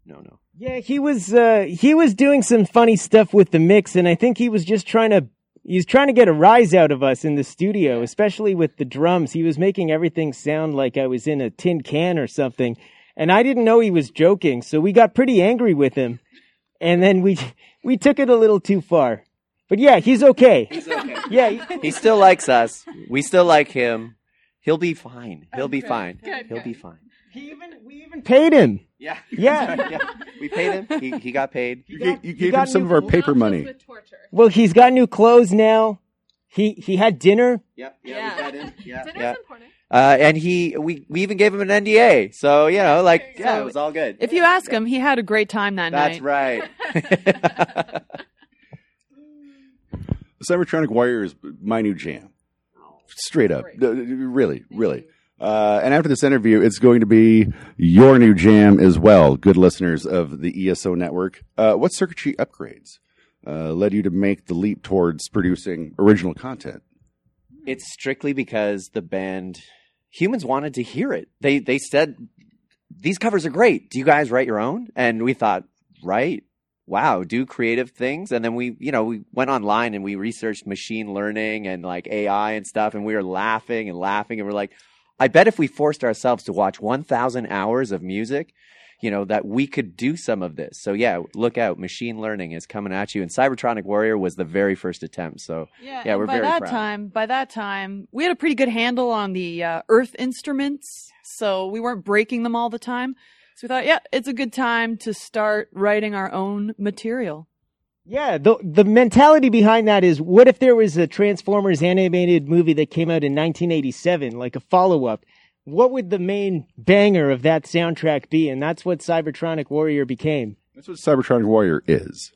Speaker 14: No, no.
Speaker 16: Yeah, he was uh he was doing some funny stuff with the mix and I think he was just trying to he's trying to get a rise out of us in the studio, especially with the drums. He was making everything sound like I was in a tin can or something. And I didn't know he was joking, so we got pretty angry with him. And then we we took it a little too far. But yeah, he's okay. He's okay. Yeah, he-
Speaker 14: he still likes us. We still like him. He'll be fine. He'll be fine.
Speaker 16: Good,
Speaker 14: He'll
Speaker 16: good.
Speaker 14: be fine.
Speaker 16: He even we even paid him.
Speaker 14: [laughs] Yeah.
Speaker 16: Yeah.
Speaker 14: We paid him. He, he got paid.
Speaker 16: You
Speaker 30: gave, you gave him some of our paper money.
Speaker 16: Well, he's got new clothes now. He he had dinner.
Speaker 14: Yep. Yeah. We got him. Yeah.
Speaker 16: Dinner's
Speaker 14: yeah. Uh, and he, we, we even gave him an NDA. So you know, like, yeah, it was all good.
Speaker 19: If you ask him, he had a great time that
Speaker 14: That's
Speaker 19: night. [laughs]
Speaker 14: right.
Speaker 30: The Cybertronic Warrior is my new jam. Straight up. No, Really, really. Uh, and after this interview, it's going to be your new jam as well, good listeners of the ESO network. Uh, what circuitry upgrades uh, led you to make the leap towards producing original content?
Speaker 19: Hmm.
Speaker 14: It's strictly because the band humans wanted to hear it. They they said these covers are great. Do you guys write your own? And we thought, right. Wow, do creative things. And then we, you know, we went online and we researched machine learning and like AI and stuff and we were laughing and laughing and we're like, I bet if we forced ourselves to watch 1000 hours of music, you know, that we could do some of this. So yeah, look out, machine learning is coming at you and Cybertronic Warrior was the very first attempt. So yeah,
Speaker 19: and
Speaker 14: we're
Speaker 19: by
Speaker 14: very
Speaker 19: that
Speaker 14: proud.
Speaker 19: time, by that time, we had a pretty good handle on the uh, earth instruments, so we weren't breaking them all the time. So we thought, yeah, it's a good time to start writing our own material.
Speaker 16: Yeah, the the mentality behind that is what if there was a Transformers animated movie that came out in 1987, like a follow-up? What would the main banger of that soundtrack be? And that's what Cybertronic Warrior became.
Speaker 30: That's what Cybertronic Warrior is.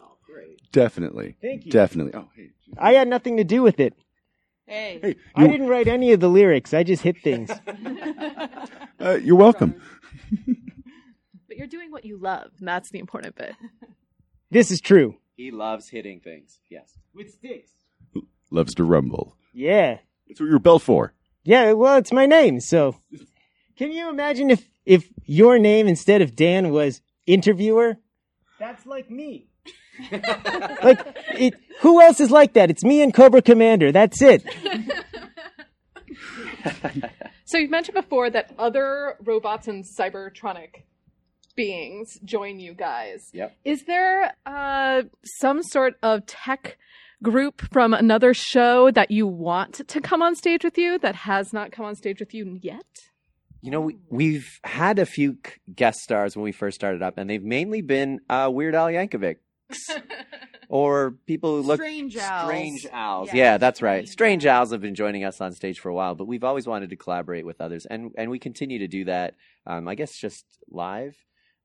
Speaker 30: Definitely.
Speaker 16: Thank you.
Speaker 30: Definitely. Oh, hey.
Speaker 16: I had nothing to do with it.
Speaker 19: Hey.
Speaker 16: I didn't write any of the lyrics. I just hit things.
Speaker 30: [laughs] Uh, you're welcome.
Speaker 11: [laughs] But you're doing what you love, and that's the
Speaker 14: [laughs]
Speaker 11: important bit.
Speaker 16: This is true.
Speaker 14: He loves hitting things. Yes.
Speaker 16: With sticks.
Speaker 30: Loves to rumble.
Speaker 16: Yeah.
Speaker 30: That's what you were built for.
Speaker 16: Yeah, well, it's my name. So, can you imagine if if your name instead of Dan was interviewer? That's like me. Like, [laughs] it, who else is like that? It's me and Cobra Commander. That's it.
Speaker 11: So you mentioned before that other robots and cybertronic beings join you guys.
Speaker 14: Yep.
Speaker 11: Is there uh, some sort of tech group from another show that you want to come on stage with you that has not come on stage with you yet?
Speaker 14: You know, we, we've had a few c- guest stars when we first started up, and they've mainly been uh, Weird Al Yankovic or people who [laughs] look
Speaker 39: Strange owls.
Speaker 14: Strange owls.
Speaker 39: Yeah.
Speaker 14: Yeah. that's right. Strange owls have been joining us on stage for a while, but we've always wanted to collaborate with others, and and we continue to do that. Um, I guess just live.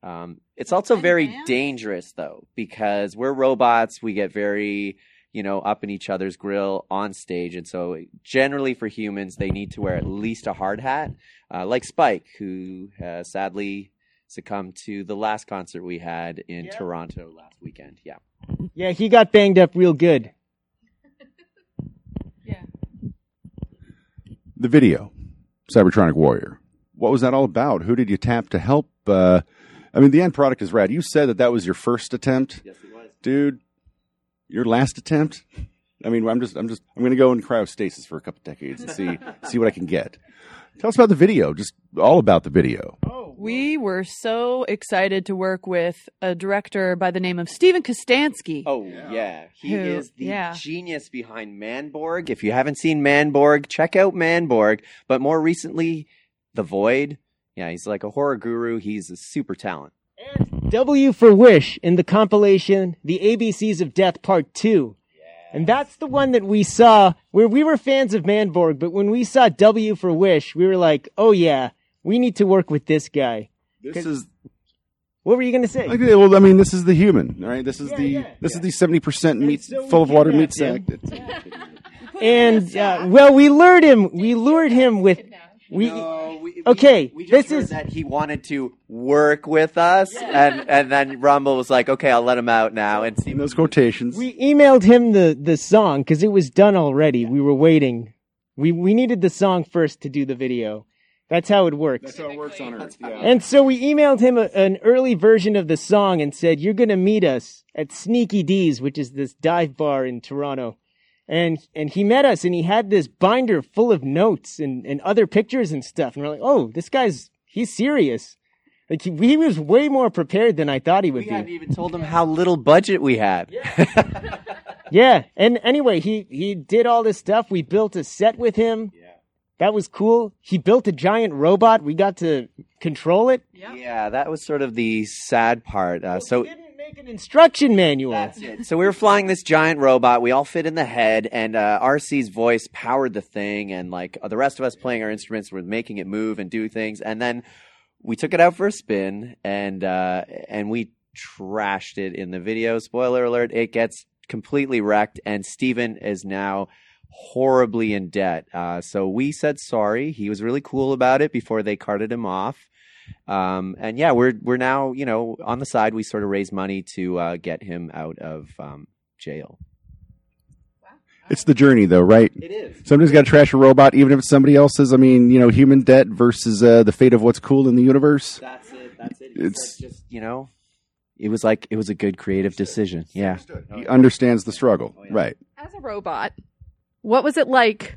Speaker 14: Um, it's also very dangerous though because we're robots. We get very you know up in each other's grill on stage, and so generally for humans, they need to wear at least a hard hat, uh, like Spike, who uh, sadly succumbed to the last concert we had in Toronto last weekend. Yeah.
Speaker 16: Yeah, he got banged up real good.
Speaker 30: The video, Cybertronic Warrior. What was that all about? Who did you tap to help? Uh, I mean, the end product is rad. You said that that was your first attempt. Yes, it was. Dude, your last attempt? I mean, I'm just, I'm just, I'm going to go in cryostasis for a couple decades and [laughs] see, see what I can get. Tell us about the video, just all about the video.
Speaker 19: We were so excited to work with a director by the name of Stephen Kostansky.
Speaker 14: Oh yeah, he
Speaker 19: Who-
Speaker 14: is the
Speaker 19: yeah.
Speaker 14: genius behind Manborg. If you haven't seen Manborg, check out Manborg. But more recently, The Void Yeah, he's like a horror guru. He's a super talent.
Speaker 16: W for Wish in the compilation The ABCs of Death Part 2. And that's the one that we saw where we were fans of Manborg, but when we saw W for Wish, we were like, oh yeah, we need to work with this guy.
Speaker 30: This is.
Speaker 16: What were you going to say?
Speaker 30: Okay, well, I mean, this is the human, all right? This is the this is the seventy percent meat full of water meat sack.
Speaker 16: And, uh, well, we lured him. We lured him with. We, okay,
Speaker 14: We just heard that he wanted to work with us, and and then Rumble was like, "Okay, I'll let him out now." And see
Speaker 30: those quotations.
Speaker 16: We emailed him the, the song because it was done already. We were waiting. We we needed the song first to do the video. That's how it works.
Speaker 30: That's how it works on Earth. Yeah.
Speaker 16: And so we emailed him a, an early version of the song and said, "You're gonna meet us at Sneaky D's, which is this dive bar in Toronto." And and he met us, and he had this binder full of notes and and other pictures and stuff. And we're like, "Oh, this guy's he's serious." Like he, he was way more prepared than I thought he would be.
Speaker 14: even told him how little budget we had.
Speaker 16: [laughs] Yeah, and anyway, he he did all this stuff. We built a set with him. Yeah. That was cool. He built a giant robot. We got to control it.
Speaker 14: Yeah, that was sort of the sad part. Uh, so.
Speaker 16: An instruction manual.
Speaker 14: So we were flying this giant robot. We all fit in the head, and uh, RC's voice powered the thing, and like the rest of us playing our instruments were making it move and do things. And then we took it out for a spin, and uh, and we trashed it in the video. Spoiler alert: it gets completely wrecked, and Steven is now horribly in debt. Uh, so we said sorry. He was really cool about it before they carted him off. Um, and yeah, we're we're now you know on the side we sort of raise money to uh, get him out of um, jail.
Speaker 30: It's the journey, though, right? It is. Somebody's got to trash a robot, even if it's somebody else's. I mean, you know, human debt versus uh, the fate of what's cool in the universe.
Speaker 14: That's it.
Speaker 30: That's it.
Speaker 14: It's just you know, it was like it was a good creative decision. Yeah,
Speaker 30: He understands the struggle, right?
Speaker 2: As a robot, what was it like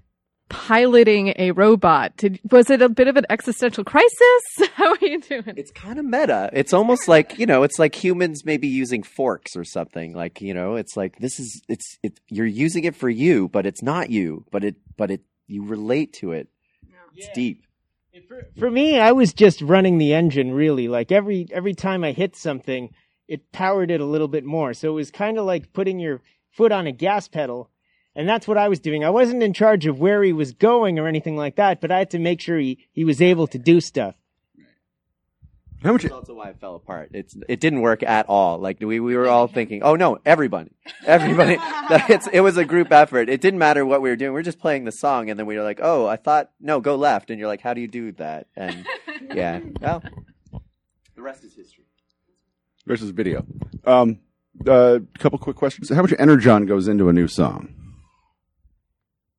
Speaker 2: piloting a robot? Did, was it a bit of an existential crisis? [laughs] How are you doing?
Speaker 14: It's kind of meta. Uh, It's almost like you know, it's like humans maybe using forks or something. Like you know, it's like this is it's it. You're using it for you, but it's not you. But it but it you relate to it. It's deep.
Speaker 16: For me, I was just running the engine really. Like every every time I hit something, it powered it a little bit more. So it was kind of like putting your foot on a gas pedal. And that's what I was doing. I wasn't in charge of where he was going or anything like that, but I had to make sure he, he was able to do stuff.
Speaker 30: How much?
Speaker 14: That's also why it fell apart. It's it didn't work at all. Like we we were all thinking, oh no, everybody, everybody. it's it was a group effort. It didn't matter what we were doing. We were just playing the song, and then we were like, oh, I thought no, go left, and you're like, how do you do that? And yeah, well, the rest is history.
Speaker 30: Versus video. Um, a couple quick questions. How much energon goes into a new song?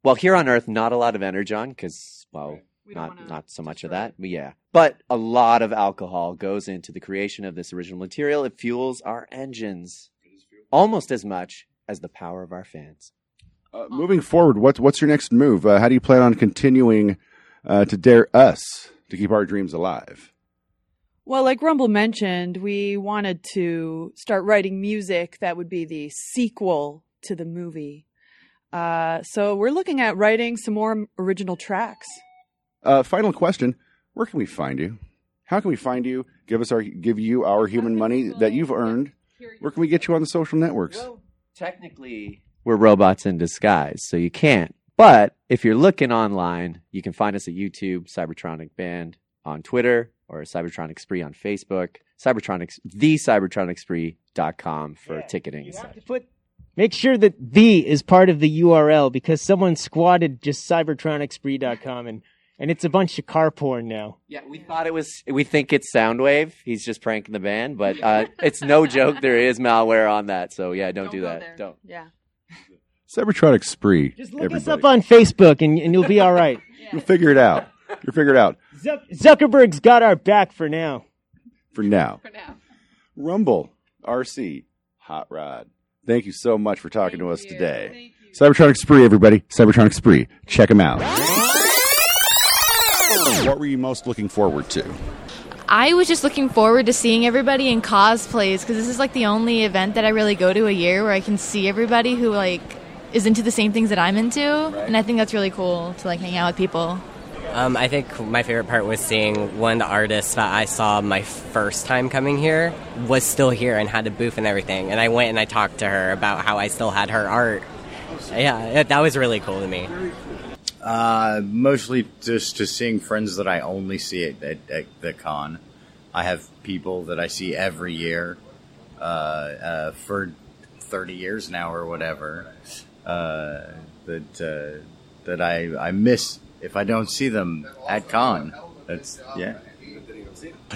Speaker 14: Well, here on Earth, not a lot of energon because well, not not so much of that. But yeah, but a lot of alcohol goes into the creation of this original material. It fuels our engines almost as much as the power of our fans.
Speaker 30: Uh, moving forward, what's what's your next move? Uh, how do you plan on continuing uh, to dare us to keep our dreams alive?
Speaker 27: Well, like Rumble mentioned, we wanted to start writing music that would be the sequel to the movie. Uh, so we're looking at writing some more original tracks.
Speaker 30: Uh, final question: Where can we find you? How can we find you? Give us our give you our human money that you've earned. Where can we get you on the social networks?
Speaker 14: Technically, We're robots in disguise, so you can't. But if you're looking online, you can find us at YouTube, Cybertronic Band on Twitter, or Cybertronic Spree on Facebook. Cybertronics, the cybertronicspree.com for ticketing. and such.
Speaker 16: Make sure that the is part of the URL because someone squatted just cybertronicspree.com and, and it's a bunch of car porn now.
Speaker 14: Yeah, we thought it was. We think it's Soundwave. He's just pranking the band, but uh, [laughs] it's no joke. There is malware on that, so yeah, don't, do that. Don't.
Speaker 27: Yeah.
Speaker 30: Cybertronic spree.
Speaker 16: Look us up on Facebook and, and you'll be all right.
Speaker 30: [laughs] You'll figure it out. You'll figure it out
Speaker 16: Zuck- Zuckerberg's got our back for now.
Speaker 30: for now. For now. Rumble RC Hot Rod. Thank you so much for talking to us today. Cybertronic spree, everybody. Cybertronic spree. Check them out. What were you most looking forward to?
Speaker 40: I was just looking forward to seeing everybody in cosplays because this is like the only event that I really go to a year where I can see everybody who like is into the same things that I'm into, and I think that's really cool to like hang out with people.
Speaker 35: Um, I think my favorite part was seeing one of the artists that I saw my first time coming here was still here and had a booth and everything. And I went and I talked to her about how I still had her art. Yeah, that- that was really cool to me.
Speaker 34: Uh, mostly just to seeing friends that I only see at, at, at the con. I have people that I see every year uh, uh, for 30 years now or whatever uh, that uh, that I, I miss if I don't see them at con. That's yeah.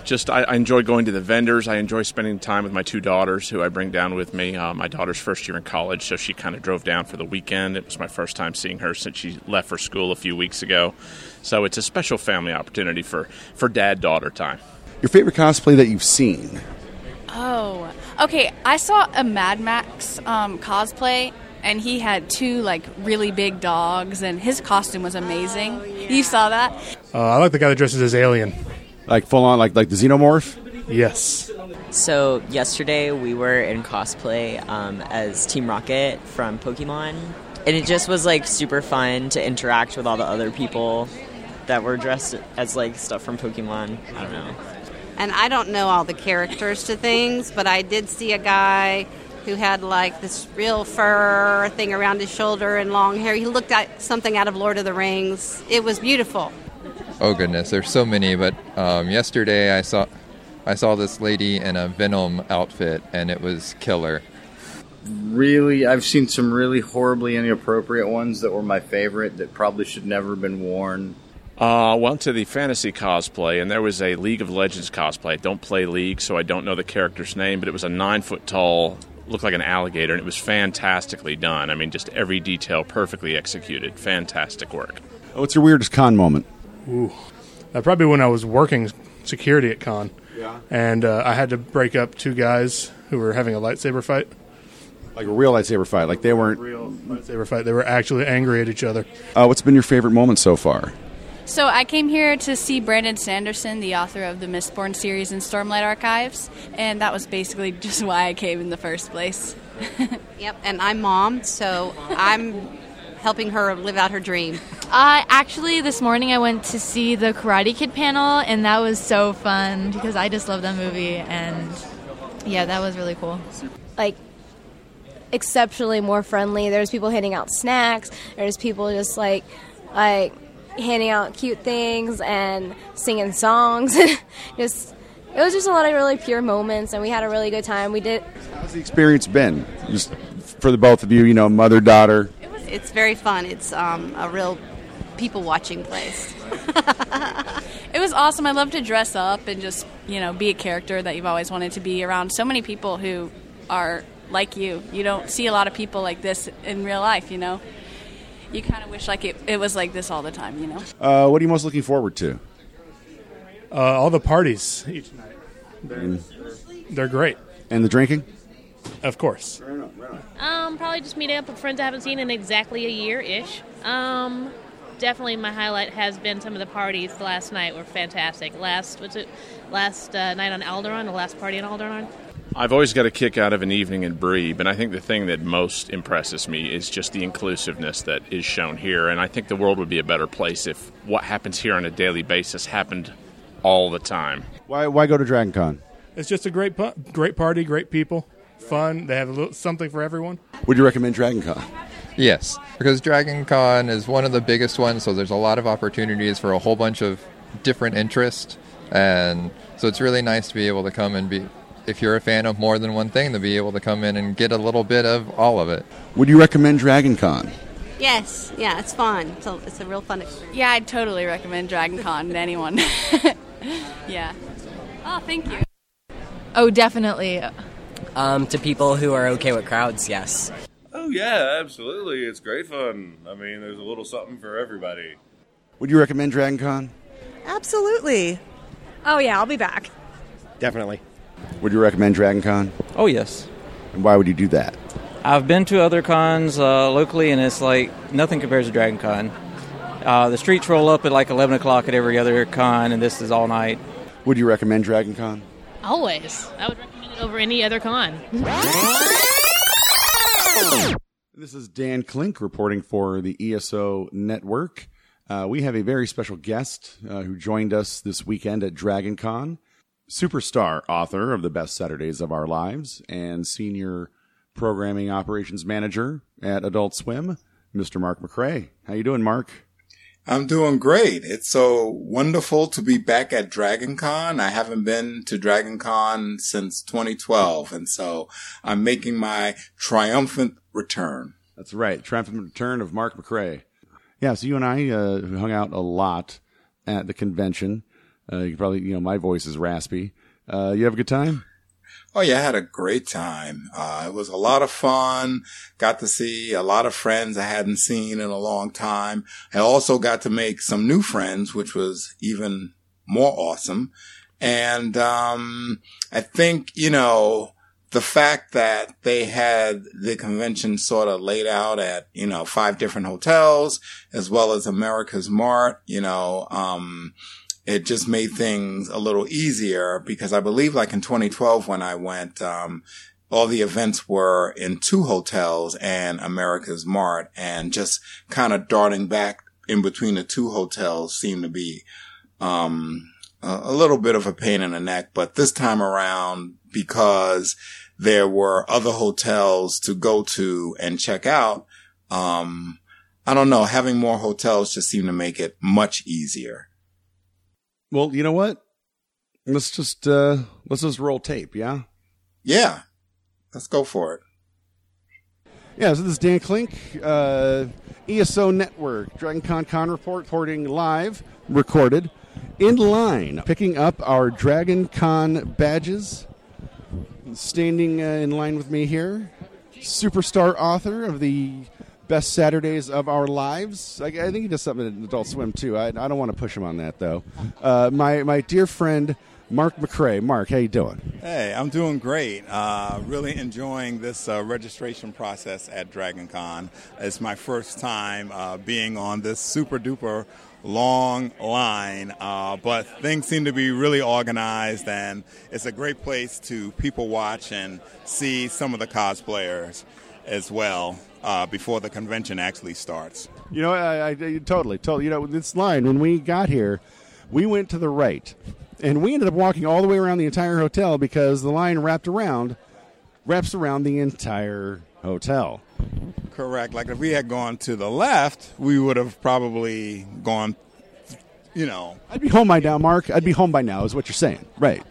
Speaker 41: Just I, I enjoy going to the vendors. I enjoy spending time with my two daughters, who I bring down with me. Uh, my daughter's first year in college, so she kind of drove down for the weekend. It was my first time seeing her since she left for school a few weeks ago. So it's a special family opportunity for for dad daughter time.
Speaker 30: Your favorite cosplay that you've seen?
Speaker 23: Oh, okay. I saw a Mad Max um, cosplay, and he had two like really big dogs, and his costume was amazing.
Speaker 13: Oh,
Speaker 23: You saw that?
Speaker 8: Uh, I like the guy that dresses as alien.
Speaker 30: Like full on, like like the xenomorph.
Speaker 8: Yes.
Speaker 36: So yesterday we were in cosplay um, as Team Rocket from Pokemon, and it just was like super fun to interact with all the other people that were dressed as like stuff from Pokemon. I don't know.
Speaker 13: and I don't know all the characters to things, but I did see a guy who had like this real fur thing around his shoulder and long hair. He looked like something out of Lord of the Rings. It was beautiful.
Speaker 9: Oh goodness, there's so many. But um, yesterday I saw, I saw this lady in a Venom outfit, and it was killer.
Speaker 34: Really, I've seen some really horribly inappropriate ones that were my favorite that probably should never have been worn.
Speaker 41: Uh, well, to the fantasy cosplay, and there was a League of Legends cosplay. I don't play League, so I don't know the character's name, but it was a nine foot tall, looked like an alligator, and it was fantastically done. I mean, just every detail perfectly executed. Fantastic work.
Speaker 30: What's your weirdest con moment?
Speaker 8: Ooh. Uh, probably when I was working security at con.
Speaker 30: Yeah.
Speaker 8: And uh, I had to break up two guys who were having a lightsaber fight.
Speaker 30: Like a real lightsaber fight. Like they weren't.
Speaker 8: Lightsaber fight. They were actually angry at each other.
Speaker 30: Uh, what's been your favorite moment so far?
Speaker 23: So I came here to see Brandon Sanderson, the author of the Mistborn series and Stormlight Archives, and that was basically [laughs] just why I came in the first place. [laughs]
Speaker 13: Yep, and I'm mom, so I'm helping her live out her dream.
Speaker 15: Uh, actually, this morning I went to see the Karate Kid panel, and that was so fun because I just love that movie, and yeah, that was really cool.
Speaker 28: like exceptionally more friendly. There's people handing out snacks. There's people just like like handing out cute things and singing songs. [laughs] just it was just a lot of really pure moments, and we had a really good time. We did
Speaker 30: How's the experience been? Just for the both of you, you know, mother daughter.
Speaker 13: It's very fun. It's um, a real people watching place.
Speaker 23: It was awesome. I love to dress up and just, you know, be a character that you've always wanted to be around so many people who are like you. You don't see a lot of people like this in real life, you know. You kind of wish like it, it was like this all the time, you know.
Speaker 30: Uh, what are you most looking forward to?
Speaker 8: Uh, all the parties each night.
Speaker 30: Mm.
Speaker 8: They're great.
Speaker 30: And the drinking?
Speaker 8: Of course.
Speaker 32: Um, probably just meeting up with friends I haven't seen in exactly a year ish. Um, definitely my highlight has been some of the parties last night were fantastic. Last what's it? Last uh, night on Alderaan, the last party on Alderaan.
Speaker 41: I've always got a kick out of an evening in Brebe, and I think the thing that most impresses me is just the inclusiveness that is shown here. And I think the world would be a better place if what happens here on a daily basis happened all the time.
Speaker 30: Why, why go to Dragon Con?
Speaker 8: It's just a great, pu- great party, great people, fun. They have a little something for everyone.
Speaker 30: Would you recommend Dragon Con?
Speaker 9: Yes, because Dragon Con is one of the biggest ones, so there's a lot of opportunities for a whole bunch of different interests. And so it's really nice to be able to come and be, if you're a fan of more than one thing, to be able to come in and get a little bit of all of it.
Speaker 30: Would you recommend Dragon Con?
Speaker 13: yes, yeah, it's fun. It's a, it's a real fun experience.
Speaker 23: Yeah, I'd totally recommend Dragon Con to anyone. [laughs] yeah. Oh, thank you.
Speaker 15: Oh, definitely.
Speaker 36: Um, to people who are okay with crowds, yes.
Speaker 3: Oh yeah, absolutely. It's great fun. I mean, there's a little something for everybody.
Speaker 30: Would you recommend Dragon Con?
Speaker 4: Absolutely. Oh, yeah, I'll be back.
Speaker 30: Definitely. Would you recommend Dragon Con?
Speaker 37: Oh, yes.
Speaker 30: And why would you do that?
Speaker 37: I've been to other cons uh, locally, and it's like nothing compares to Dragon Con. Uh, the streets roll up at like 11 o'clock at every other con, and this is all night.
Speaker 30: Would you recommend Dragon Con?
Speaker 32: Always, I would recommend it over any other con.
Speaker 30: This is Dan Klink reporting for the ESO E Network. Uh, we have a very special guest uh, who joined us this weekend at Dragon Con, superstar author of The Best Saturdays of Our Lives and senior programming operations manager at Adult Swim, Mr. Mark McRae. How you doing, Mark?
Speaker 20: I'm doing great. It's so wonderful to be back at Dragon Con. I haven't been to Dragon Con since 2012, and so I'm making my triumphant return.
Speaker 30: That's right. Triumphant return of Mark McRae. Yeah, so you and I uh, hung out a lot at the convention. Uh, you can probably, you know, my voice is raspy. Uh, you have a good time?
Speaker 20: Oh yeah, I had a great time. Uh, it was a lot of fun. Got to see a lot of friends I hadn't seen in a long time. I also got to make some new friends, which was even more awesome. And, um, I think, you know, the fact that they had the convention sort of laid out at, you know, five different hotels as well as America's Mart, you know, um, it just made things a little easier because I believe like in 2012 when I went, um, all the events were in two hotels and America's Mart and just kind of darting back in between the two hotels seemed to be, um, a, a little bit of a pain in the neck, but this time around because there were other hotels to go to and check out, um, I don't know, having more hotels just seemed to make it much easier.
Speaker 30: Well, you know what? Let's just uh let's just roll tape, yeah?
Speaker 20: Yeah. Let's go for it.
Speaker 30: Yeah, so this is Dan Klink, uh ESO Network, Dragon Con Con Report reporting live, recorded, in line, picking up our Dragon Con badges. Standing uh, in line with me here, superstar author of the best Saturdays of our lives. I, I think he does something in Adult Swim too. I, I don't want to push him on that though. Uh, my my dear friend Mark McRae. Mark, how you doing?
Speaker 20: Hey, I'm doing great. Uh, really enjoying this uh, registration process at Dragon Con. It's my first time uh, being on this super duper long line, uh, but things seem to be really organized, and it's a great place to people watch and see some of the cosplayers as well uh, before the convention actually starts.
Speaker 30: You know, I, I, I totally, totally. You know, this line when we got here, we went to the right, and we ended up walking all the way around the entire hotel because the line wrapped around, wraps around the entire hotel.
Speaker 20: Correct. Like if we had gone to the left, we would have probably gone, you know,
Speaker 30: I'd be home by now, Mark. I'd be home by now, is what you're saying, right?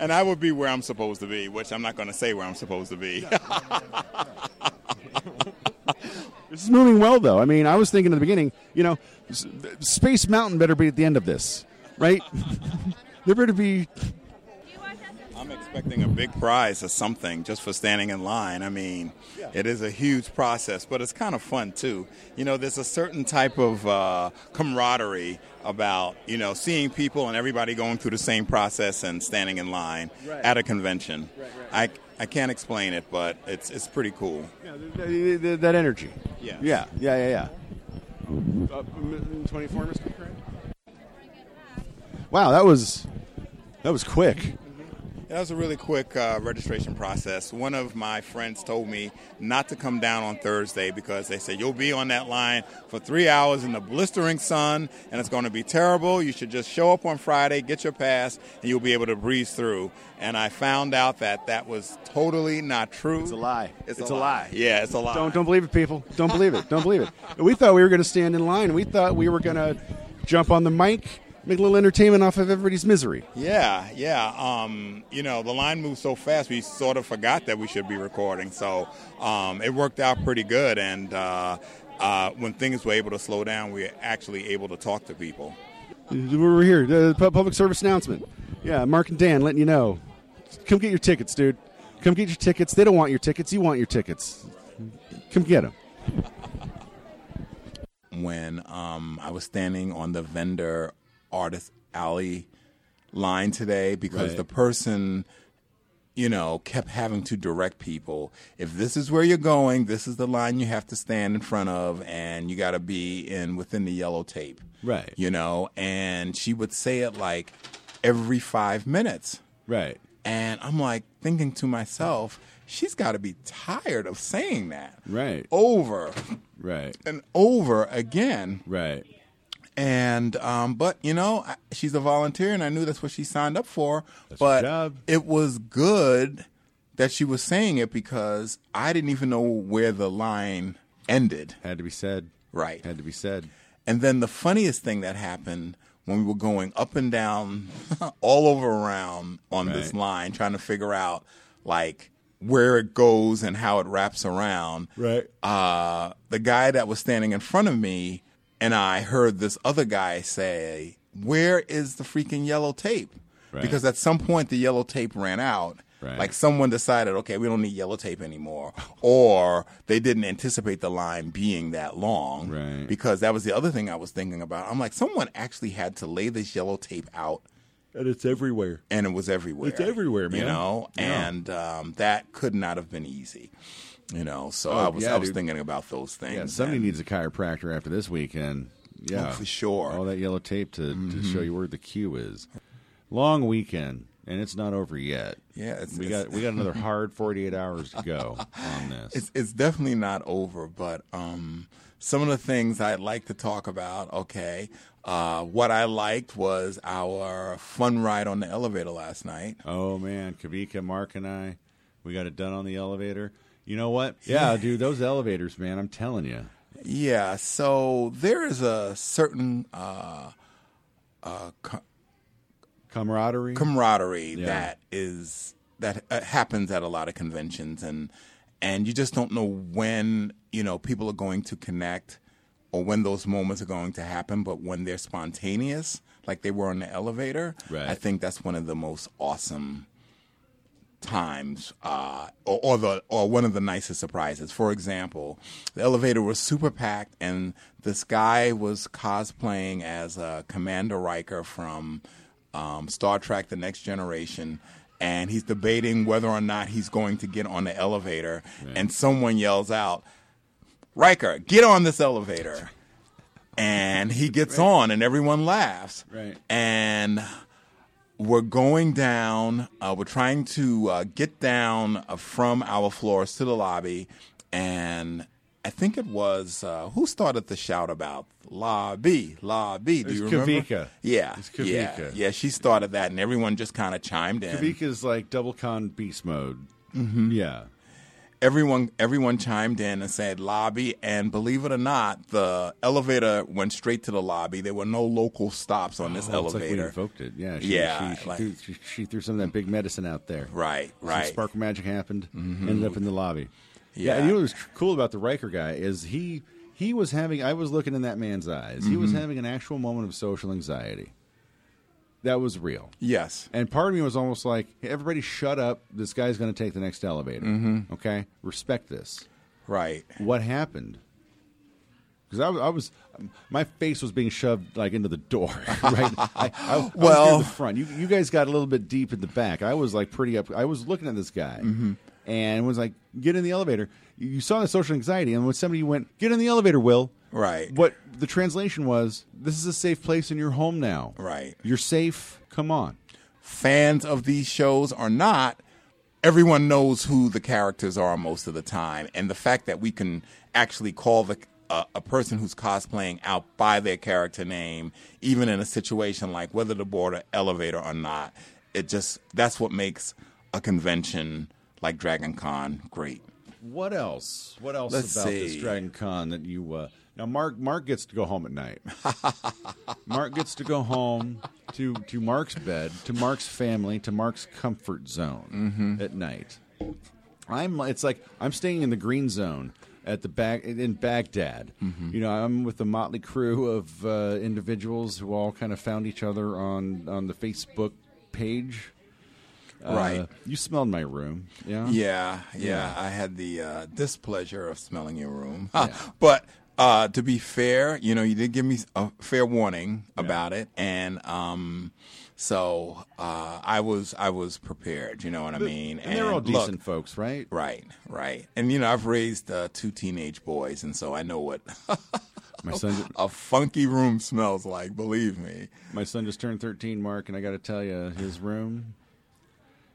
Speaker 20: and I would be where I'm supposed to be, which I'm not going to say where I'm supposed to be. [laughs]
Speaker 30: This is moving well, though. I mean, I was thinking in the beginning, you know, S- Space Mountain better be at the end of this, right? [laughs] there better be
Speaker 20: I'm expecting a big prize or something just for standing in line. I mean, it is a huge process, but it's kind of fun too. You know, there's a certain type of uh, camaraderie about, you know, seeing people and everybody going through the same process and standing in line
Speaker 30: Right.
Speaker 20: at a convention. I, I can't explain it, but it's, it's pretty cool.
Speaker 30: th- th- that energy.
Speaker 20: Yes.
Speaker 30: Yeah, yeah, yeah, yeah.
Speaker 20: Uh, 24, Mr. Crane?
Speaker 30: Wow, that was that was quick.
Speaker 20: That was a really quick uh, registration process. One of my friends told me not to come down on Thursday because they said you'll be on that line for three hours in the blistering sun and it's going to be terrible. You should just show up on Friday, get your pass, and you'll be able to breeze through. And I found out that that was totally not true. It's a
Speaker 30: lie.
Speaker 20: It's,
Speaker 30: It's
Speaker 20: a,
Speaker 30: a
Speaker 20: lie.
Speaker 30: lie.
Speaker 20: Yeah, it's a lie.
Speaker 30: Don't don't believe it, people.
Speaker 20: [laughs]
Speaker 30: Don't believe it. Don't believe it. We thought we were going to stand in line. We thought we were going to jump on the mic, make a little entertainment off of everybody's misery.
Speaker 20: Yeah, yeah. Um, you know, the line moved so fast, we sort of forgot that we should be recording. So um, it worked out pretty good. And uh, uh, when things were able to slow down, we were actually able to talk to people.
Speaker 30: We're here. The pu- public service announcement. Yeah, Mark and Dan letting you know. Come get your tickets, dude. Come get your tickets. They don't want your tickets. You want your tickets. Come get them.
Speaker 20: When um, I was standing on the vendor artist alley line today, because
Speaker 6: Right.
Speaker 20: the person you know, kept having to direct people. If this is where you're going, this is the line you have to stand in front of, and you got to be in within the yellow tape.
Speaker 30: Right.
Speaker 20: You know, and she would say it like every five minutes.
Speaker 30: Right.
Speaker 20: And I'm like thinking to myself, she's got to be tired of saying that.
Speaker 30: Right.
Speaker 20: Over
Speaker 30: Right.
Speaker 20: and over again.
Speaker 30: Right.
Speaker 20: And um, but you know, I- she's a volunteer, and I knew that's what she signed up for. but it was good that she was saying it because I didn't even know where the line ended. Had to be said. Right. Had to be said. And then the funniest thing that happened when we were going up and down, [laughs] all over around on this
Speaker 41: Right.
Speaker 20: line, trying to figure out like where it goes and how it wraps around. Right. Uh, the guy that was standing in front of me and I heard this other guy say, "Where is the freaking yellow tape?"
Speaker 30: Right.
Speaker 20: Because at some point the yellow tape ran out.
Speaker 30: Right.
Speaker 20: Like someone decided, okay, we don't need yellow tape anymore, or they didn't anticipate the line being that long. Right. Because that was the other thing I was thinking about. I'm like, someone actually had to lay this yellow tape out
Speaker 41: And it's everywhere.
Speaker 20: and it was everywhere.
Speaker 41: It's everywhere,
Speaker 20: You
Speaker 41: man.
Speaker 20: know,
Speaker 41: Yeah.
Speaker 20: and um, that could not have been easy. You know, so
Speaker 30: Oh,
Speaker 20: I was
Speaker 30: yeah,
Speaker 20: I was
Speaker 30: dude.
Speaker 20: thinking about those things. Oh,
Speaker 30: Yeah, somebody needs a chiropractor after this weekend. Yeah,
Speaker 20: for sure. Mm-hmm.
Speaker 30: All that yellow tape to, to show you where the cue is. Long weekend, and it's not over yet.
Speaker 20: Yeah, it's-
Speaker 30: we
Speaker 20: it's-
Speaker 30: got we
Speaker 20: [laughs]
Speaker 30: got another hard forty eight hours to go on this.
Speaker 20: It's it's definitely not over, but um, some of the things I'd like to talk about. Okay, uh, what I liked was our fun ride on the elevator last night.
Speaker 30: Oh man, Kavika, Mark, and I, we got it done on the elevator. You know what? Yeah, dude, those elevators, man. I'm telling you.
Speaker 20: Yeah, so there is a certain uh, uh, co-
Speaker 30: camaraderie
Speaker 20: camaraderie
Speaker 30: Yeah.
Speaker 20: that is that uh, happens at a lot of conventions, and and you just don't know when you know people are going to connect or when those moments are going to happen. But when they're spontaneous, like they were on the elevator,
Speaker 30: Right.
Speaker 20: I think that's one of the most awesome times uh, or, or the or one of the nicest surprises. For example, the elevator was super packed, and this guy was cosplaying as uh, Commander Riker from um, Star Trek: The Next Generation. And he's debating whether or not he's going to get on the elevator, and someone yells out, "Riker, get on this elevator!" And
Speaker 30: [laughs]
Speaker 20: he gets on, and everyone laughs.
Speaker 30: Right.
Speaker 20: And we're going down. Uh, we're trying to uh, get down uh, from our floors to the lobby, and I think it was uh, who started the shout about lobby, lobby. Do
Speaker 30: It's
Speaker 20: you remember?
Speaker 30: Kavika.
Speaker 20: Yeah,
Speaker 30: It's
Speaker 20: yeah,
Speaker 30: Kavika.
Speaker 20: yeah. She started that, and everyone just kind of chimed in. Mm-hmm.
Speaker 30: Kavika's like double con beast mode. Yeah.
Speaker 20: Everyone, everyone chimed in and said lobby, and believe it or not, the elevator went straight to the lobby. There were no local stops on this
Speaker 30: Oh, it's like we
Speaker 20: elevator.
Speaker 30: invoked it. Yeah, she,
Speaker 20: Yeah,
Speaker 30: She, she,
Speaker 20: like-
Speaker 30: threw, she, she threw some of that big medicine out there.
Speaker 20: Right,
Speaker 30: Some
Speaker 20: right. Mm-hmm.
Speaker 30: spark magic happened. Ended up in the lobby.
Speaker 20: Yeah.
Speaker 30: Yeah. and you know what was tr- cool about the Riker guy is he he was having. I was looking in that man's eyes. He was
Speaker 20: Mhm.
Speaker 30: having an actual moment of social anxiety. That was real.
Speaker 20: Yes.
Speaker 30: And part of me was almost like, hey, everybody shut up. This guy's going to take the next elevator.
Speaker 20: Mhm.
Speaker 30: Okay? Respect this.
Speaker 20: Right.
Speaker 30: What happened? Because I, was- I was, my face was being shoved like into the door, [laughs] right? I, I, I was
Speaker 20: Well-
Speaker 30: near the front. You, you guys got a little bit deep in the back. I was like pretty up. I was looking at this guy and was like, "Get in the elevator." You, you saw the social anxiety, and when somebody went, "Get in the elevator, Will."
Speaker 20: Right.
Speaker 30: What the translation was: "This is a safe place in your home now."
Speaker 20: Right.
Speaker 30: You're safe. Come on.
Speaker 20: Fans of these shows or not, everyone knows who the characters are most of the time, and the fact that we can actually call the uh, a person who's cosplaying out by their character name, even in a situation like whether to board an elevator or not, it just that's what makes a convention like Dragon Con great.
Speaker 30: What else? What else
Speaker 20: Let's
Speaker 30: about this
Speaker 20: see.
Speaker 30: Dragon Con that you uh now Mark Mark gets to go home
Speaker 20: [laughs]
Speaker 30: at night. Mark gets to go home to to Mark's bed, to Mark's family, to Mark's comfort zone
Speaker 20: Mm-hmm.
Speaker 30: at night. I'm li- it's like I'm staying in the green zone at the back in Baghdad.
Speaker 20: Mm-hmm.
Speaker 30: You know, I'm with a motley crew of uh, individuals who all kind of found each other on on the Facebook page. Uh,
Speaker 20: Right.
Speaker 30: you smelled my room. Yeah.
Speaker 20: Yeah, yeah. I had the uh, displeasure of smelling your room. [laughs] but uh, to be fair, you know, you did give me a fair warning about it, and um, so uh, I was I was prepared. You know what I
Speaker 30: But-
Speaker 20: mean?
Speaker 30: and they're all
Speaker 20: look,
Speaker 30: decent folks, right?
Speaker 20: Right, right. And you know, I've raised uh, two teenage boys, and so I know what
Speaker 30: My son
Speaker 20: [laughs] a funky room smells like. Believe me.
Speaker 30: My son just turned 13, Mark, and I got to tell you, his room,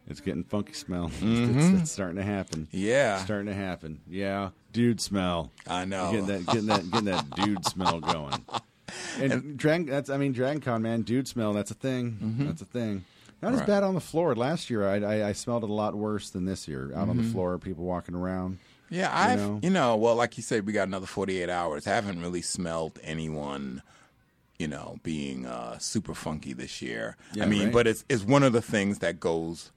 Speaker 30: it's getting
Speaker 8: [laughs]
Speaker 30: funky smell. It's- It's,
Speaker 20: Mhm.
Speaker 30: it's starting to happen.
Speaker 20: Yeah.
Speaker 30: It's starting to happen. Yeah, dude smell.
Speaker 20: I know. [laughs]
Speaker 30: Getting that, getting that, getting that dude smell going.
Speaker 8: And Dragon, that's I mean Dragon Con, man, dude smell, that's a thing.
Speaker 20: Mm-hmm.
Speaker 8: That's a thing. Not as
Speaker 30: Right.
Speaker 8: bad on the floor. Last year, I, I I smelled it a lot worse than this year. Out on the
Speaker 20: Mhm.
Speaker 8: floor, people walking around.
Speaker 20: Yeah,
Speaker 8: you
Speaker 20: I've
Speaker 8: know?
Speaker 20: you know, well, like you said, we got another forty eight hours. I haven't really smelled anyone, you know, being uh, super funky this year.
Speaker 6: Yeah,
Speaker 20: I mean,
Speaker 6: right.
Speaker 20: but it's it's one of the things that goes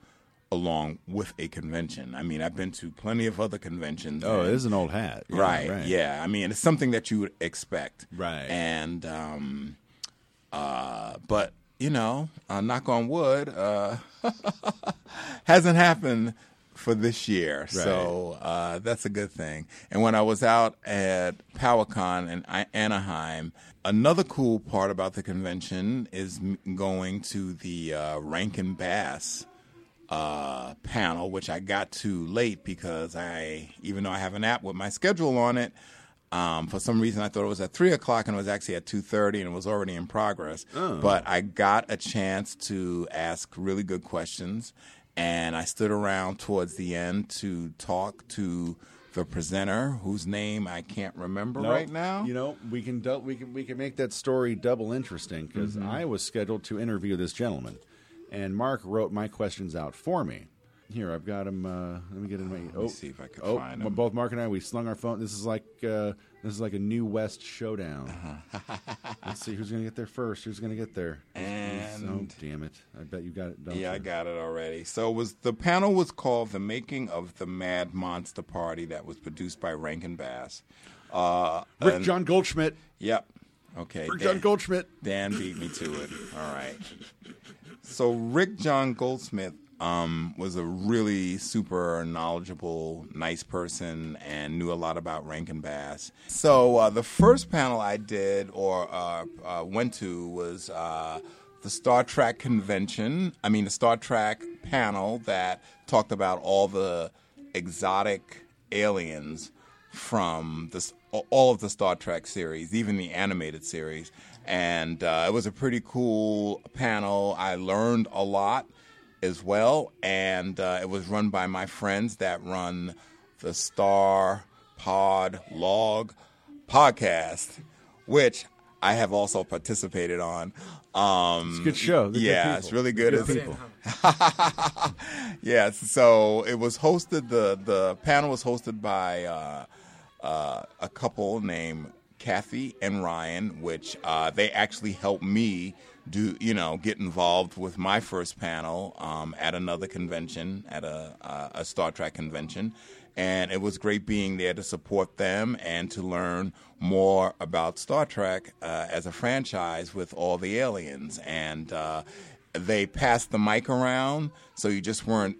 Speaker 20: along with a convention. I mean, I've been to plenty of other conventions.
Speaker 8: Oh,
Speaker 20: and-
Speaker 8: it is an old hat. Yeah,
Speaker 20: right,
Speaker 8: right.
Speaker 20: Yeah. I mean, it's something that you would expect.
Speaker 8: Right.
Speaker 20: And um uh but you know, uh, knock on wood, uh hasn't happened for this year. So uh, that's a good thing. And when I was out at PowerCon in I- Anaheim, another cool part about the convention is m- going to the uh, Rankin Bass uh, panel, which I got to late because I, even though I have an app with my schedule on it, um, for some reason I thought it was at three o'clock and it was actually at two thirty and it was already in progress.
Speaker 8: Oh.
Speaker 20: But I got a chance to ask really good questions, and I stood around towards the end to talk to the presenter, whose name I can't remember
Speaker 8: No,
Speaker 20: right now.
Speaker 8: You know, we can dou- we can we can make that story double interesting because
Speaker 20: Mhm.
Speaker 8: I was scheduled to interview this gentleman, and Mark wrote my questions out for me. Here, I've got him. Uh, let me get in my.
Speaker 20: Let
Speaker 8: oh,
Speaker 20: me see if I can
Speaker 8: oh,
Speaker 20: find
Speaker 8: well,
Speaker 20: him.
Speaker 8: Both Mark and I, we slung our phone. This is like uh, this is like a New West showdown.
Speaker 20: Uh-huh. [laughs]
Speaker 8: Let's see who's going to get there first. Who's going to get there? Who's- oh,
Speaker 20: And-
Speaker 8: damn it! I bet you got it. Don't
Speaker 20: yeah, I
Speaker 8: you?
Speaker 20: got it already. So it was the panel was called "The Making of the Mad Monster Party" that was produced by Rankin Bass. Uh,
Speaker 8: Rick
Speaker 20: and-
Speaker 8: John Goldschmidt.
Speaker 20: Yep. Okay.
Speaker 8: Rick John Goldschmidt.
Speaker 20: Dan beat me to it. All right. So Rick John Goldsmith um, was a really super knowledgeable, nice person, and knew a lot about Rankin Bass. So uh, the first panel I did or uh, uh, went to was uh, the Star Trek convention. I mean, the Star Trek panel that talked about all the exotic aliens from this all of the Star Trek series, even the animated series, and uh, it was a pretty cool panel. I learned a lot as well, and uh, it was run by my friends that run the Star Pod Log podcast, which I have also participated on. Um,
Speaker 8: It's a good show. They're good
Speaker 20: yeah,
Speaker 8: people.
Speaker 20: it's really good.
Speaker 8: They're
Speaker 20: It's-
Speaker 8: good people.
Speaker 20: yes. So it was hosted. the The panel was hosted by uh, uh, a couple named Kathy and Ryan, which uh, they actually helped me do. You know, get involved with my first panel um, at another convention, at a uh, a Star Trek convention, and it was great being there to support them and to learn more about Star Trek uh, as a franchise with all the aliens and. Uh, they passed the mic around so you just weren't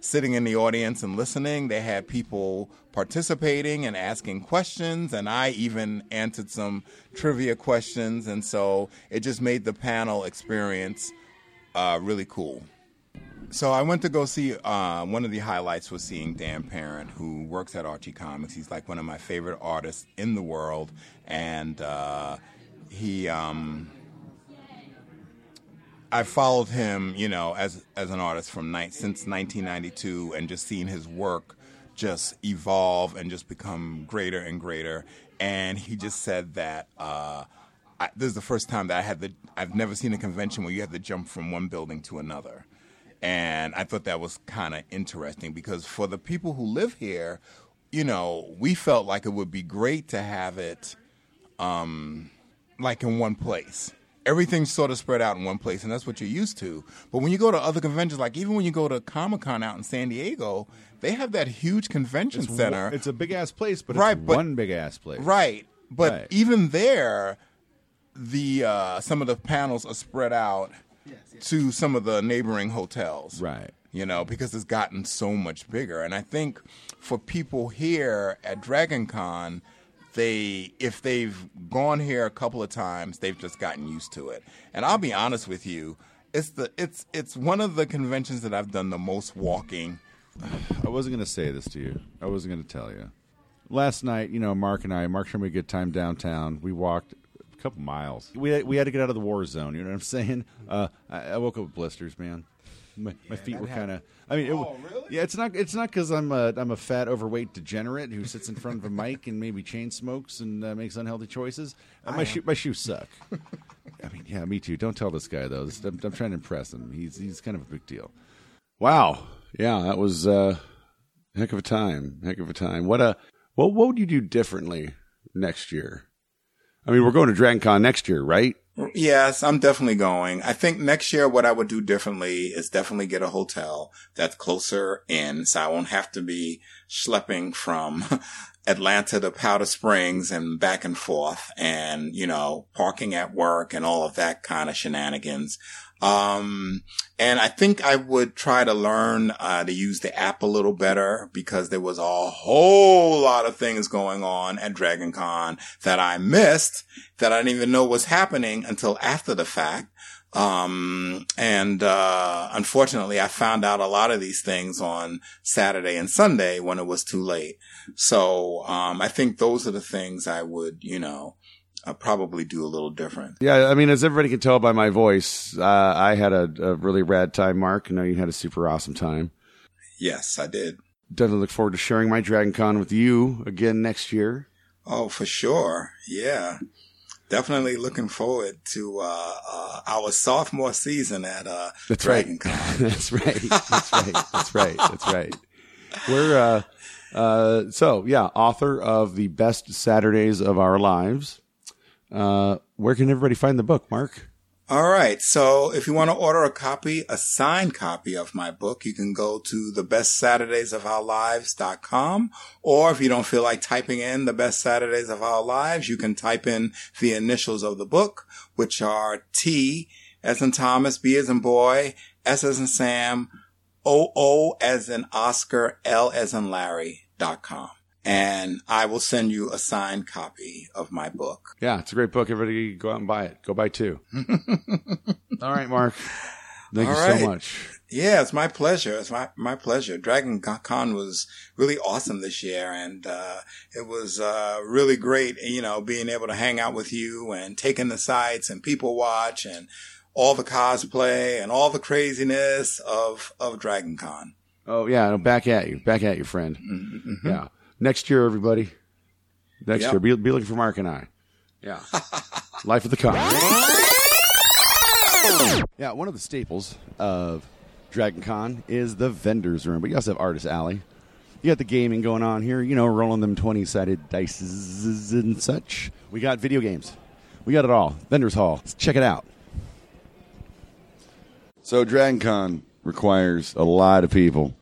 Speaker 20: sitting in the audience and listening they had people participating and asking questions and i even answered some trivia questions and so it just made the panel experience uh, really cool so I went to go see uh, one of the highlights was seeing Dan Parent, who works at Archie Comics. He's like one of my favorite artists in the world, and uh, he um, I followed him, you know, as as an artist from night since 1992, and just seeing his work just evolve and just become greater and greater. And he just said that uh, I, this is the first time that I had the I've never seen a convention where you have to jump from one building to another. And I thought that was kind of interesting because for the people who live here, you know, we felt like it would be great to have it um, like in one place. Everything's sort of spread out in one place, and that's what you're used to. But when you go to other conventions, like even when you go to Comic Con out in San Diego, they have that huge convention
Speaker 8: It's
Speaker 20: center.
Speaker 8: one- it's a big ass place, but
Speaker 20: Right,
Speaker 8: it's
Speaker 20: but-
Speaker 8: one big ass place.
Speaker 20: Right. But
Speaker 8: Right.
Speaker 20: even there, the uh, some of the panels are spread out to some of the neighboring hotels.
Speaker 8: Right.
Speaker 20: You know, because it's gotten so much bigger. And I think for people here at Dragon Con, they if they've gone here a couple of times, they've just gotten used to it. And I'll be honest with you, it's the it's it's one of the conventions that I've done the most walking.
Speaker 8: I wasn't going to say this to you. I wasn't going to tell you. Last night, you know, Mark and I, Mark showed me a good time downtown. We walked
Speaker 30: couple miles. We we had to get out of the war zone. You know what I'm saying? Uh, I, I woke up with blisters, man. My, my feet
Speaker 42: that
Speaker 30: were kind of.
Speaker 42: happened.
Speaker 30: I mean, it,
Speaker 42: Oh,
Speaker 30: really? Yeah, it's not. It's not because I'm a I'm a fat, overweight degenerate who sits in front of a mic and maybe chain smokes and uh, makes unhealthy choices. Uh,
Speaker 42: I
Speaker 30: my
Speaker 42: am.
Speaker 30: shoe, my shoes suck. I mean, yeah, me too. Don't tell this guy though. This- I'm, I'm trying to impress him. He's he's kind of a big deal. Wow. Yeah, that was uh, heck of a time. Heck of a time. What a what what would you do differently next year? I mean, we're going to Dragon Con next year, right?
Speaker 20: Yes, I'm definitely going. I think next year what I would do differently is definitely get a hotel that's closer in so I won't have to be schlepping from [laughs] Atlanta to Powder Springs and back and forth and, you know, parking at work and all of that kind of shenanigans. Um, and I think I would try to learn, uh, to use the app a little better because there was a whole lot of things going on at Dragon Con that I missed that I didn't even know was happening until after the fact. Um, and, uh, unfortunately I found out a lot of these things on Saturday and Sunday when it was too late. So, um, I think those are the things I would, you know, uh, probably do a little different.
Speaker 30: Yeah, I mean, as everybody can tell by my voice, uh, I had a, a really rad time, Mark. I know you had a super awesome time.
Speaker 20: Yes, I did.
Speaker 30: Definitely look forward to sharing my Dragon Con with you again next year.
Speaker 20: Oh, for sure. Yeah. Definitely looking forward to uh, uh, our sophomore season at uh,
Speaker 30: That's
Speaker 20: Dragon
Speaker 30: right. [laughs] That's right. That's right. That's right. That's right. We're uh, uh, so yeah, author of the best Saturdays of our lives. Uh, where can everybody find the book, Mark?
Speaker 20: All right. So if you want to order a copy, a signed copy of my book, you can go to thebestsaturdaysofourlives.com. Or if you don't feel like typing in the best Saturdays of our lives, you can type in the initials of the book, which are T as in Thomas, B as in boy, S as in Sam, O O as in Oscar, L as in Larry dot com. And I will send you a signed copy of my book.
Speaker 30: Yeah, it's a great book. Everybody go out and buy it. Go buy
Speaker 20: [laughs]
Speaker 30: two. All right, Mark. Thank
Speaker 20: All
Speaker 30: you so
Speaker 20: right.
Speaker 30: much.
Speaker 20: Yeah, it's my pleasure. It's my, my pleasure. Dragon Con was really awesome this year and, uh, it was, uh, really great, you know, being able to hang out with you and taking the sights and people watch and all the cosplay and all the craziness of, of Dragon Con.
Speaker 30: Oh yeah, no, back at you, back at you, friend. Yeah, next year, everybody. Next
Speaker 20: Mm-hmm. Yep.
Speaker 30: year, be, be looking for Mark
Speaker 20: [laughs]
Speaker 30: and I.
Speaker 17: [laughs]
Speaker 30: Yeah, life of the con. yeah, one of the staples of Dragon Con is the vendors room, but you also have Artist Alley. You got the gaming going on here, you know, rolling them twenty sided dices and such. We got video games. We got it all. Vendors Hall. Let's check it out.
Speaker 2: So Dragon Con requires a lot of people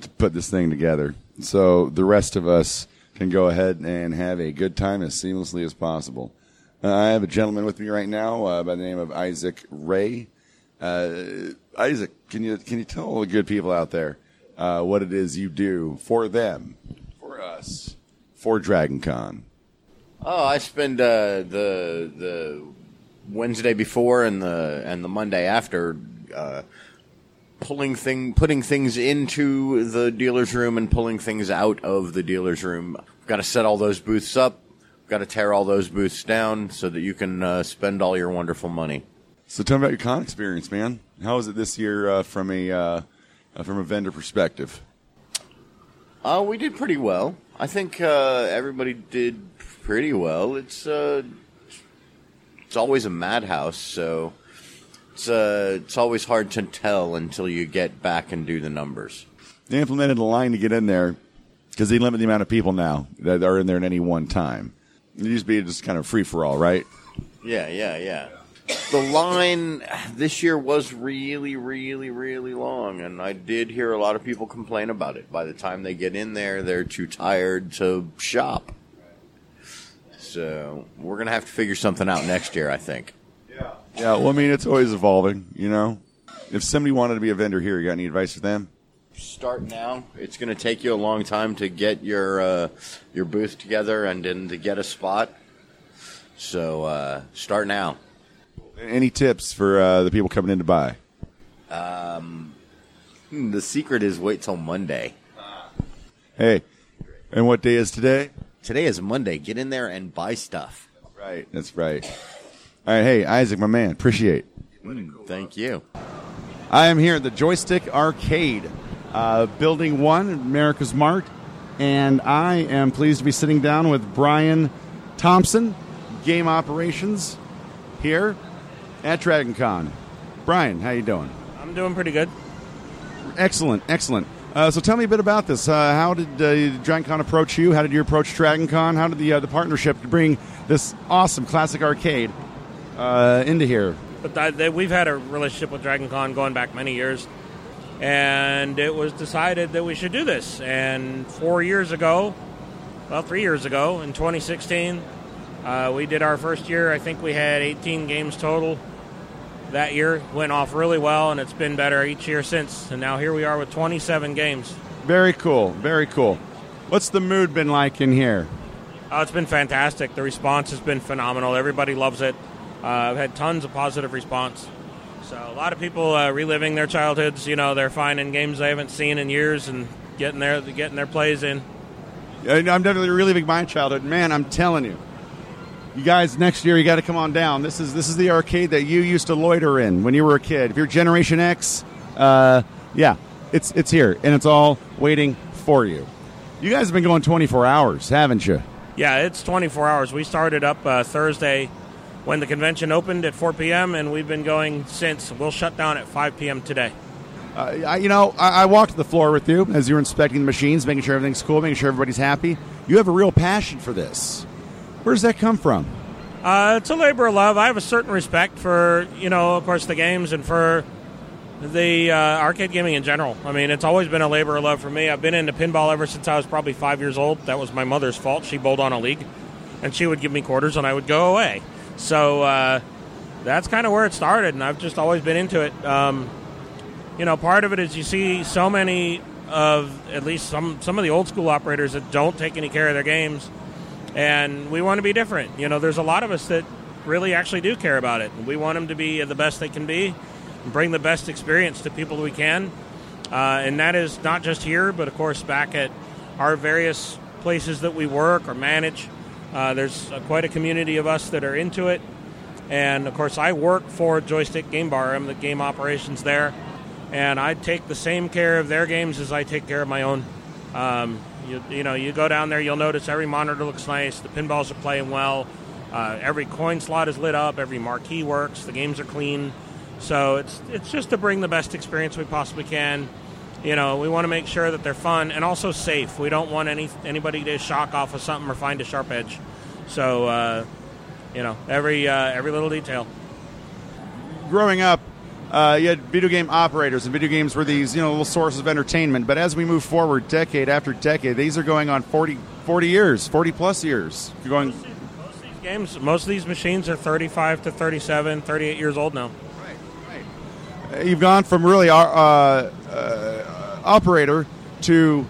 Speaker 2: to put this thing together. So the rest of us can go ahead and have a good time as seamlessly as possible. Uh, I have a gentleman with me right now uh, by the name of Isaac Ray. Uh, Isaac, can you can you tell all the good people out there uh, what it is you do for them, for us, for Dragon Con?
Speaker 42: Oh, I spend uh, the the Wednesday before and the and the Monday after uh, pulling thing putting things into the dealer's room and pulling things out of the dealer's room. We've got to set all those booths up. We've got to tear all those booths down so that you can uh, spend all your wonderful money.
Speaker 2: So tell me about your con experience, man. How was it this year uh, from a uh, uh, from a vendor perspective?
Speaker 42: Uh, we did pretty well. I think uh, everybody did pretty well. It's uh, it's always a madhouse, so it's uh, it's always hard to tell until you get back and do the numbers.
Speaker 2: They implemented a line to get in there because they limit the amount of people now that are in there at any one time. It used to be just kind of free for all, right?
Speaker 42: Yeah, yeah, yeah. The line this year was really, really, really long, and I did hear a lot of people complain about it. By the time they get in there, they're too tired to shop. So we're gonna have to figure something out next year, I think.
Speaker 2: Yeah, well, I mean, it's always evolving, you know? If somebody wanted to be a vendor here, you got any advice for them?
Speaker 42: Start now. It's going to take you a long time to get your uh, your booth together and then to get a spot. So uh, start now.
Speaker 2: Any tips for uh, the people coming in to buy?
Speaker 42: Um, hmm, the secret is wait till Monday.
Speaker 2: Hey, and what day is today?
Speaker 42: Today is Monday. Get in there and buy stuff.
Speaker 2: Right. That's right.
Speaker 30: All right, hey Isaac, my man, appreciate.
Speaker 2: Thank you.
Speaker 30: I am here at the Joystick Arcade, uh, Building One, America's Mart, and I am pleased to be sitting down with Brian Thompson, Game Operations, here at Dragon Con. Brian, how you doing?
Speaker 27: I'm doing pretty good.
Speaker 30: Excellent, excellent. Uh, so tell me a bit about this. Uh, how did uh, Dragon Con approach you? How did you approach Dragon Con? How did the uh, the partnership to bring this awesome classic arcade uh, into here?
Speaker 27: But I, they, we've had a relationship with Dragon Con going back many years, and it was decided that we should do this. And four years ago, well, three years ago, in 2016, uh, we did our first year. I think we had 18 games total that year. Went off really well, and it's been better each year since. And now here we are with 27 games.
Speaker 30: Very cool, very cool. What's the mood been like in here?
Speaker 27: Oh, it's been fantastic. The response has been phenomenal. Everybody loves it. Uh, I've had tons of positive response. So a lot of people uh, reliving their childhoods. You know, they're finding games they haven't seen in years and getting their getting their plays in.
Speaker 30: Uh, I'm definitely reliving my childhood. Man, I'm telling you. You guys, next year you got to come on down. This is this is the arcade that you used to loiter in when you were a kid. If you're Generation X, uh, yeah, it's it's here and it's all waiting for you. You guys have been going 24 hours, haven't you?
Speaker 27: Yeah, it's 24 hours. We started up uh, Thursday when the convention opened at 4 p.m. and we've been going since. We'll shut down at 5 p.m. today.
Speaker 30: Uh, I, you know, I, I walked the floor with you as you were inspecting the machines, making sure everything's cool, making sure everybody's happy. You have a real passion for this. Where does that come from?
Speaker 27: Uh, it's a labor of love. I have a certain respect for, you know, of course, the games and for the uh, arcade gaming in general. I mean, it's always been a labor of love for me. I've been into pinball ever since I was probably five years old. That was my mother's fault. She bowled on a league, and she would give me quarters, and I would go away. So uh, that's kind of where it started, and I've just always been into it. Um, you know, part of it is you see so many of at least some some of the old school operators that don't take any care of their games, and we want to be different. You know, there's a lot of us that really actually do care about it. We want them to be the best they can be, and bring the best experience to people we can, uh, and that is not just here, but of course back at our various places that we work or manage. Uh, there's uh, quite a community of us that are into it. And of course, I work for Joystick Game Bar. I'm the game operations there. And I take the same care of their games as I take care of my own. Um, you, you know, you go down there, you'll notice every monitor looks nice, the pinballs are playing well, uh, every coin slot is lit up, every marquee works, the games are clean. So it's, it's just to bring the best experience we possibly can. You know, we want to make sure that they're fun and also safe. We don't want any anybody to shock off of something or find a sharp edge. So, uh, you know, every uh, every little detail.
Speaker 30: growing up, uh, you had video game operators, and video games were these you know little sources of entertainment. But as we move forward, decade after decade, these are going on 40, 40 years, forty plus years. You're going
Speaker 27: These games, most of these machines are 35 to 37, 38 years old now.
Speaker 30: you've gone from really uh, uh, operator to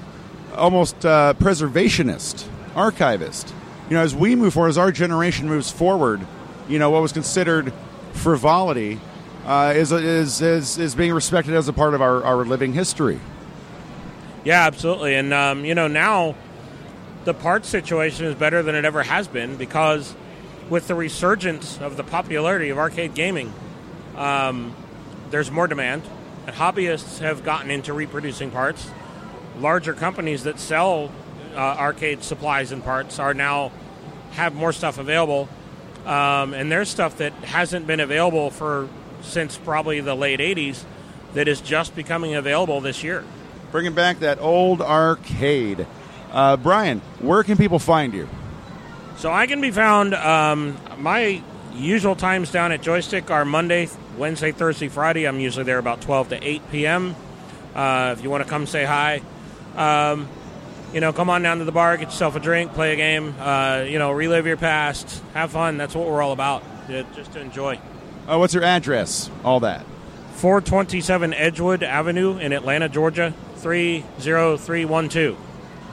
Speaker 30: almost uh, preservationist, archivist. You know, as we move forward, as our generation moves forward, you know what was considered frivolity uh, is, is is is being respected as a part of our, our living history.
Speaker 27: Yeah, absolutely. And um, you know now the parts situation is better than it ever has been because with the resurgence of the popularity of arcade gaming, um, there's more demand, and hobbyists have gotten into reproducing parts. Larger companies that sell uh, arcade supplies and parts are now have more stuff available, um, and there's stuff that hasn't been available for since probably the late '80s that is just becoming available this year.
Speaker 30: Bringing back that old arcade, uh, Brian. Where can people find you?
Speaker 27: So I can be found. Um, my usual times down at Joystick are Monday, Wednesday, Thursday, Friday. I'm usually there about 12 to 8 p.m. Uh, if you want to come say hi, um, you know, come on down to the bar, get yourself a drink, play a game, uh, you know, relive your past, have fun. That's what we're all about, uh, just to enjoy.
Speaker 30: Uh, what's your address? All that.
Speaker 27: 427 Edgewood Avenue in Atlanta, Georgia, 30312.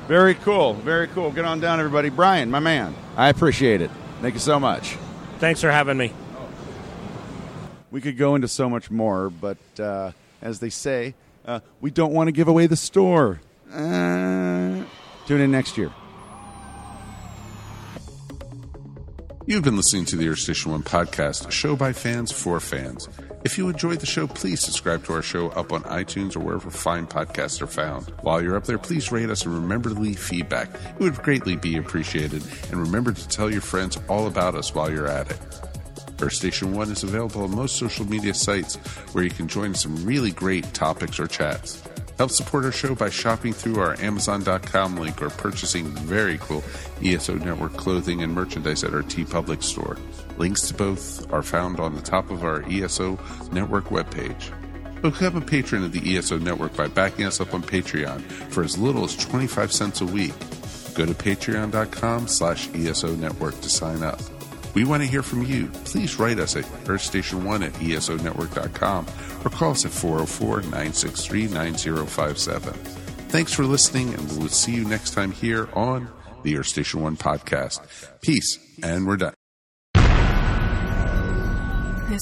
Speaker 30: Very cool. Very cool. Get on down, everybody. Brian, my man, I appreciate it. Thank you so much.
Speaker 27: Thanks for having me.
Speaker 30: We could go into so much more, but uh, as they say, uh, we don't want to give away the store. Uh, tune in next year.
Speaker 2: You've been listening to the Air Station 1 podcast, a show by fans for fans. If you enjoyed the show, please subscribe to our show up on iTunes or wherever fine podcasts are found. While you're up there, please rate us and remember to leave feedback. It would greatly be appreciated. And remember to tell your friends all about us while you're at it. Earth Station 1 is available on most social media sites where you can join some really great topics or chats. Help support our show by shopping through our Amazon.com link or purchasing very cool ESO Network clothing and merchandise at our T Public store. Links to both are found on the top of our ESO Network webpage. Become a patron of the ESO Network by backing us up on Patreon for as little as 25 cents a week. Go to patreon.com slash ESO Network to sign up. We want to hear from you. Please write us at earthstation1 at E esonetwork.com or call us at 404 963 9057. Thanks for listening, and we'll see you next time here on the Earth Station 1 podcast. Peace, and we're done.
Speaker 1: This